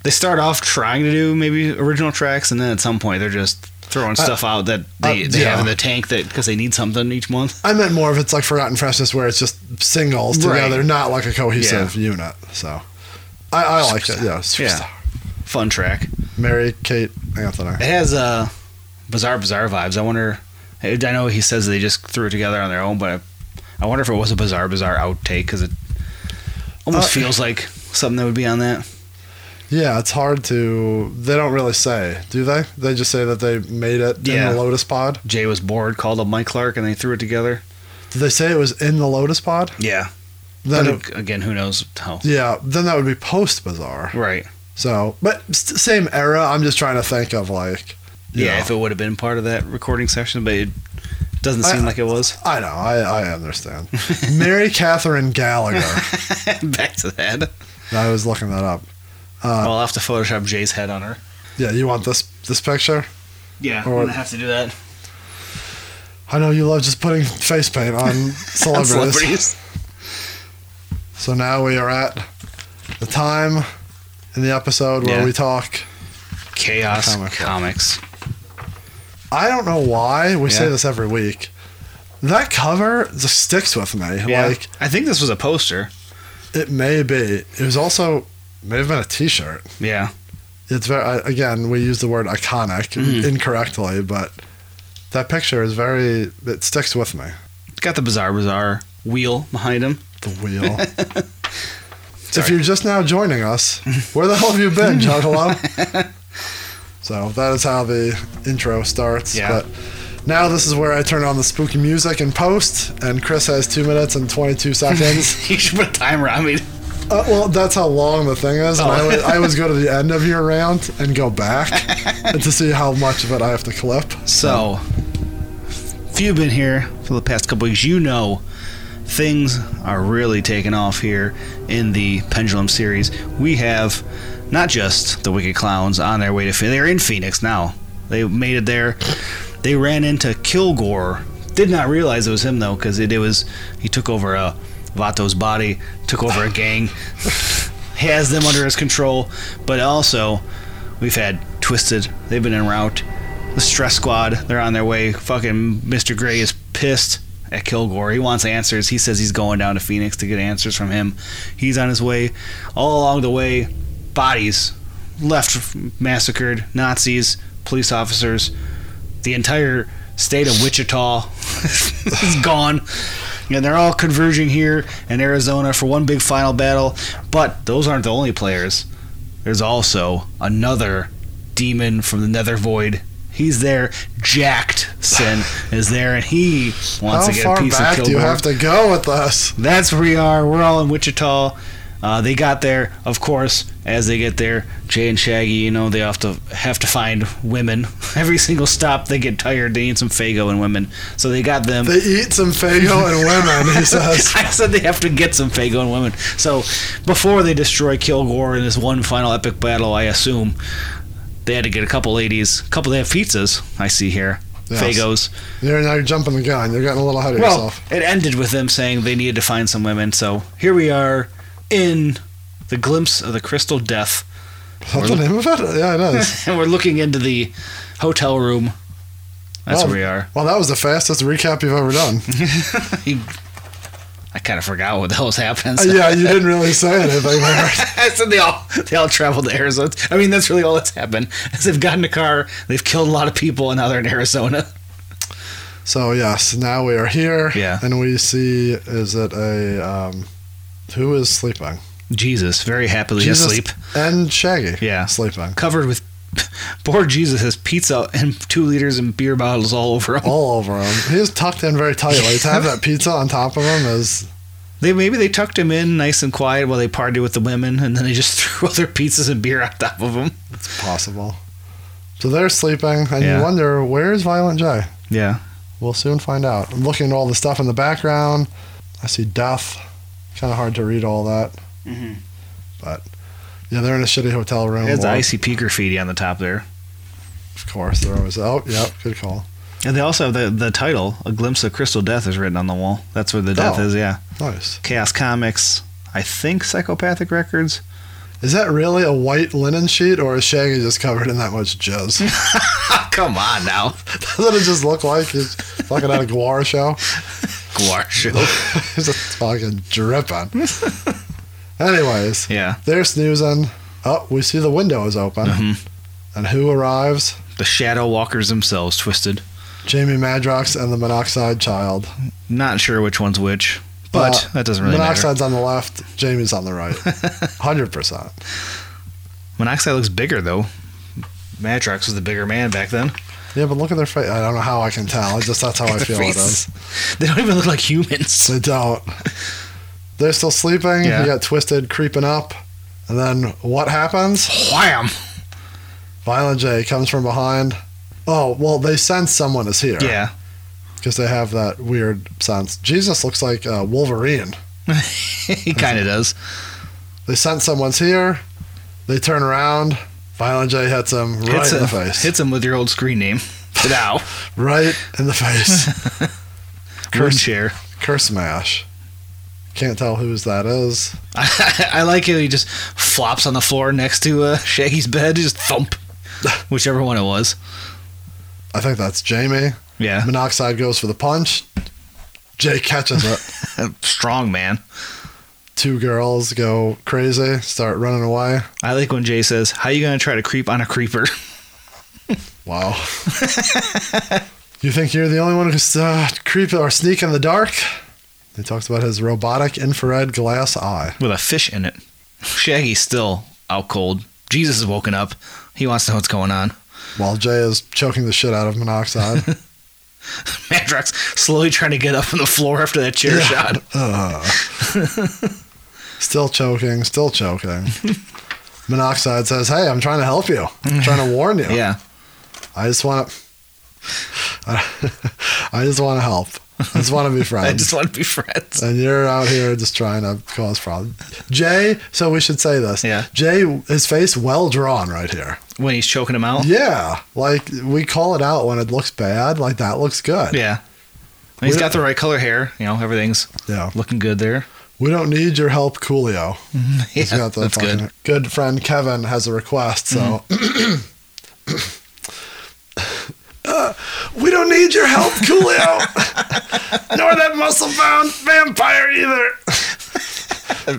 [SPEAKER 5] They start off trying to do maybe original tracks, and then at some point they're just throwing stuff out that they,
[SPEAKER 4] uh,
[SPEAKER 5] they
[SPEAKER 4] yeah.
[SPEAKER 5] have in the tank that because they need something each month.
[SPEAKER 4] I meant more of it's like forgotten freshness, where it's just singles
[SPEAKER 5] Right.
[SPEAKER 4] together, not like a cohesive unit. So, I, I like it. Yeah,
[SPEAKER 5] Yeah. Fun track.
[SPEAKER 4] Mary Kate Anthony.
[SPEAKER 5] It has uh, bizarre, bizarre vibes. I wonder. I I know he says they just threw it together on their own, but I, I wonder if it was a bizarre, bizarre outtake because it almost
[SPEAKER 4] Uh,
[SPEAKER 5] feels like something that would be on that.
[SPEAKER 4] Yeah, it's hard to. They don't really say, do they? They just say that they made it
[SPEAKER 5] Yeah.
[SPEAKER 4] in the Lotus Pod.
[SPEAKER 5] Jay was bored, called up Mike Clark, and they threw it together.
[SPEAKER 4] Did they say it was in the Lotus Pod?
[SPEAKER 5] Yeah,
[SPEAKER 4] Then it-
[SPEAKER 5] but ag- again, who knows how?
[SPEAKER 4] Yeah, then that would be post Bazaar.
[SPEAKER 5] Right?
[SPEAKER 4] So, but s same era. I'm just trying to think of like. you
[SPEAKER 5] Yeah,
[SPEAKER 4] know,
[SPEAKER 5] if it would have been part of that recording session, but it doesn't
[SPEAKER 4] I-
[SPEAKER 5] seem like it
[SPEAKER 4] [laughs]
[SPEAKER 5] was.
[SPEAKER 4] I know. I,
[SPEAKER 5] [laughs]
[SPEAKER 4] I understand. Mary Catherine Gallagher.
[SPEAKER 5] Back to that.
[SPEAKER 4] I was looking that up.
[SPEAKER 5] I'll have to Photoshop Jay's head on her.
[SPEAKER 4] Yeah, you want this this picture?
[SPEAKER 5] Yeah,
[SPEAKER 4] Or-
[SPEAKER 5] I'm gonna have to do that.
[SPEAKER 4] I know you love just putting face
[SPEAKER 5] [laughs]
[SPEAKER 4] paint on celebrities.
[SPEAKER 5] Celebrities.
[SPEAKER 4] So now we are at the time in the episode where
[SPEAKER 5] Yeah.
[SPEAKER 4] we talk.
[SPEAKER 5] Chaos
[SPEAKER 4] Comic Book.
[SPEAKER 5] comics.
[SPEAKER 4] I don't know why we say
[SPEAKER 5] Yeah.
[SPEAKER 4] this every week. That cover just sticks with me. Like
[SPEAKER 5] I think this was a poster.
[SPEAKER 4] It may be. It was also may have been a T-shirt.
[SPEAKER 5] Yeah.
[SPEAKER 4] It's very I- again we use the word iconic
[SPEAKER 5] Mm.
[SPEAKER 4] incorrectly, but that picture is very. It sticks with me.
[SPEAKER 5] got the bizarre bizarre wheel behind him. [laughs]
[SPEAKER 4] The wheel. if you're just now joining us, where the hell have
[SPEAKER 5] [laughs]
[SPEAKER 4] you been, Juggalo? so that is how the intro starts.
[SPEAKER 5] Yeah.
[SPEAKER 4] But now this is where I turn on the spooky music and post, and Chris has two minutes and
[SPEAKER 5] [laughs]
[SPEAKER 4] twenty-two seconds.
[SPEAKER 5] you should put a timer on me.
[SPEAKER 4] Uh, well, that's how long the thing is. And I,
[SPEAKER 5] Oh.
[SPEAKER 4] would, I always go to the end of your round and
[SPEAKER 5] [laughs]
[SPEAKER 4] go back and to see how much of it I have to clip.
[SPEAKER 5] So, if you've been here for the past couple weeks, you know things are really taking off here in the Pendulum series. We have not just the Wicked Clowns on their way to Phoenix, they're in Phoenix now. They made it there. They ran into Kilgore. Did not realize it was him though, because it, it was he took over a Vato's body, took over a gang, [laughs] has them under his control. But also, we've had Twisted. They've been en route. The Stress Squad. They're on their way. Fucking Mr. Gray is pissed at Kilgore. He wants answers. He says he's going down to Phoenix to get answers from him. He's on his way. All along the way, bodies left massacred. Nazis, police officers. The entire state of Wichita [laughs] is gone. And they're all converging here in Arizona for one big final battle. But those aren't the only players there's also another demon from the nether void. He's there. Jacked Sin is there, and he wants
[SPEAKER 4] how
[SPEAKER 5] to get a
[SPEAKER 4] far
[SPEAKER 5] piece of
[SPEAKER 4] back do you
[SPEAKER 5] Kilgore.
[SPEAKER 4] have to go with this?
[SPEAKER 5] That's where we are. We're all in Wichita. Uh, they got there, of course. As they get there, Jay and Shaggy, you know, they have to have to find women. [laughs] Every single stop, they get tired. They need some Fago and women, so they got them.
[SPEAKER 4] They eat some Fago and women,
[SPEAKER 5] [laughs]
[SPEAKER 4] he says. [laughs]
[SPEAKER 5] I said they have to get some Fago and women. So before they destroy Kilgore in this one final epic battle, I assume they had to get a couple ladies, a couple they have pizzas. I see here.
[SPEAKER 4] Yes.
[SPEAKER 5] Fagos.
[SPEAKER 4] You're now you're jumping the gun. You're getting a little ahead of
[SPEAKER 5] Well,
[SPEAKER 4] yourself.
[SPEAKER 5] it ended with them saying they needed to find some women. So here we are in the glimpse of the crystal death, [laughs]
[SPEAKER 4] Is that the name of it? Yeah, it is.
[SPEAKER 5] and we're looking into the hotel room. [laughs] That's
[SPEAKER 4] Well,
[SPEAKER 5] where we are. [laughs]
[SPEAKER 4] Well, that was the fastest recap you've ever done.
[SPEAKER 5] He- I kind of forgot what the hell was happening.
[SPEAKER 4] Uh,
[SPEAKER 5] So
[SPEAKER 4] yeah, you didn't really say anything there. [laughs]
[SPEAKER 5] I said they all [laughs] they all traveled to Arizona. I mean, that's really all that's happened. [laughs] Is they've gotten a car, they've killed a lot of people, and now they're in Arizona.
[SPEAKER 4] So yes, now we are here.
[SPEAKER 5] Yeah.
[SPEAKER 4] and we see is it a um, who is sleeping?
[SPEAKER 5] Jesus, very happily
[SPEAKER 4] Jesus
[SPEAKER 5] asleep,
[SPEAKER 4] and Shaggy.
[SPEAKER 5] Yeah.
[SPEAKER 4] sleeping
[SPEAKER 5] covered with [laughs] poor Jesus has pizza and two liters and beer bottles all over him.
[SPEAKER 4] all over him. He's tucked in very tightly. to have that pizza on top of him is
[SPEAKER 5] They maybe they tucked him in nice and quiet while they partied with the women, and then they just [laughs] threw other pizzas and beer on top of him.
[SPEAKER 4] it's possible. So they're sleeping, and
[SPEAKER 5] Yeah.
[SPEAKER 4] you wonder where's Violent J.
[SPEAKER 5] Yeah,
[SPEAKER 4] We'll soon find out. I'm looking at all the stuff in the background. I see death. Kind of hard to read all that. But yeah, they're in a shitty hotel room.
[SPEAKER 5] it's
[SPEAKER 4] Well,
[SPEAKER 5] ICP graffiti on the top there,
[SPEAKER 4] Of course, they're always. Oh, yep, good call.
[SPEAKER 5] and they also have the the title "A Glimpse of Crystal Death" is written on the wall. That's where the death
[SPEAKER 4] Oh.
[SPEAKER 5] is. Yeah,
[SPEAKER 4] Nice.
[SPEAKER 5] Chaos Comics. I think Psychopathic Records.
[SPEAKER 4] Is that really a white linen sheet, or is Shaggy just covered in that much jizz?
[SPEAKER 5] [laughs]
[SPEAKER 4] [laughs]
[SPEAKER 5] Come on now,
[SPEAKER 4] Doesn't it just look like he's fucking at a Guar show? [laughs]
[SPEAKER 5] Guar show.
[SPEAKER 4] he's just fucking dripping. Anyways,
[SPEAKER 5] [laughs] Yeah,
[SPEAKER 4] they're snoozing. Oh, we see the window is open.
[SPEAKER 5] Mm-hmm.
[SPEAKER 4] And who arrives?
[SPEAKER 5] the Shadow Walkers themselves, twisted.
[SPEAKER 4] Jamie Madrox and the Monoxide Child.
[SPEAKER 5] Not sure which one's which, but
[SPEAKER 4] Uh,
[SPEAKER 5] that doesn't really matter.
[SPEAKER 4] Monoxide's on the left, Jamie's on
[SPEAKER 5] [laughs]
[SPEAKER 4] the right. 100%.
[SPEAKER 5] Monoxide looks bigger though. Madrox was the bigger man back then.
[SPEAKER 4] Yeah, but look at their face. I don't know how I can tell. I just That's how I feel it is.
[SPEAKER 5] They don't even look like humans.
[SPEAKER 4] They don't. They're still sleeping.
[SPEAKER 5] Yeah.
[SPEAKER 4] You got Twisted creeping up. And then what happens?
[SPEAKER 5] Wham!
[SPEAKER 4] Violent J comes from behind. Oh, well, they sense someone is here.
[SPEAKER 5] Yeah.
[SPEAKER 4] Because they have that weird sense. Jesus looks like uh, Wolverine.
[SPEAKER 5] [laughs] he kind of does.
[SPEAKER 4] They sense someone's here. They turn around. Violent J hits him right
[SPEAKER 5] hits,
[SPEAKER 4] in the
[SPEAKER 5] him,
[SPEAKER 4] face.
[SPEAKER 5] hits him with your old screen name. Now,
[SPEAKER 4] [laughs] Right in the face. [laughs]
[SPEAKER 5] Moon
[SPEAKER 4] Curse-
[SPEAKER 5] chair. [laughs]
[SPEAKER 4] Curse Mash. Can't tell whose that is.
[SPEAKER 5] I, I like how he just flops on the floor next to uh, Shaggy's bed. Just
[SPEAKER 4] [laughs]
[SPEAKER 5] thump, whichever one it was.
[SPEAKER 4] I think that's Jamie.
[SPEAKER 5] Yeah,
[SPEAKER 4] [laughs] Monoxide goes for the punch. Jay catches it.
[SPEAKER 5] [laughs] Uh, strong man.
[SPEAKER 4] two girls go crazy, start running away.
[SPEAKER 5] I like when Jay says, "How you gonna try to creep on a creeper?" [laughs]
[SPEAKER 4] Wow. you think you're the only one who can uh, creep or sneak in the dark? They talked about his robotic infrared glass eye.
[SPEAKER 5] with a fish in it. Shaggy's still out cold. Jesus is woken up. He wants to know what's going on. [laughs]
[SPEAKER 4] While Jay is choking the shit out of monoxide.
[SPEAKER 5] Madrox slowly trying to get up on the floor after that chair
[SPEAKER 4] [laughs]
[SPEAKER 5] shot.
[SPEAKER 4] Ugh. [laughs] still choking, still choking. [laughs] monoxide says, "Hey, I'm trying to help you. I'm trying to warn you.
[SPEAKER 5] Yeah,
[SPEAKER 4] I just want to. [laughs] I just want to help. I just want to be
[SPEAKER 5] [laughs]
[SPEAKER 4] friends.
[SPEAKER 5] I just want to be friends.
[SPEAKER 4] and you're out here just trying to cause problems. Jay, so we should say this.
[SPEAKER 5] Yeah.
[SPEAKER 4] Jay, his face well drawn right here.
[SPEAKER 5] When he's choking him out.
[SPEAKER 4] Yeah, like we call it out when it looks bad. Like that looks good.
[SPEAKER 5] Yeah. And he's
[SPEAKER 4] We-
[SPEAKER 5] got the right color hair. You know, everything's
[SPEAKER 4] Yeah.
[SPEAKER 5] looking good there.
[SPEAKER 4] We don't need your help, Coolio. [laughs]
[SPEAKER 5] Mm-hmm.
[SPEAKER 4] He's
[SPEAKER 5] Yeah,
[SPEAKER 4] got the
[SPEAKER 5] that's
[SPEAKER 4] fucking-
[SPEAKER 5] good.
[SPEAKER 4] Good friend Kevin has a request. So.
[SPEAKER 5] Mm-hmm.
[SPEAKER 4] Uh, [coughs] we don't need your help,
[SPEAKER 5] [laughs]
[SPEAKER 4] Coolio, nor that muscle-bound vampire
[SPEAKER 5] [laughs]
[SPEAKER 4] either.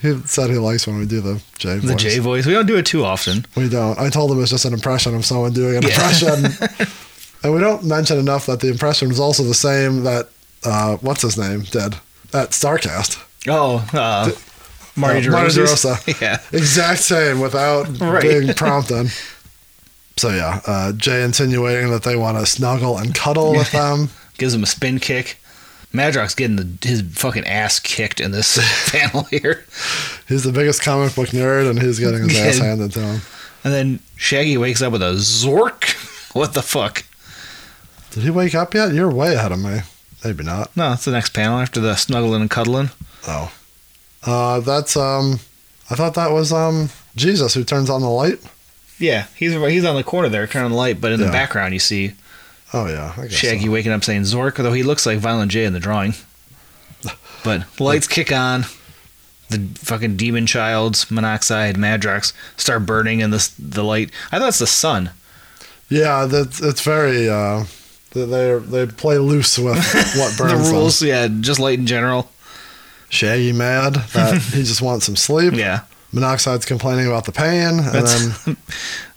[SPEAKER 4] He said he likes when we do the J voice.
[SPEAKER 5] The J voice. We don't do it too often.
[SPEAKER 4] We don't. I told him it's just an impression of someone doing
[SPEAKER 5] [laughs]
[SPEAKER 4] an impression. and we don't mention enough that the impression was also the same that, uh, what's his name, did at StarCast.
[SPEAKER 5] Oh, uh, Marty
[SPEAKER 4] Uh, Marty
[SPEAKER 5] DeRosa's.
[SPEAKER 4] [laughs]
[SPEAKER 5] [laughs]
[SPEAKER 4] DeRosa.
[SPEAKER 5] Yeah.
[SPEAKER 4] Exact same without
[SPEAKER 5] [laughs] Right.
[SPEAKER 4] being prompted. So, yeah, uh, Jay insinuating that they want to snuggle and cuddle with them.
[SPEAKER 5] Gives him a spin kick. Madrox getting the, his fucking ass kicked in
[SPEAKER 4] [laughs]
[SPEAKER 5] this panel here.
[SPEAKER 4] He's the biggest comic book nerd and he's getting his
[SPEAKER 5] [laughs]
[SPEAKER 4] ass
[SPEAKER 5] Yeah.
[SPEAKER 4] handed to him.
[SPEAKER 5] And then Shaggy wakes up with a zork. [laughs] What the fuck?
[SPEAKER 4] Did he wake up yet? You're way ahead of me. Maybe not.
[SPEAKER 5] No, it's the next panel after the snuggling and cuddling.
[SPEAKER 4] Oh. Uh, that's, um, I thought that was, um, Jesus who turns on the light.
[SPEAKER 5] Yeah, he's he's on the corner there turning the light, but in
[SPEAKER 4] Yeah.
[SPEAKER 5] the background you see
[SPEAKER 4] Oh yeah, I guess
[SPEAKER 5] Shaggy
[SPEAKER 4] so.
[SPEAKER 5] waking up saying Zork, although he looks like Violent J in the drawing. [laughs] But lights kick on. The fucking demon child's monoxide, Madrox start burning in the the light. I thought it's the sun.
[SPEAKER 4] Yeah, that's it's very uh, They they're- they play
[SPEAKER 5] [laughs]
[SPEAKER 4] loose with what
[SPEAKER 5] the
[SPEAKER 4] burns
[SPEAKER 5] rules,
[SPEAKER 4] them.
[SPEAKER 5] yeah, just light in general.
[SPEAKER 4] Shaggy mad that he just wants some
[SPEAKER 5] [laughs]
[SPEAKER 4] sleep.
[SPEAKER 5] Yeah.
[SPEAKER 4] Monoxide's complaining about the pain, and
[SPEAKER 5] That's-
[SPEAKER 4] then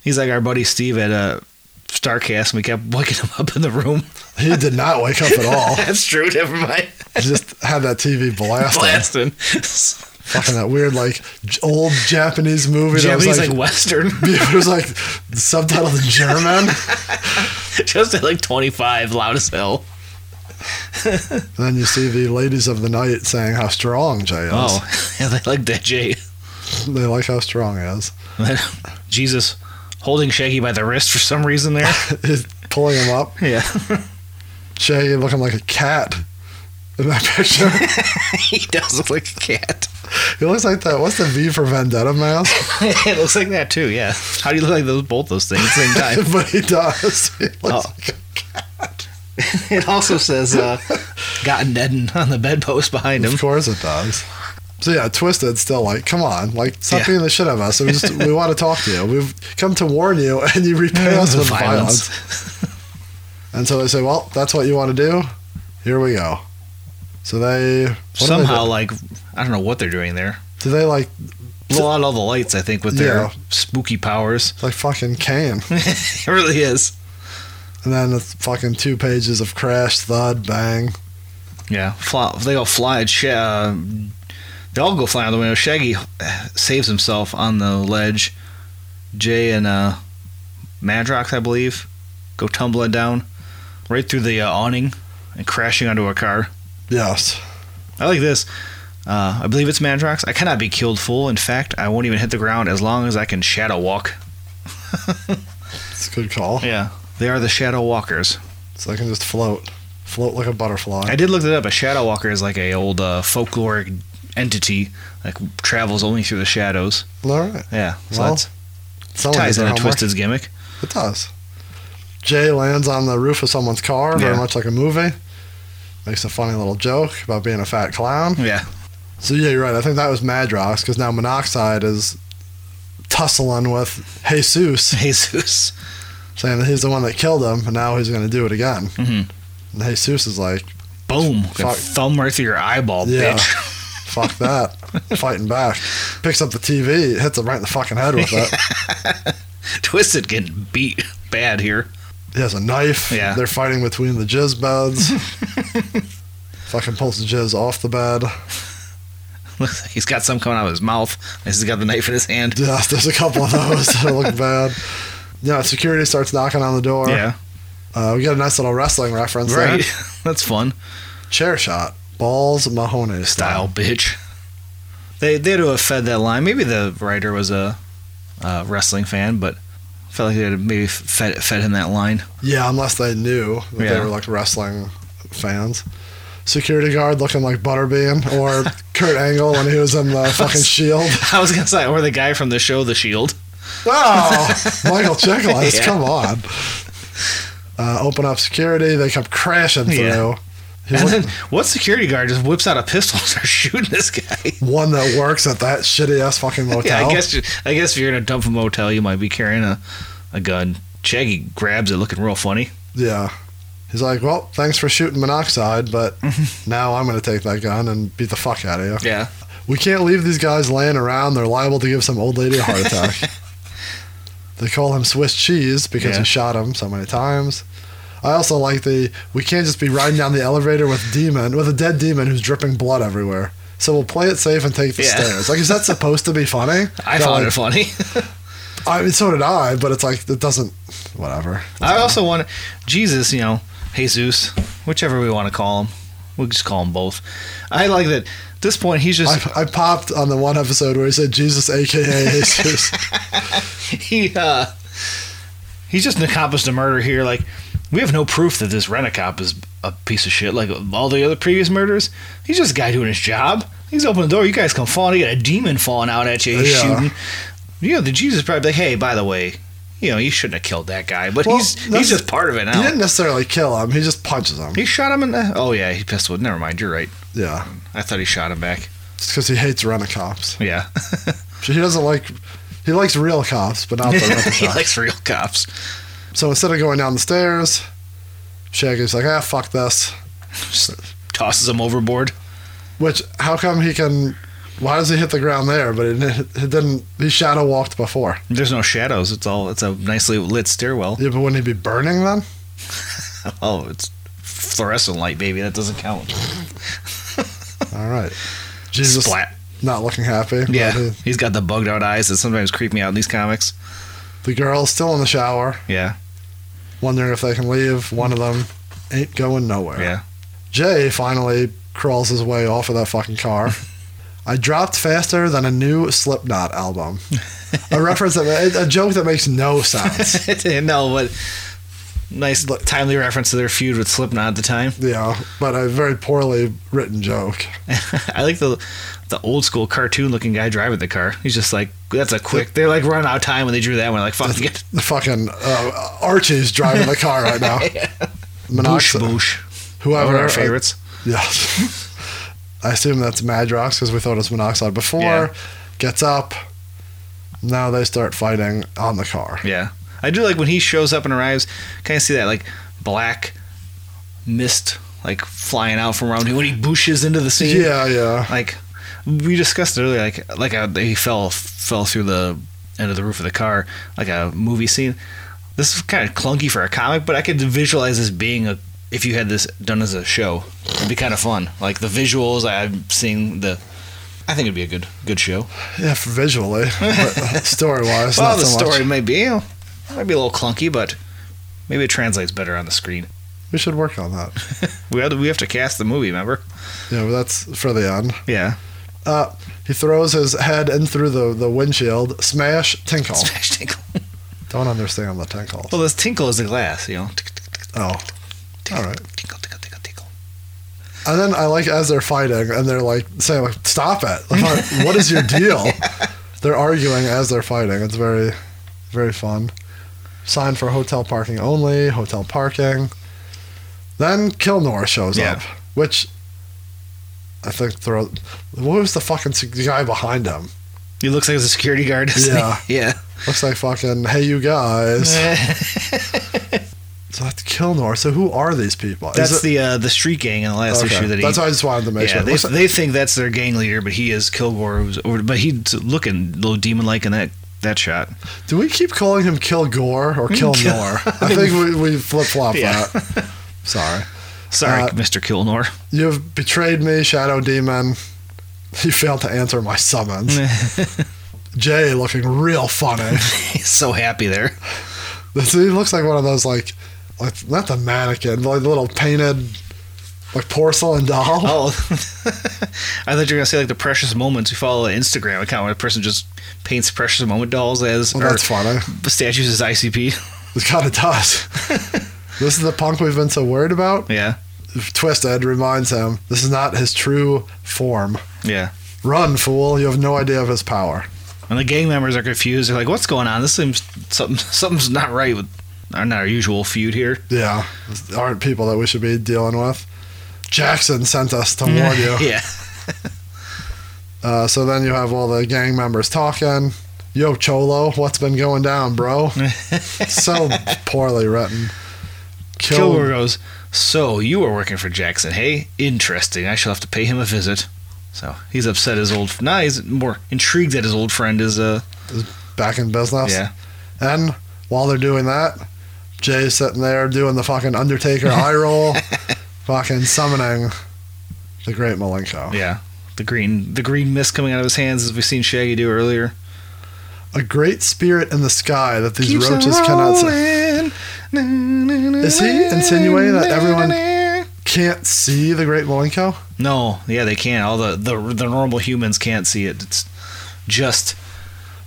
[SPEAKER 5] He's like our buddy Steve at uh, Starcast, and we kept waking him [laughs] up in the room.
[SPEAKER 4] he did not wake up
[SPEAKER 5] [laughs]
[SPEAKER 4] at all.
[SPEAKER 5] That's true, never mind.
[SPEAKER 4] He just had that TV blasting,
[SPEAKER 5] [laughs] Blasting. [laughs]
[SPEAKER 4] fucking that weird like j- old Japanese movie. that was
[SPEAKER 5] Japanese,
[SPEAKER 4] [laughs]
[SPEAKER 5] like, Western.
[SPEAKER 4] it was like subtitled in German.
[SPEAKER 5] [laughs] just at like 25, loud as hell.
[SPEAKER 4] And then you see the ladies of the night saying how strong Jay is.
[SPEAKER 5] Oh, [laughs] yeah, they like that Jay.
[SPEAKER 4] They like how strong he is.
[SPEAKER 5] [laughs] Jesus holding Shaggy by the wrist for some reason there.
[SPEAKER 4] He's pulling him up.
[SPEAKER 5] [laughs] Yeah.
[SPEAKER 4] Jay looking like a cat in
[SPEAKER 5] [laughs]
[SPEAKER 4] that picture.
[SPEAKER 5] [laughs] he does look like a cat.
[SPEAKER 4] he looks like that. What's the V for Vendetta mask?
[SPEAKER 5] [laughs] it looks like that too, yeah. How do you look like those both those things at the same time?
[SPEAKER 4] [laughs] but he does. He looks
[SPEAKER 5] Oh.
[SPEAKER 4] like a-
[SPEAKER 5] [laughs] it also says uh got Nedden on the bedpost behind [laughs] him.
[SPEAKER 4] of course it does. So yeah, Twisted's still like, come on, like stop
[SPEAKER 5] Yeah.
[SPEAKER 4] being the shit out of us. We just we want to talk to you. We've come to warn you, [laughs] and you repay
[SPEAKER 5] [laughs]
[SPEAKER 4] us with violence. And so they say, well, that's what you want to do. Here we go. So they what do they
[SPEAKER 5] Somehow like I don't know what they're doing there.
[SPEAKER 4] do? do they like
[SPEAKER 5] Blow out all the lights, I think, with their
[SPEAKER 4] Yeah.
[SPEAKER 5] spooky powers.
[SPEAKER 4] like fucking can?
[SPEAKER 5] [laughs] Hmm. it really is.
[SPEAKER 4] And then it's fucking two pages of crash, thud, bang.
[SPEAKER 5] Yeah, fly, they all fly. at Sha- uh, they all go flying out the window. Shaggy saves himself on the ledge. Jay and uh, Madrox, I believe, go tumbling down right through the uh, awning and crashing onto a car.
[SPEAKER 4] Yes.
[SPEAKER 5] I like this. Uh, I believe it's Madrox. I cannot be killed full. In fact, I won't even hit the ground as long as I can shadow walk.
[SPEAKER 4] It's a good call.
[SPEAKER 5] Yeah. They are the shadow walkers.
[SPEAKER 4] So I can just float. Float like a butterfly.
[SPEAKER 5] I did look that up. A shadow walker is like a old uh, folkloric entity like travels only through the shadows.
[SPEAKER 4] All right.
[SPEAKER 5] Yeah, so
[SPEAKER 4] Well,
[SPEAKER 5] that's
[SPEAKER 4] Someone
[SPEAKER 5] ties
[SPEAKER 4] did their
[SPEAKER 5] into
[SPEAKER 4] homework.
[SPEAKER 5] Twisted's gimmick.
[SPEAKER 4] It does. Jay lands on the roof of someone's car, very
[SPEAKER 5] Yeah.
[SPEAKER 4] much like a movie. Makes a funny little joke about being a fat clown.
[SPEAKER 5] Yeah,
[SPEAKER 4] So yeah, you're right. I think that was Madrox because now Monoxide is tussling with Jesus,
[SPEAKER 5] [laughs] Jesus.
[SPEAKER 4] saying that he's the one that killed him, and now he's going to do it again.
[SPEAKER 5] Mhm.
[SPEAKER 4] And Jesus is like,
[SPEAKER 5] Boom! Gonna
[SPEAKER 4] Fuck.
[SPEAKER 5] Thumb right through your eyeball,
[SPEAKER 4] Yeah.
[SPEAKER 5] bitch. [laughs]
[SPEAKER 4] [laughs] "Fuck that!" fighting back. Picks up the TV, hits him right in the fucking head with
[SPEAKER 5] [laughs]
[SPEAKER 4] it.
[SPEAKER 5] Twisted getting beat bad here. [laughs]
[SPEAKER 4] He has a knife.
[SPEAKER 5] Yeah.
[SPEAKER 4] They're fighting between the
[SPEAKER 5] [laughs]
[SPEAKER 4] jizz beds. Fucking pulls the jizz off the bed.
[SPEAKER 5] Looks like he's got some coming out of his mouth. He's got the knife in his hand.
[SPEAKER 4] Yeah, there's a couple of those
[SPEAKER 5] [laughs]
[SPEAKER 4] that look bad. Yeah, security starts knocking on the door.
[SPEAKER 5] Yeah,
[SPEAKER 4] Uh, we got a nice little wrestling reference
[SPEAKER 5] right.
[SPEAKER 4] there.
[SPEAKER 5] [laughs] That's fun.
[SPEAKER 4] Chair shot. Balls Mahoney
[SPEAKER 5] Style, bitch. They they had to have fed that line. Maybe the writer was a uh, wrestling fan, but felt like they had maybe fed fed him that line. [laughs]
[SPEAKER 4] Yeah, unless they knew that they
[SPEAKER 5] Yeah.
[SPEAKER 4] were like wrestling fans. Security guard looking like Butterbean
[SPEAKER 5] [laughs]
[SPEAKER 4] or Kurt Angle when he was in the fucking Shield.
[SPEAKER 5] I was gonna say, or the guy from the show, The Shield. [laughs]
[SPEAKER 4] Oh, Michael Chiklis,
[SPEAKER 5] Yeah.
[SPEAKER 4] come on. Uh, open up security. They come crashing through.
[SPEAKER 5] Yeah.
[SPEAKER 4] He's
[SPEAKER 5] and
[SPEAKER 4] like
[SPEAKER 5] then what security guard just whips out a pistol and starts shooting this guy?
[SPEAKER 4] one that works at that shitty ass fucking motel.
[SPEAKER 5] [laughs] Yeah, I guess you, I guess if you're in a dump a motel, you might be carrying a, a gun. Shaggy grabs it, looking real funny.
[SPEAKER 4] Yeah. He's like, well, thanks for shooting monoxide,
[SPEAKER 5] [laughs]
[SPEAKER 4] but now I'm going to take that gun and beat the fuck out of you.
[SPEAKER 5] Yeah,
[SPEAKER 4] We can't leave these guys laying around. They're liable to give some old lady
[SPEAKER 5] [laughs]
[SPEAKER 4] a heart attack. they call him Swiss cheese because
[SPEAKER 5] Yeah.
[SPEAKER 4] he shot him so many times. I also like the we can't just be riding down the elevator with demon with a dead demon who's dripping blood everywhere. So we'll play it safe and take the
[SPEAKER 5] Yeah.
[SPEAKER 4] stairs. Like, is that supposed to be funny?
[SPEAKER 5] [laughs] I
[SPEAKER 4] No,
[SPEAKER 5] found
[SPEAKER 4] like,
[SPEAKER 5] it funny.
[SPEAKER 4] I mean, so did I, but it's like it doesn't. Whatever.
[SPEAKER 5] I also want Jesus, you know, Jesus, whichever we want to call him. We'll just call him both. I like that. At this point, he's just
[SPEAKER 4] I, I popped on the one episode where he said
[SPEAKER 5] [laughs]
[SPEAKER 4] Jesus, aka Jesus.
[SPEAKER 5] he uh, he's just an accomplice to murder here. Like we have no proof that this rent cop is a piece of shit. Like all the other previous murders, he's just a guy doing his job. He's opening the door. You guys come falling. You got a demon falling out at you. He's
[SPEAKER 4] Yeah.
[SPEAKER 5] shooting. You know the Jesus probably like, hey, by the way, you know you shouldn't have killed that guy, but
[SPEAKER 4] Well,
[SPEAKER 5] he's
[SPEAKER 4] that's-
[SPEAKER 5] he's just part of it
[SPEAKER 4] He
[SPEAKER 5] now.
[SPEAKER 4] didn't necessarily kill him. He just punches him.
[SPEAKER 5] He shot him in the. Oh yeah, he pistol. Never mind. You're right.
[SPEAKER 4] Yeah,
[SPEAKER 5] I thought he shot him back.
[SPEAKER 4] it's because he hates running cops.
[SPEAKER 5] Yeah,
[SPEAKER 4] He doesn't like. He likes
[SPEAKER 5] [laughs]
[SPEAKER 4] real cops, but not the running
[SPEAKER 5] he
[SPEAKER 4] cops.
[SPEAKER 5] likes real cops.
[SPEAKER 4] So instead of going down the stairs, Shaggy's like, ah, fuck this.
[SPEAKER 5] Just tosses him overboard.
[SPEAKER 4] Which, how come he can? Why does he hit the ground there? But it, it didn't. He shadow walked before.
[SPEAKER 5] There's no shadows. It's all. It's a nicely lit stairwell.
[SPEAKER 4] Yeah, but wouldn't he be burning then?
[SPEAKER 5] Oh, it's fluorescent light, baby. That doesn't count.
[SPEAKER 4] All right. Jesus,
[SPEAKER 5] Splat.
[SPEAKER 4] not looking happy. but
[SPEAKER 5] Yeah,
[SPEAKER 4] he-
[SPEAKER 5] he's got the bugged out eyes that sometimes creep me out in these comics.
[SPEAKER 4] the girl's still in the shower,
[SPEAKER 5] Yeah, [laughs]
[SPEAKER 4] wondering if they can leave. One of them ain't going nowhere.
[SPEAKER 5] yeah.
[SPEAKER 4] Jay finally crawls his way off of that fucking car. I dropped faster than a new Slipknot album.
[SPEAKER 5] [laughs]
[SPEAKER 4] A reference, that, a joke that makes no sense.
[SPEAKER 5] no, but nice
[SPEAKER 4] Look-
[SPEAKER 5] timely reference to their feud with Slipknot at the time. [laughs]
[SPEAKER 4] You know, but a very poorly written joke.
[SPEAKER 5] I like the the old school cartoon looking guy driving the car. He's just like that's a quick. They're like running out of time when they drew that one. Like fuck, get
[SPEAKER 4] The fucking uh, Archie's driving the car
[SPEAKER 5] [laughs]
[SPEAKER 4] right now.
[SPEAKER 5] boosh
[SPEAKER 4] Monoxide,
[SPEAKER 5] boosh.
[SPEAKER 4] whoever.
[SPEAKER 5] One of our favorites.
[SPEAKER 4] Yes. [laughs] I assume that's Madrox because we thought it was Monoxide before.
[SPEAKER 5] Yeah.
[SPEAKER 4] Gets up. Now they start fighting on the car.
[SPEAKER 5] Yeah, I do like when he shows up and arrives. Kind of see that like black mist like flying out from around him when he booshes into the scene.
[SPEAKER 4] Yeah, yeah.
[SPEAKER 5] like we discussed earlier, like like how he fell fell through the end of the roof of the car, like a movie scene. This is kind of clunky for a comic, but I could visualize this being a if you had this done as a show, it'd be kind of fun. Like the visuals, I'm seeing the. I think it'd be a good good show.
[SPEAKER 4] Yeah, visually.
[SPEAKER 5] [laughs]
[SPEAKER 4] But story wise,
[SPEAKER 5] well,
[SPEAKER 4] not
[SPEAKER 5] the
[SPEAKER 4] so
[SPEAKER 5] story
[SPEAKER 4] much.
[SPEAKER 5] may be you know, might be a little clunky, but maybe it translates better on the [laughs] screen.
[SPEAKER 4] We should work on that.
[SPEAKER 5] We have to, we have to cast the movie, remember?
[SPEAKER 4] Yeah, but that's for the end.
[SPEAKER 5] Yeah.
[SPEAKER 4] Uh, he throws his head in through the, the windshield. Smash,
[SPEAKER 5] [laughs]
[SPEAKER 4] tinkle.
[SPEAKER 5] Smash Tinkle.
[SPEAKER 4] Don't understand the tinkle.
[SPEAKER 5] Well, this tinkle is the glass, you know.
[SPEAKER 4] Oh. All right.
[SPEAKER 5] Tinkle, tinkle, tinkle, tinkle.
[SPEAKER 4] And then I like as they're fighting and they're like saying like stop it. [laughs] Like, what is
[SPEAKER 5] [laughs]
[SPEAKER 4] your deal? They're arguing as they're fighting. It's very very fun. Sign for hotel parking only, hotel parking. Then Kilnor shows
[SPEAKER 5] Yeah.
[SPEAKER 4] up, which I think throw what was the fucking s- the guy behind him?
[SPEAKER 5] He looks like he's a security guard. doesn't
[SPEAKER 4] Yeah.
[SPEAKER 5] he? [laughs] yeah.
[SPEAKER 4] Looks like fucking hey you guys. so that's Kilnor. So who are these people? Is
[SPEAKER 5] That's
[SPEAKER 4] it-
[SPEAKER 5] the uh, the street gang in the last
[SPEAKER 4] okay.
[SPEAKER 5] issue that he.
[SPEAKER 4] That's why I just wanted to make
[SPEAKER 5] yeah,
[SPEAKER 4] sure. It
[SPEAKER 5] they,
[SPEAKER 4] looks like-
[SPEAKER 5] they think that's their gang leader, but he is Kilgore. who's over- But he's looking a little demon like in that that shot.
[SPEAKER 4] Do we keep calling him Kilgore or Kilnor?
[SPEAKER 5] [laughs]
[SPEAKER 4] I think we, we flip flop
[SPEAKER 5] Mm. Yeah.
[SPEAKER 4] that. Sorry.
[SPEAKER 5] Sorry,
[SPEAKER 4] Uh,
[SPEAKER 5] Mr. Kilnor. [laughs]
[SPEAKER 4] You've betrayed me, Shadow Demon. You failed to answer my
[SPEAKER 5] [laughs]
[SPEAKER 4] summons. Jay looking real funny.
[SPEAKER 5] He's so happy there.
[SPEAKER 4] This- he looks like one of those like, like not the mannequin, but like the little painted, like porcelain doll.
[SPEAKER 5] Oh, [laughs] I thought you were gonna say like the precious moments. We follow an Instagram account where a person just paints precious moment dolls as
[SPEAKER 4] well,
[SPEAKER 5] or
[SPEAKER 4] that's funny.
[SPEAKER 5] statues as ICP.
[SPEAKER 4] It kind of does. this is the punk we've been so worried about.
[SPEAKER 5] [laughs] Yeah,
[SPEAKER 4] Twisted reminds him this is not his true form.
[SPEAKER 5] yeah.
[SPEAKER 4] Run, fool! You have no idea of his power.
[SPEAKER 5] And the gang members are confused. They're like, "What's going on? This seems something. [laughs] Something's not right with our not our usual feud here."
[SPEAKER 4] Yeah, aren't people that we should be dealing with. Jackson sent us to warn you.
[SPEAKER 5] [laughs] yeah.
[SPEAKER 4] Uh, so then you have all the gang members talking. Yo, Cholo, what's been going down,
[SPEAKER 5] [laughs]
[SPEAKER 4] bro? so poorly written.
[SPEAKER 5] Kilgore
[SPEAKER 4] Kill,
[SPEAKER 5] goes, So you were working for Jackson, hey? Interesting. I shall have to pay him a visit. So he's upset his old nah, he's more intrigued that his old friend is uh
[SPEAKER 4] back in business.
[SPEAKER 5] Yeah.
[SPEAKER 4] And while they're doing that, Jay's sitting there doing the fucking
[SPEAKER 5] [laughs]
[SPEAKER 4] Undertaker eye roll, fucking summoning the Great Malenko.
[SPEAKER 5] Yeah. The green the green mist coming out of his hands as we've seen Shaggy do earlier.
[SPEAKER 4] A great spirit in the sky that these
[SPEAKER 5] Keeps
[SPEAKER 4] roaches
[SPEAKER 5] on
[SPEAKER 4] cannot see.
[SPEAKER 5] rolling.
[SPEAKER 4] Is he insinuating that everyone- Can't see the Great Malenko?
[SPEAKER 5] No, yeah, they can't. All the, the the normal humans can't see it. It's just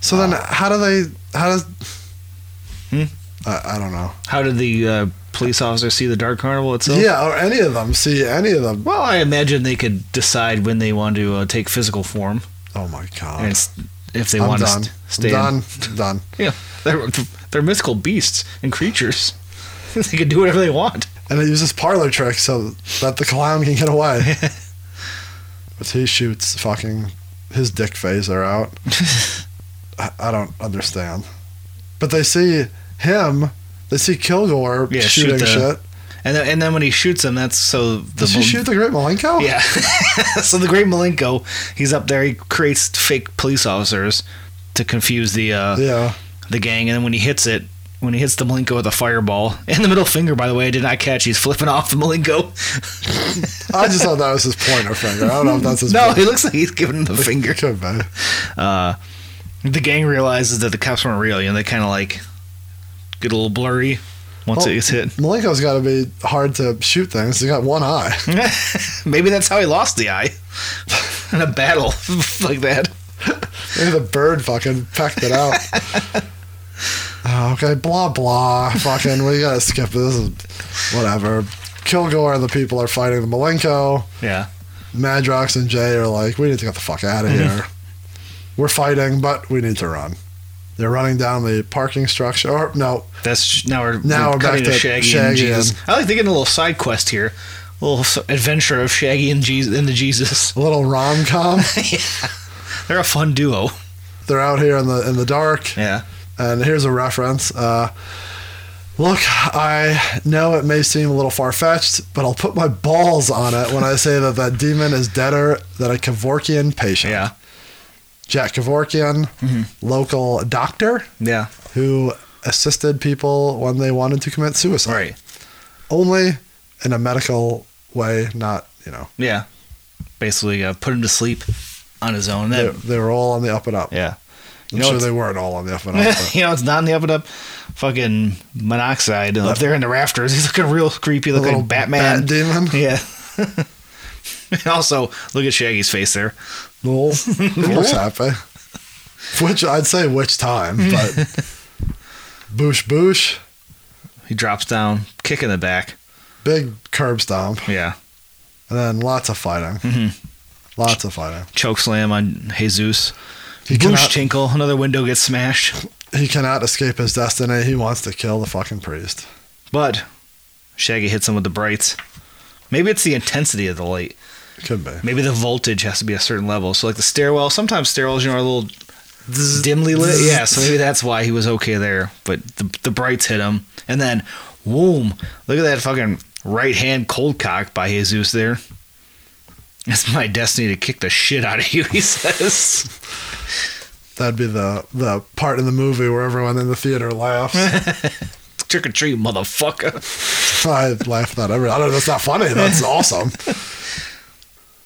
[SPEAKER 4] So then, how do they? How does?
[SPEAKER 5] Ah. Hmm?
[SPEAKER 4] I, I don't know.
[SPEAKER 5] how did the uh, police officer see the Dark Carnival itself?
[SPEAKER 4] yeah, or any of them see any of them.
[SPEAKER 5] Well, I imagine they could decide when they want to uh, take physical form.
[SPEAKER 4] Oh my god!
[SPEAKER 5] and s- if they
[SPEAKER 4] I'm
[SPEAKER 5] want
[SPEAKER 4] done.
[SPEAKER 5] to st- stay in-
[SPEAKER 4] I'm done. [laughs] I'm done.
[SPEAKER 5] yeah, they're, they're mythical beasts and creatures. [laughs] they can do whatever they want.
[SPEAKER 4] And it uses parlor tricks so that the clown can get
[SPEAKER 5] [laughs]
[SPEAKER 4] away. but he shoots fucking his dick
[SPEAKER 5] [laughs]
[SPEAKER 4] phaser out. I, I don't understand. But they see him. They see Kilgore
[SPEAKER 5] Yeah, shoot
[SPEAKER 4] shooting
[SPEAKER 5] the-
[SPEAKER 4] shit.
[SPEAKER 5] And then, and then when he shoots him, that's so the
[SPEAKER 4] Did you shoot the Great Malenko?
[SPEAKER 5] yeah. [laughs] so the Great Malenko, he's up there. He creates fake police officers to confuse the uh,
[SPEAKER 4] Yeah.
[SPEAKER 5] the gang, and then when he hits it, when he hits the Malenko with a fireball, [laughs] and the middle finger, by the way, I did not catch. He's flipping off the Malenko.
[SPEAKER 4] I just thought that was his pointer finger. I don't know if that's
[SPEAKER 5] [laughs]
[SPEAKER 4] his
[SPEAKER 5] no,
[SPEAKER 4] pointer.
[SPEAKER 5] it looks like he's giving him the finger.
[SPEAKER 4] Could be.
[SPEAKER 5] [laughs] Uh, the gang realizes that the cops weren't real, you know, they kind of like get a little blurry once
[SPEAKER 4] Well-
[SPEAKER 5] it gets hit.
[SPEAKER 4] Malenko's got to be hard to shoot things. He's got one eye.
[SPEAKER 5] [laughs] Maybe that's how he lost the [laughs] eye in a battle [laughs] like that.
[SPEAKER 4] Maybe the bird fucking pecked it out. Oh, okay, blah blah. Fucking, we gotta skip this. Is whatever. Kilgore and the people are fighting the Malenko.
[SPEAKER 5] Yeah.
[SPEAKER 4] Madrox and Jay are like, we need to get the fuck out
[SPEAKER 5] Mm-hmm.
[SPEAKER 4] of here. We're fighting, but we need to run. They're running down the parking structure. Or no,
[SPEAKER 5] That's now we're
[SPEAKER 4] Now
[SPEAKER 5] we're
[SPEAKER 4] we're
[SPEAKER 5] cutting to
[SPEAKER 4] back to
[SPEAKER 5] Shaggy, and
[SPEAKER 4] Shaggy
[SPEAKER 5] Jesus.
[SPEAKER 4] and-
[SPEAKER 5] I like they get a little side quest here, a little s- adventure of Shaggy and Jesus and the Jesus. [laughs]
[SPEAKER 4] a little rom com.
[SPEAKER 5] They're a fun duo.
[SPEAKER 4] They're out here in the in the dark.
[SPEAKER 5] Yeah,
[SPEAKER 4] And here's a reference. Uh, Look, I know it may seem a little far fetched, but I'll put my balls on it when I say that that demon is deader than a Kevorkian patient.
[SPEAKER 5] yeah, Mm-hmm.
[SPEAKER 4] Jack Kevorkian, local doctor
[SPEAKER 5] yeah.
[SPEAKER 4] who assisted people when they wanted to commit suicide.
[SPEAKER 5] Right.
[SPEAKER 4] Only in a medical way, not, you know,
[SPEAKER 5] Yeah. Basically, uh, put him to sleep on his own.
[SPEAKER 4] they,
[SPEAKER 5] Then,
[SPEAKER 4] they were all on the up and up.
[SPEAKER 5] yeah. You
[SPEAKER 4] I'm
[SPEAKER 5] know
[SPEAKER 4] sure
[SPEAKER 5] it's-
[SPEAKER 4] they weren't all on the up and up.
[SPEAKER 5] [laughs]
[SPEAKER 4] but-
[SPEAKER 5] you know, it's not in the up and up. Fucking monoxide up there in the rafters. He's looking real creepy, looking
[SPEAKER 4] little
[SPEAKER 5] like Batman.
[SPEAKER 4] bat demon.
[SPEAKER 5] [laughs] Yeah. and also, look at Shaggy's face there.
[SPEAKER 4] Well, he looks happy. Which I'd say which time, but boosh boosh,
[SPEAKER 5] He drops down, kick in the back.
[SPEAKER 4] big curb stomp,
[SPEAKER 5] Yeah.
[SPEAKER 4] and then lots of fighting. Lots of fighting.
[SPEAKER 5] Choke slam on Jesus.
[SPEAKER 4] He
[SPEAKER 5] Boosh
[SPEAKER 4] cannot,
[SPEAKER 5] tinkle. Another window gets smashed.
[SPEAKER 4] he cannot escape his destiny. He wants to kill the fucking priest.
[SPEAKER 5] But Shaggy hits him with the brights. Maybe it's the intensity of the light.
[SPEAKER 4] Could be.
[SPEAKER 5] Maybe the voltage has to be a certain level. So like the stairwell, sometimes stairwells you know are a little dimly lit. Yeah, so maybe that's why he was okay there. But the the brights hit him, and then, boom! Look at that fucking right hand cold cock by Jesus there. It's my destiny to kick the shit out of you, [laughs] he says.
[SPEAKER 4] That'd be the, the part in the movie where everyone in the theater laughs.
[SPEAKER 5] Trick or treat, motherfucker.
[SPEAKER 4] I laugh at every. I don't know. That's not funny. That's awesome.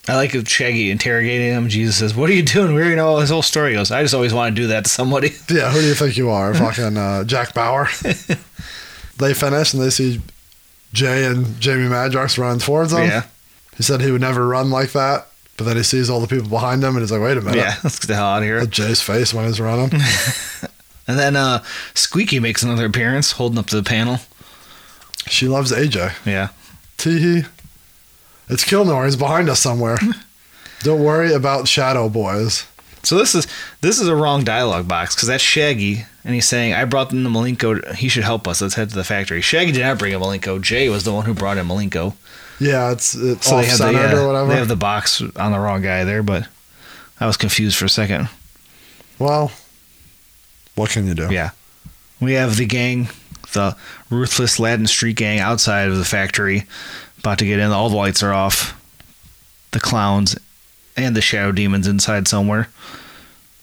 [SPEAKER 5] I like Shaggy interrogating him. Jesus says, What are you doing? We already know his whole story. He goes, I just always want to do that to somebody.
[SPEAKER 4] Yeah, who do you think you
[SPEAKER 5] [laughs]
[SPEAKER 4] are? Fucking uh, Jack Bauer. they finish and they see Jay and Jamie Madrox run towards them.
[SPEAKER 5] Yeah.
[SPEAKER 4] He said he would never run like that, but then he sees all the people behind him and he's like, wait a minute.
[SPEAKER 5] [laughs] Yeah, let's get the hell out of here.
[SPEAKER 4] Look at Jay's face when
[SPEAKER 5] [laughs]
[SPEAKER 4] he's running.
[SPEAKER 5] And then uh, Squeaky makes another appearance, holding up the panel.
[SPEAKER 4] she loves AJ.
[SPEAKER 5] Yeah.
[SPEAKER 4] Teehee. It's Kilnor. He's behind
[SPEAKER 5] [laughs]
[SPEAKER 4] us somewhere. Don't worry about Shadow Boys.
[SPEAKER 5] So this is this is a wrong dialogue box because that's Shaggy, and he's saying, "I brought in the Malenko. He should help us. Let's head to the factory." Shaggy did not bring a Malenko. Jay was the one who brought in Malenko.
[SPEAKER 4] Yeah, it's, it's
[SPEAKER 5] So
[SPEAKER 4] off
[SPEAKER 5] they have, the,
[SPEAKER 4] centered
[SPEAKER 5] uh,
[SPEAKER 4] or whatever.
[SPEAKER 5] they have the box on the wrong guy there, but I was confused for a second.
[SPEAKER 4] well, what can you do?
[SPEAKER 5] Yeah. We have the gang, the ruthless Latin Street gang outside of the factory, about to get in. All the lights are off. The clowns and the shadow demons inside somewhere.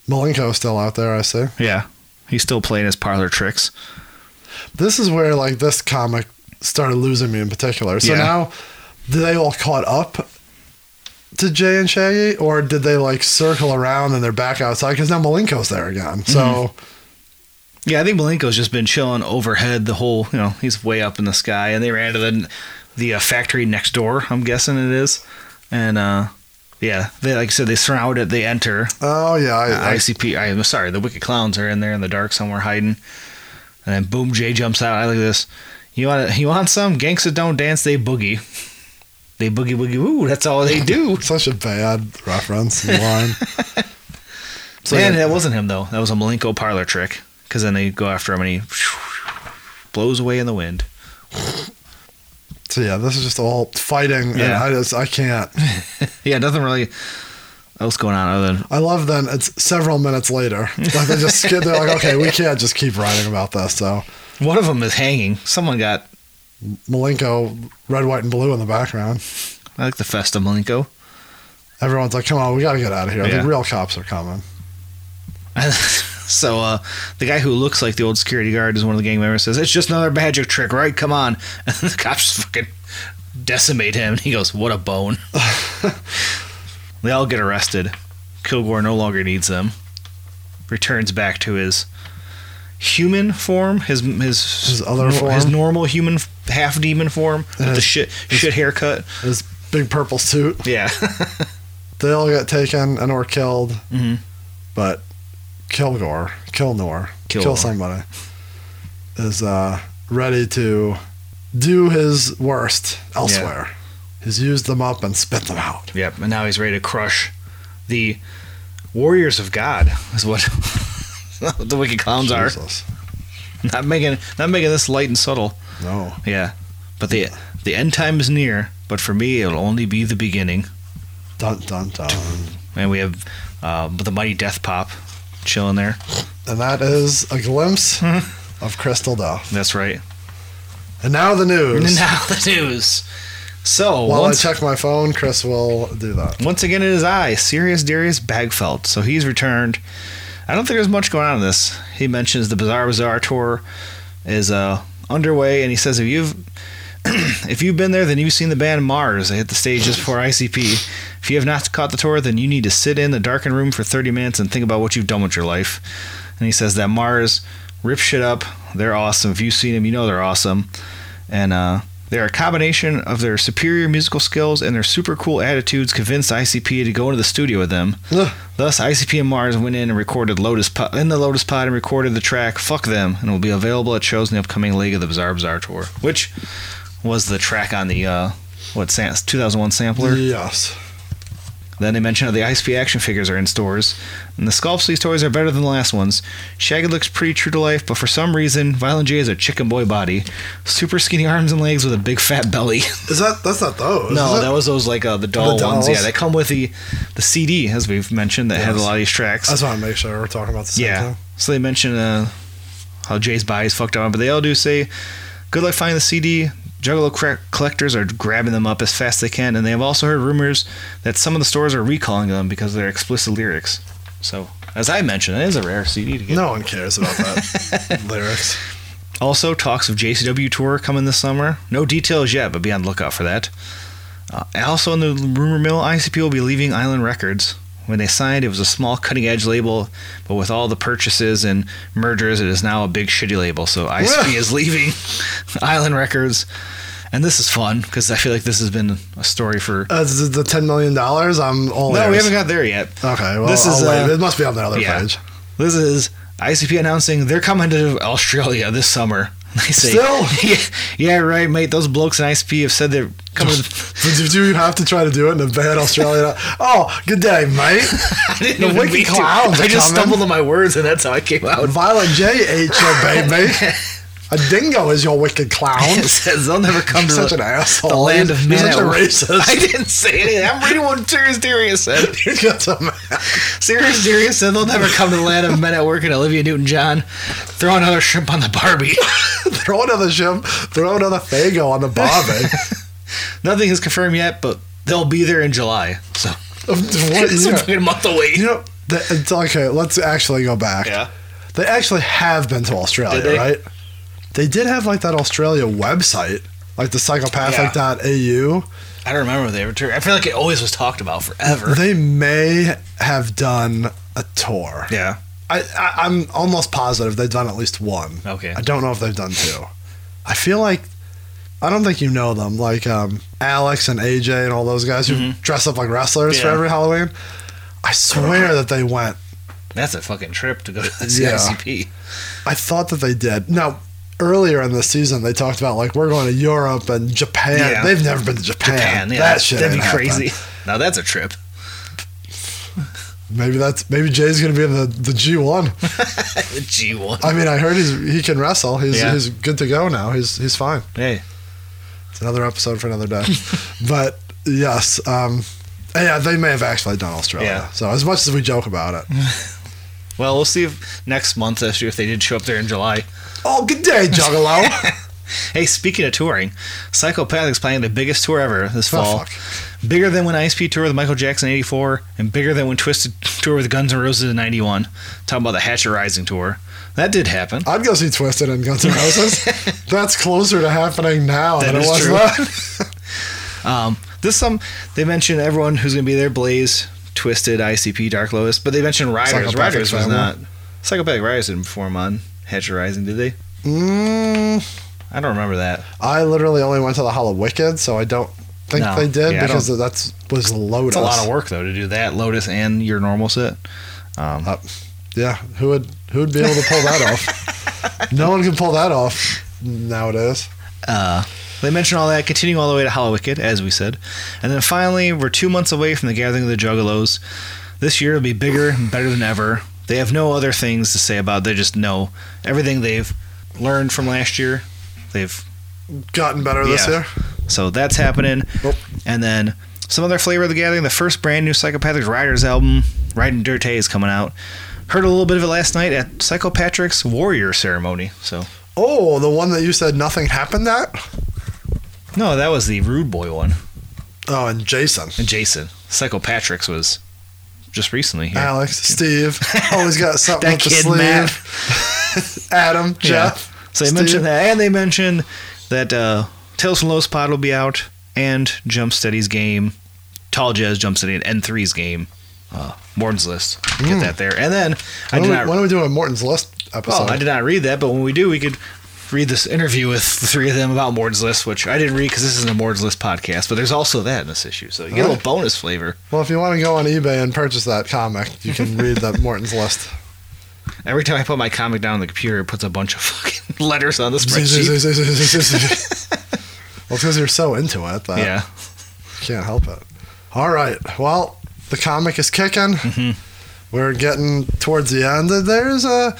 [SPEAKER 4] Malenko's still out there, I see.
[SPEAKER 5] Yeah. He's still playing his parlor tricks.
[SPEAKER 4] this is where like this comic started losing me in particular. So
[SPEAKER 5] Yeah.
[SPEAKER 4] now, did they all caught up to Jay and Shaggy, or did they like circle around and they're back outside? Because now Malenko's there again. So
[SPEAKER 5] Yeah, I think Malenko's just been chilling overhead the whole, you know, he's way up in the sky, and they ran to the the uh, factory next door. I'm guessing it is, and uh, yeah, they like I said, they surround it, they enter.
[SPEAKER 4] oh yeah, I,
[SPEAKER 5] Uh,
[SPEAKER 4] I-
[SPEAKER 5] ICP, I'm sorry, the Wicked Clowns are in there in the dark somewhere hiding, and then boom, Jay jumps out. I like this. You want you want some? Gangsta don't dance, they boogie. They boogie boogie woo. That's all they do.
[SPEAKER 4] [laughs] [laughs] such a bad reference
[SPEAKER 5] [laughs]
[SPEAKER 4] and line. so
[SPEAKER 5] Man,
[SPEAKER 4] yeah,
[SPEAKER 5] that wasn't him though. That was a Malenko parlor trick. Because then they go after him and he [sniffs] blows away in the wind.
[SPEAKER 4] so yeah, this is just all fighting. and
[SPEAKER 5] Yeah.
[SPEAKER 4] I just I can't.
[SPEAKER 5] Yeah, nothing really else going on other than
[SPEAKER 4] I love then it's several minutes later. Like they
[SPEAKER 5] [laughs]
[SPEAKER 4] just skip. They're like, okay, we can't just keep writing about this. So
[SPEAKER 5] one of them is hanging. Someone got
[SPEAKER 4] Malenko red, white, and blue in the background.
[SPEAKER 5] I like the Festa Malenko.
[SPEAKER 4] Everyone's like, come on, we got to get out of here.
[SPEAKER 5] Yeah.
[SPEAKER 4] The real cops are coming.
[SPEAKER 5] [laughs] so uh, the guy who looks like the old security guard is one of the gang members. Says it's just another magic trick, right? Come on! [laughs] And the cops just fucking decimate him, and he goes, "What a bone!"
[SPEAKER 4] [laughs]
[SPEAKER 5] they all get arrested. Kilgore no longer needs them. Returns back to his human form, his his
[SPEAKER 4] His other
[SPEAKER 5] his
[SPEAKER 4] form.
[SPEAKER 5] normal human half demon form with the
[SPEAKER 4] his-
[SPEAKER 5] shit shit haircut.
[SPEAKER 4] This big purple suit.
[SPEAKER 5] Yeah, [laughs]
[SPEAKER 4] They all get taken and were killed. Mm-hmm. But Kilgore, Kilnor,
[SPEAKER 5] Kilgore.
[SPEAKER 4] kill somebody, is uh, ready to do his worst elsewhere. He's used them up and spit them out.
[SPEAKER 5] yep. And now he's ready to crush the warriors of God. Is what. [laughs] the wicked clowns are
[SPEAKER 4] Jesus.
[SPEAKER 5] Not making not making this light and subtle.
[SPEAKER 4] No.
[SPEAKER 5] Yeah. But the the end time is near, but for me it'll only be the beginning.
[SPEAKER 4] Dun, dun, dun.
[SPEAKER 5] And we have uh, the mighty death pop chilling there.
[SPEAKER 4] And that is
[SPEAKER 5] [laughs]
[SPEAKER 4] a glimpse of Crystal Duff.
[SPEAKER 5] That's right.
[SPEAKER 4] And now the news.
[SPEAKER 5] And [laughs] now the news. So
[SPEAKER 4] While
[SPEAKER 5] once,
[SPEAKER 4] I check my phone, Chris will do that.
[SPEAKER 5] once again it is I, Sirius Darius Bagfelt. So he's returned. I don't think there's much going on in this. He mentions the Bizarre Bazaar tour is uh, underway, and he says if you've [clears throat] if you've been there, then you've seen the band Mars. They hit the stage just before ICP. If you have not caught the tour, then you need to sit in the darkened room for 30 minutes and think about what you've done with your life. And he says that Mars rip shit up. They're awesome. If you've seen them, you know they're awesome. And uh, they're a combination of their superior musical skills and their super cool attitudes convinced ICP to go into the studio with them.
[SPEAKER 4] Ugh.
[SPEAKER 5] Thus, ICP and Mars went in and recorded Lotus Pod, in the Lotus Pod and recorded the track "Fuck Them" and will be available at shows in the upcoming leg of the Bizarre Bizarre tour, which was the track on the uh, what sam- 2001 sampler.
[SPEAKER 4] Yes.
[SPEAKER 5] Then they mentioned how the ICP action figures are in stores, and the sculpts these toys are better than the last ones. Shaggy looks pretty true to life, but for some reason, Violent J is a chicken boy body, super skinny arms and legs with a big fat belly. [laughs]
[SPEAKER 4] Is that that's not those?
[SPEAKER 5] No,
[SPEAKER 4] is it?
[SPEAKER 5] that was those like uh, the doll
[SPEAKER 4] The
[SPEAKER 5] ones. Yeah,
[SPEAKER 4] dolls?
[SPEAKER 5] they come with the the CD as we've mentioned that had a
[SPEAKER 4] Yes.
[SPEAKER 5] lot of these tracks.
[SPEAKER 4] I just want to make sure we're talking about the same
[SPEAKER 5] Yeah.
[SPEAKER 4] thing.
[SPEAKER 5] So they mention uh, how Jay's body's fucked up, but they all do say, "Good luck finding the CD." Juggalo cra- collectors are grabbing them up as fast as they can, and they have also heard rumors that some of the stores are recalling them because of their explicit lyrics. So, as I mentioned, it is a rare CD to get.
[SPEAKER 4] No one cares about that [laughs] lyrics.
[SPEAKER 5] Also, talks of JCW tour coming this summer. No details yet, but be on the lookout for that. Uh, also, in the rumor mill, ICP will be leaving Island Records. When they signed, it was a small cutting edge label, but with all the purchases and mergers, it is now a big shitty label. [laughs] So ICP is leaving [laughs] Island Records. And this is fun because I feel like this has been a story for.
[SPEAKER 4] Uh, this is the ten million dollars. I'm all
[SPEAKER 5] no, we
[SPEAKER 4] ears.
[SPEAKER 5] haven't got there yet.
[SPEAKER 4] Okay, well,
[SPEAKER 5] This is,
[SPEAKER 4] I'll wait.
[SPEAKER 5] uh,
[SPEAKER 4] it must be on the other
[SPEAKER 5] yeah.
[SPEAKER 4] page.
[SPEAKER 5] This is ICP announcing they're coming to Australia this summer. [laughs] They say,
[SPEAKER 4] Still?
[SPEAKER 5] yeah, yeah, right, mate. Those blokes in ICP have said they're coming. [laughs] to-
[SPEAKER 4] Did you, [laughs] do you have to try to do it in a bad Australian? [laughs] oh, good day, mate.
[SPEAKER 5] [laughs] I didn't
[SPEAKER 4] The
[SPEAKER 5] even
[SPEAKER 4] wicked
[SPEAKER 5] mean to.
[SPEAKER 4] clowns are
[SPEAKER 5] I just
[SPEAKER 4] coming.
[SPEAKER 5] stumbled on my words, and that's how I came [laughs] out.
[SPEAKER 4] Violent J ate
[SPEAKER 5] [laughs]
[SPEAKER 4] your baby. A dingo is your wicked clown.
[SPEAKER 5] It says they'll never come to
[SPEAKER 4] Such
[SPEAKER 5] the,
[SPEAKER 4] an asshole.
[SPEAKER 5] the land of
[SPEAKER 4] You're
[SPEAKER 5] man.
[SPEAKER 4] such a
[SPEAKER 5] at- [laughs]
[SPEAKER 4] racist.
[SPEAKER 5] I
[SPEAKER 4] [laughs]
[SPEAKER 5] didn't say anything. I'm reading what Sirius Darius said.
[SPEAKER 4] You got so mad.
[SPEAKER 5] Sirius Darius said they'll never come to the land of men at work and Olivia Newton-John. Throw another shrimp on the Barbie.
[SPEAKER 4] [laughs]
[SPEAKER 5] [laughs]
[SPEAKER 4] Throw another shim. Throw another fago on the barbie.
[SPEAKER 5] [laughs] Nothing is confirmed yet, but they'll be there in July. So
[SPEAKER 4] [laughs]
[SPEAKER 5] [laughs]
[SPEAKER 4] what,
[SPEAKER 5] it's
[SPEAKER 4] you,
[SPEAKER 5] a
[SPEAKER 4] know,
[SPEAKER 5] fucking month away.
[SPEAKER 4] you know, the- it's okay. Let's actually go back.
[SPEAKER 5] Yeah.
[SPEAKER 4] They actually have been to Australia,
[SPEAKER 5] Did they?
[SPEAKER 4] right? They did have like that Australia website, like the psychopathic.au.
[SPEAKER 5] I don't remember they ever toured. I feel like it always was talked about forever.
[SPEAKER 4] They may have done a tour.
[SPEAKER 5] Yeah.
[SPEAKER 4] I, I, I'm almost positive they've done at least one.
[SPEAKER 5] Okay.
[SPEAKER 4] I don't know if they've done two. I feel like I don't think you know them, like um, Alex and AJ and all those guys who dress up like wrestlers for
[SPEAKER 5] Mm-hmm. Yeah.
[SPEAKER 4] every Halloween. I swear that they went.
[SPEAKER 5] That's a fucking trip to go to the
[SPEAKER 4] Yeah.
[SPEAKER 5] ICP.
[SPEAKER 4] I thought that they did. Now, earlier in the season, they talked about like we're going to Europe and Japan.
[SPEAKER 5] Yeah.
[SPEAKER 4] They've never been to Japan.
[SPEAKER 5] Japan, yeah.
[SPEAKER 4] that shit.
[SPEAKER 5] That'd be
[SPEAKER 4] ain't happening.
[SPEAKER 5] crazy. Now that's a trip.
[SPEAKER 4] Maybe that's maybe Jay's going to be in the, the G one.
[SPEAKER 5] The G1.
[SPEAKER 4] I mean, I heard he's he can wrestle. He's
[SPEAKER 5] Yeah.
[SPEAKER 4] he's good to go now. He's he's fine.
[SPEAKER 5] Hey.
[SPEAKER 4] It's another episode for another
[SPEAKER 5] [laughs]
[SPEAKER 4] day. but yes, um, yeah, they may have actually done Australia.
[SPEAKER 5] Yeah.
[SPEAKER 4] So as much as we joke about it,
[SPEAKER 5] Well, we'll see if next month, if if they did show up there in July. [laughs]
[SPEAKER 4] oh good day, Juggalo.
[SPEAKER 5] Hey, speaking of touring, Psychopathic's playing the biggest tour ever this
[SPEAKER 4] Oh,
[SPEAKER 5] fall.
[SPEAKER 4] fuck.
[SPEAKER 5] Bigger than when Ice P toured with Michael Jackson in 84, and bigger than when Twisted toured with Guns N' Roses in 91. Talking about the Hatchet Rising tour. That did happen.
[SPEAKER 4] I'd go see Twisted and Guns N' Roses. That's closer to happening now
[SPEAKER 5] That
[SPEAKER 4] than it
[SPEAKER 5] is
[SPEAKER 4] was
[SPEAKER 5] true.
[SPEAKER 4] then.
[SPEAKER 5] Um, this some they mentioned everyone who's going to be there: Blaze, Twisted, ICP, Dark Lotus. But they mentioned Riders.
[SPEAKER 4] Psychopathic
[SPEAKER 5] Riders was
[SPEAKER 4] Family.
[SPEAKER 5] not. Psychopathic Riders didn't perform on Hatchet Rising, did they?
[SPEAKER 4] Mm,
[SPEAKER 5] I don't remember that.
[SPEAKER 4] I literally only went to the Hollow Wicked, so I don't think
[SPEAKER 5] No.
[SPEAKER 4] they did
[SPEAKER 5] Yeah, I
[SPEAKER 4] because that's was loaded.
[SPEAKER 5] It's a lot of work though to do that Lotus and your normal set. Um,
[SPEAKER 4] Yeah, who would who would be able to pull that
[SPEAKER 5] [laughs]
[SPEAKER 4] off? No one can pull that off nowadays.
[SPEAKER 5] Uh, they mentioned all that, continuing all the way to Hollow Wicked, as we said. And then finally, we're two months away from the Gathering of the Juggalos. This year will be bigger and better than ever. They have no other things to say about it. They just know everything they've learned from last year. They've
[SPEAKER 4] Gotten better this
[SPEAKER 5] Yeah.
[SPEAKER 4] year.
[SPEAKER 5] so that's happening.
[SPEAKER 4] Nope.
[SPEAKER 5] And then some other flavor of the gathering. The first brand new Psychopathic Riders album, Riding Dirte, is coming out. Heard a little bit of it last night at Psychopatric's Warrior ceremony. So
[SPEAKER 4] Oh, the one that you said nothing happened at?
[SPEAKER 5] no, that was the Rude Boy one.
[SPEAKER 4] Oh, and Jason,
[SPEAKER 5] and Jason. Psychopatric's was just recently here. [laughs]
[SPEAKER 4] Alex, Steve, always got something
[SPEAKER 5] That
[SPEAKER 4] up the
[SPEAKER 5] kid, Matt.
[SPEAKER 4] sleeve. [laughs] Adam,
[SPEAKER 5] Yeah.
[SPEAKER 4] Jeff.
[SPEAKER 5] So they
[SPEAKER 4] Steve.
[SPEAKER 5] mentioned that, and they mentioned that uh, Tales from Low Pod will be out, and Jump Steady's game, Tall Jazz Jump Steady, and N3's game, uh, Morton's List. Get that there, and then I
[SPEAKER 4] When
[SPEAKER 5] did
[SPEAKER 4] are,
[SPEAKER 5] not.
[SPEAKER 4] Hmm. we, when are we doing a Morton's List episode?
[SPEAKER 5] well, I did not read that, but when we do, we could read this interview with the three of them about Morton's List, which I didn't read because this isn't a Morton's List podcast. But there's also that in this issue, so you get a little bonus flavor.
[SPEAKER 4] Well, if you want to go on eBay and purchase that comic, you can
[SPEAKER 5] [laughs]
[SPEAKER 4] read that Morton's List.
[SPEAKER 5] Every time I put my comic down on the computer, it puts a bunch of [laughs] fucking letters on the spreadsheet.
[SPEAKER 4] well, because you're so into it that
[SPEAKER 5] Yeah.
[SPEAKER 4] you can't help it. All right. Well, the comic is kicking. We're getting towards the end. There's a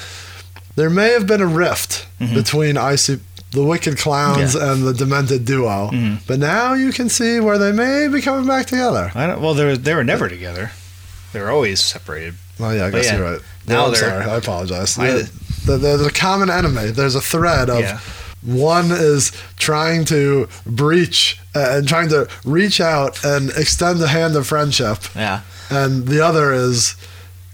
[SPEAKER 4] there may have been a rift between IC the Wicked Clowns and the Demented Duo, but now you can see where they may be coming back together.
[SPEAKER 5] I don't, well, they were, they were never together. They were always separated.
[SPEAKER 4] Oh yeah, I
[SPEAKER 5] But
[SPEAKER 4] guess
[SPEAKER 5] yeah,
[SPEAKER 4] you're right.
[SPEAKER 5] now
[SPEAKER 4] No, I'm
[SPEAKER 5] they're-
[SPEAKER 4] sorry. I apologize.
[SPEAKER 5] I-
[SPEAKER 4] Yeah, there- there's a common enemy. There's a thread of
[SPEAKER 5] Yeah.
[SPEAKER 4] one is trying to breach uh, and trying to reach out and extend a hand of friendship,
[SPEAKER 5] Yeah.
[SPEAKER 4] and the other is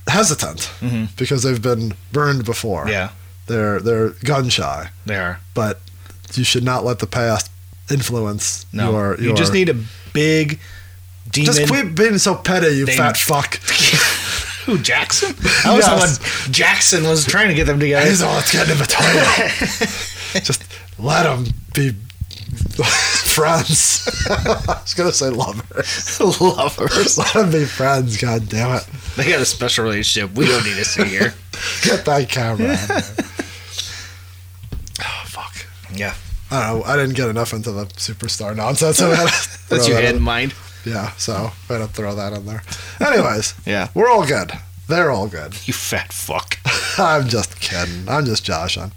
[SPEAKER 4] hesitant because they've been burned before.
[SPEAKER 5] Mm-hmm. Yeah,
[SPEAKER 4] they're they're gun shy,
[SPEAKER 5] they are.
[SPEAKER 4] but you should not let the past influence
[SPEAKER 5] No.
[SPEAKER 4] your, your.
[SPEAKER 5] you just need a big demon.
[SPEAKER 4] just quit being so petty, you
[SPEAKER 5] They-
[SPEAKER 4] fat fuck.
[SPEAKER 5] Who, Jackson? [laughs] I was
[SPEAKER 4] Yes.
[SPEAKER 5] someone Jackson was trying to get them together.
[SPEAKER 4] He's all it's getting in between. Just let them be [laughs]
[SPEAKER 5] [laughs]
[SPEAKER 4] friends. I was gonna say lovers. lovers. [laughs] Let them be friends. God damn it!
[SPEAKER 5] They got a special relationship. We don't need to see here.
[SPEAKER 4] Get that camera. out of there. oh fuck!
[SPEAKER 5] [laughs] yeah.
[SPEAKER 4] I don't know. I didn't get enough into the superstar nonsense. so I had to throw
[SPEAKER 5] That's you
[SPEAKER 4] that
[SPEAKER 5] had in
[SPEAKER 4] in.
[SPEAKER 5] mind.
[SPEAKER 4] Yeah. So I had to throw that in there. Anyways.
[SPEAKER 5] [laughs] Yeah.
[SPEAKER 4] We're all good. They're all good. [laughs]
[SPEAKER 5] You fat fuck.
[SPEAKER 4] I'm just kidding. I'm just joshing.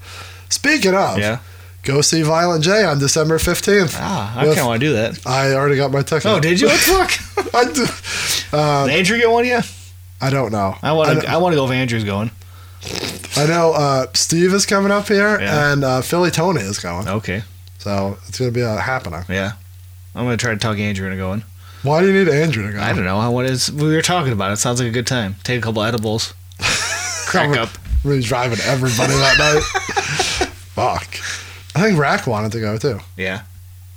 [SPEAKER 4] Speaking of,
[SPEAKER 5] Yeah.
[SPEAKER 4] go see Violent J on December 15th.
[SPEAKER 5] Ah, I
[SPEAKER 4] With-
[SPEAKER 5] kind of want to do that.
[SPEAKER 4] I already got my ticket.
[SPEAKER 5] Oh,
[SPEAKER 4] [laughs]
[SPEAKER 5] did you? What the fuck?
[SPEAKER 4] I, do, uh,
[SPEAKER 5] Did Andrew get one yet?
[SPEAKER 4] I don't know.
[SPEAKER 5] I want to. I want to go. If Andrew's going.
[SPEAKER 4] I know uh, Steve is coming up here,
[SPEAKER 5] Yeah. Oh.
[SPEAKER 4] and uh, Philly Tony is going.
[SPEAKER 5] Okay.
[SPEAKER 4] So it's going to be a happening.
[SPEAKER 5] Yeah. I'm gonna try to talk Andrew into going.
[SPEAKER 4] Why do you need Andrew to go?
[SPEAKER 5] I don't know. I wanted. We were talking about it. Sounds like a good time. Take a couple [laughs] edibles. Crack up.
[SPEAKER 4] Really driving everybody
[SPEAKER 5] [laughs]
[SPEAKER 4] that night. Fuck. I think Rack wanted to go too.
[SPEAKER 5] Yeah,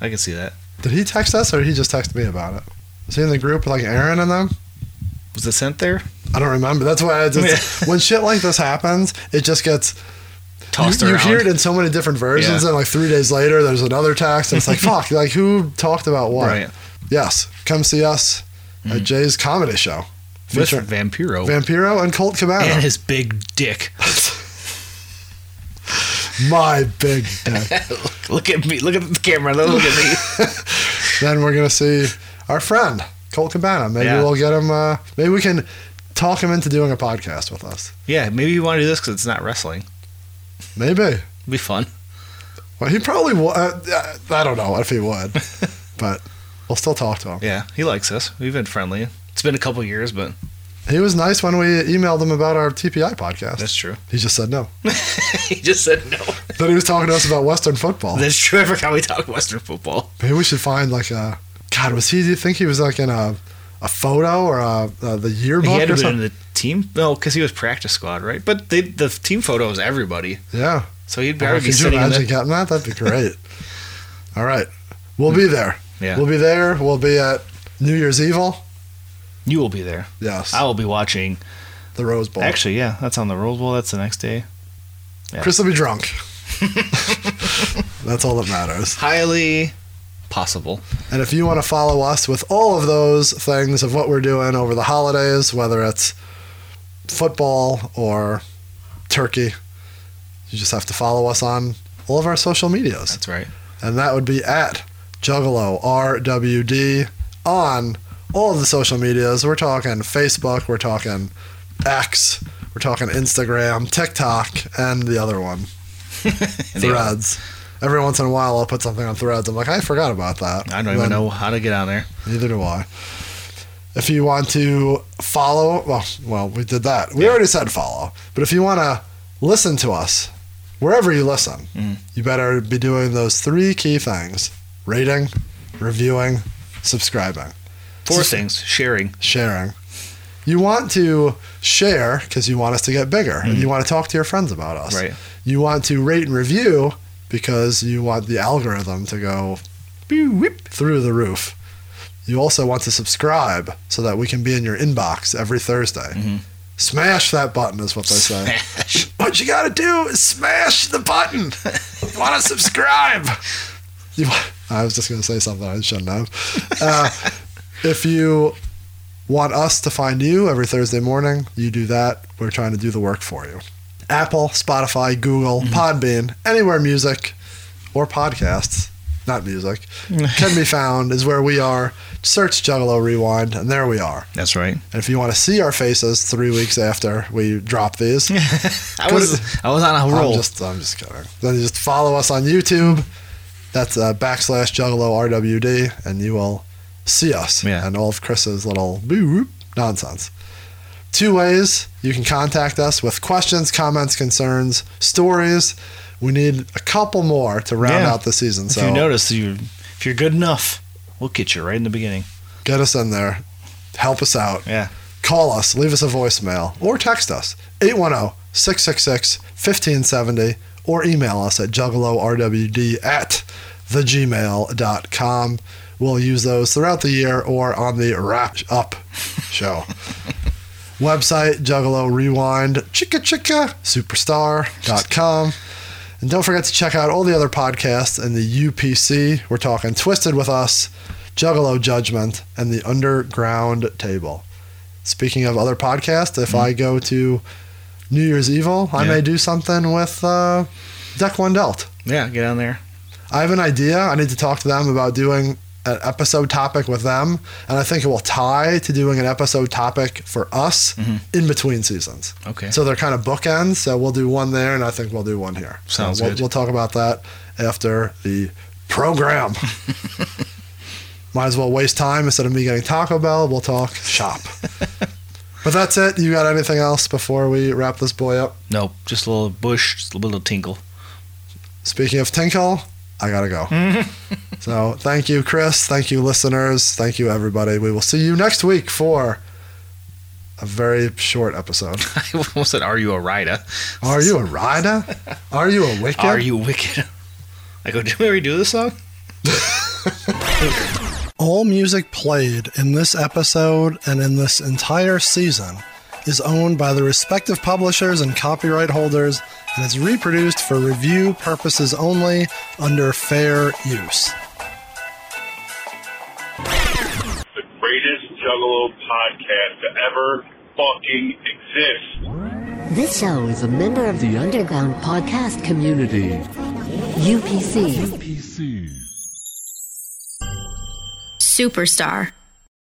[SPEAKER 5] I can see that.
[SPEAKER 4] Did he text us or did he just text me about it? Was he in the group with like Aaron and them?
[SPEAKER 5] Was the scent there?
[SPEAKER 4] I don't remember. That's why I just
[SPEAKER 5] Yeah.
[SPEAKER 4] when shit like this happens, it just gets
[SPEAKER 5] Tossed
[SPEAKER 4] you, you
[SPEAKER 5] around.
[SPEAKER 4] hear it in so many different versions,
[SPEAKER 5] Yeah.
[SPEAKER 4] and like three days later, there's another text, and
[SPEAKER 5] [laughs]
[SPEAKER 4] it's like fuck, like who talked about what?
[SPEAKER 5] Right. Mm-hmm.
[SPEAKER 4] Yes, come see us at Jay's comedy show
[SPEAKER 5] with
[SPEAKER 4] featuring
[SPEAKER 5] Vampiro
[SPEAKER 4] Oh. Vampiro and Colt
[SPEAKER 10] [laughs]
[SPEAKER 5] and
[SPEAKER 4] Cabana.
[SPEAKER 5] his big [laughs] dick.
[SPEAKER 4] My big dick.
[SPEAKER 5] look at me. Look at the camera. Look at me.
[SPEAKER 4] then we're gonna see our friend Colt Cabana. Maybe
[SPEAKER 5] Yeah.
[SPEAKER 4] we'll get him. Uh, maybe we can talk him into doing a podcast with us.
[SPEAKER 5] [laughs] yeah, maybe you want to do this because it's not wrestling.
[SPEAKER 4] Maybe.
[SPEAKER 5] It'd be fun.
[SPEAKER 4] Well, he probably would. Uh, uh, I don't know if he
[SPEAKER 10] [laughs]
[SPEAKER 4] would, but we'll still talk to him.
[SPEAKER 5] Yeah, he likes us. We've been friendly. It's been a couple years, but
[SPEAKER 4] He was nice when we emailed him about our TPI podcast.
[SPEAKER 10] That's true.
[SPEAKER 4] he just said no.
[SPEAKER 10] [laughs] he just said no.
[SPEAKER 4] then he was talking to us about Western football.
[SPEAKER 10] [laughs] That's true. I forgot we talked Western football.
[SPEAKER 4] Maybe we should find like a God. Was he? Do you think he was like in a a photo or a, uh the yearbook
[SPEAKER 10] he had to have been
[SPEAKER 4] or something?
[SPEAKER 10] in the team. No, because he was practice squad, right? But they, the team photo was everybody.
[SPEAKER 4] yeah.
[SPEAKER 10] So he'd
[SPEAKER 4] Wow,
[SPEAKER 10] probably be
[SPEAKER 4] could you
[SPEAKER 10] sitting in
[SPEAKER 4] imagine
[SPEAKER 10] the,
[SPEAKER 4] getting that? That'd be great. All right, we'll be there.
[SPEAKER 10] Yeah.
[SPEAKER 4] we'll be there. We'll be at New Year's Evil.
[SPEAKER 10] You will be there.
[SPEAKER 4] Yes,
[SPEAKER 10] I will be watching.
[SPEAKER 4] the Rose Bowl.
[SPEAKER 10] Actually, yeah, that's on the Rose Bowl. That's the next day. yeah.
[SPEAKER 4] Chris will
[SPEAKER 10] [laughs]
[SPEAKER 4] be drunk. That's all that matters.
[SPEAKER 10] Highly possible.
[SPEAKER 4] And if you want to follow us with all of those things of what we're doing over the holidays, whether it's football or turkey, you just have to follow us on all of our social medias.
[SPEAKER 10] That's right.
[SPEAKER 4] And that would be at Juggalo RWD on all of the social medias. We're talking Facebook, we're talking X, we're talking Instagram, TikTok, and the other one, Threads. Every once in a while, I'll put something on Threads. I'm like, I forgot about that.
[SPEAKER 10] I don't
[SPEAKER 4] Then-
[SPEAKER 10] even know how to get on there.
[SPEAKER 4] Neither do I. If you want to follow, well, well, we did that. We already said follow. But if you want to listen to us, wherever you listen, you better be doing those three key things: rating, reviewing, subscribing,
[SPEAKER 10] Four things: sharing,
[SPEAKER 4] sharing. You want to share because you want us to get bigger and you want to talk to your friends about us.
[SPEAKER 10] right?
[SPEAKER 4] You want to rate and review because you want the algorithm to go through the roof. You also want to subscribe so that we can be in your inbox every Thursday. Smash that button is what they say.
[SPEAKER 10] Smash.
[SPEAKER 4] What you got to do is smash the button.
[SPEAKER 10] [laughs]
[SPEAKER 4] You want to subscribe? You wa- I was just going to say something I shouldn't have. Uh, if you want us to find you every Thursday morning, you do that. We're trying to do the work for you. Apple, Spotify, Google, Podbean, anywhere music or podcasts, not music, can be found is where we are. Search Juggalo Rewind, and there we are.
[SPEAKER 10] That's right.
[SPEAKER 4] And if you want to see our faces three weeks after we drop these,
[SPEAKER 10] [laughs] I was I was on a
[SPEAKER 4] I'm
[SPEAKER 10] roll.
[SPEAKER 4] just, I'm just kidding. Then you just follow us on YouTube. That's uh, backslash Juggalo RWD, and you will see us
[SPEAKER 10] Yeah.
[SPEAKER 4] and all of Chris's little boop nonsense. Two ways you can contact us with questions, comments, concerns, stories. We need a couple more to round
[SPEAKER 10] Yeah.
[SPEAKER 4] out the season.
[SPEAKER 10] if
[SPEAKER 4] so
[SPEAKER 10] you notice, you if you're good enough, we'll get you right in the beginning.
[SPEAKER 4] get us in there. Help us out.
[SPEAKER 10] Yeah.
[SPEAKER 4] Call us, leave us a voicemail, or text us oh, 810 666 1570 or email us at juggalorwd at thegmail.com. We'll use those throughout the year or on the wrap up show. Website Juggalo Rewind Chicka Chicka Superstar.com. And don't forget to check out all the other podcasts in the UPC. We're talking Twisted with Us, Juggalo Judgment, and the Underground Table. Speaking of other podcasts, if I go to New Year's Evil, I
[SPEAKER 10] Yeah.
[SPEAKER 4] may do something with uh, Deck One Delt.
[SPEAKER 10] Yeah, get on there.
[SPEAKER 4] I have an idea. I need to talk to them about doing an episode topic with them, and I think it will tie to doing an episode topic for us in between seasons.
[SPEAKER 10] Mm-hmm. Okay.
[SPEAKER 4] So they're kind of bookends. So we'll do one there, and I think we'll do one here.
[SPEAKER 10] Sounds
[SPEAKER 4] so we'll,
[SPEAKER 10] good.
[SPEAKER 4] We'll talk about that after the
[SPEAKER 10] [laughs]
[SPEAKER 4] program. Might as well waste time instead of me getting Taco Bell. We'll talk
[SPEAKER 10] [laughs]
[SPEAKER 4] shop. but that's it. You got anything else before we wrap this boy up?
[SPEAKER 10] Nope, just a little bush, just a little tinkle. [laughs]
[SPEAKER 4] Speaking of Tinkle, I gotta go.
[SPEAKER 10] [laughs]
[SPEAKER 4] so thank you, Chris. Thank you, listeners. Thank you, everybody. We will see you next week for a very
[SPEAKER 10] [laughs]
[SPEAKER 4] short episode.
[SPEAKER 10] I almost said, "Are you a rider?
[SPEAKER 4] Are you a rider? Are you a wicked?
[SPEAKER 10] Are you wicked?" [laughs] I go, "Did we already do this song?"
[SPEAKER 4] All music played in this episode and in this entire season is owned by the respective publishers and copyright holders and is reproduced for review purposes only under fair use.
[SPEAKER 2] The greatest Juggalo podcast to ever fucking exist.
[SPEAKER 11] This show is a member of the Underground Podcast Community. UPC.
[SPEAKER 3] PC.
[SPEAKER 11] Superstar.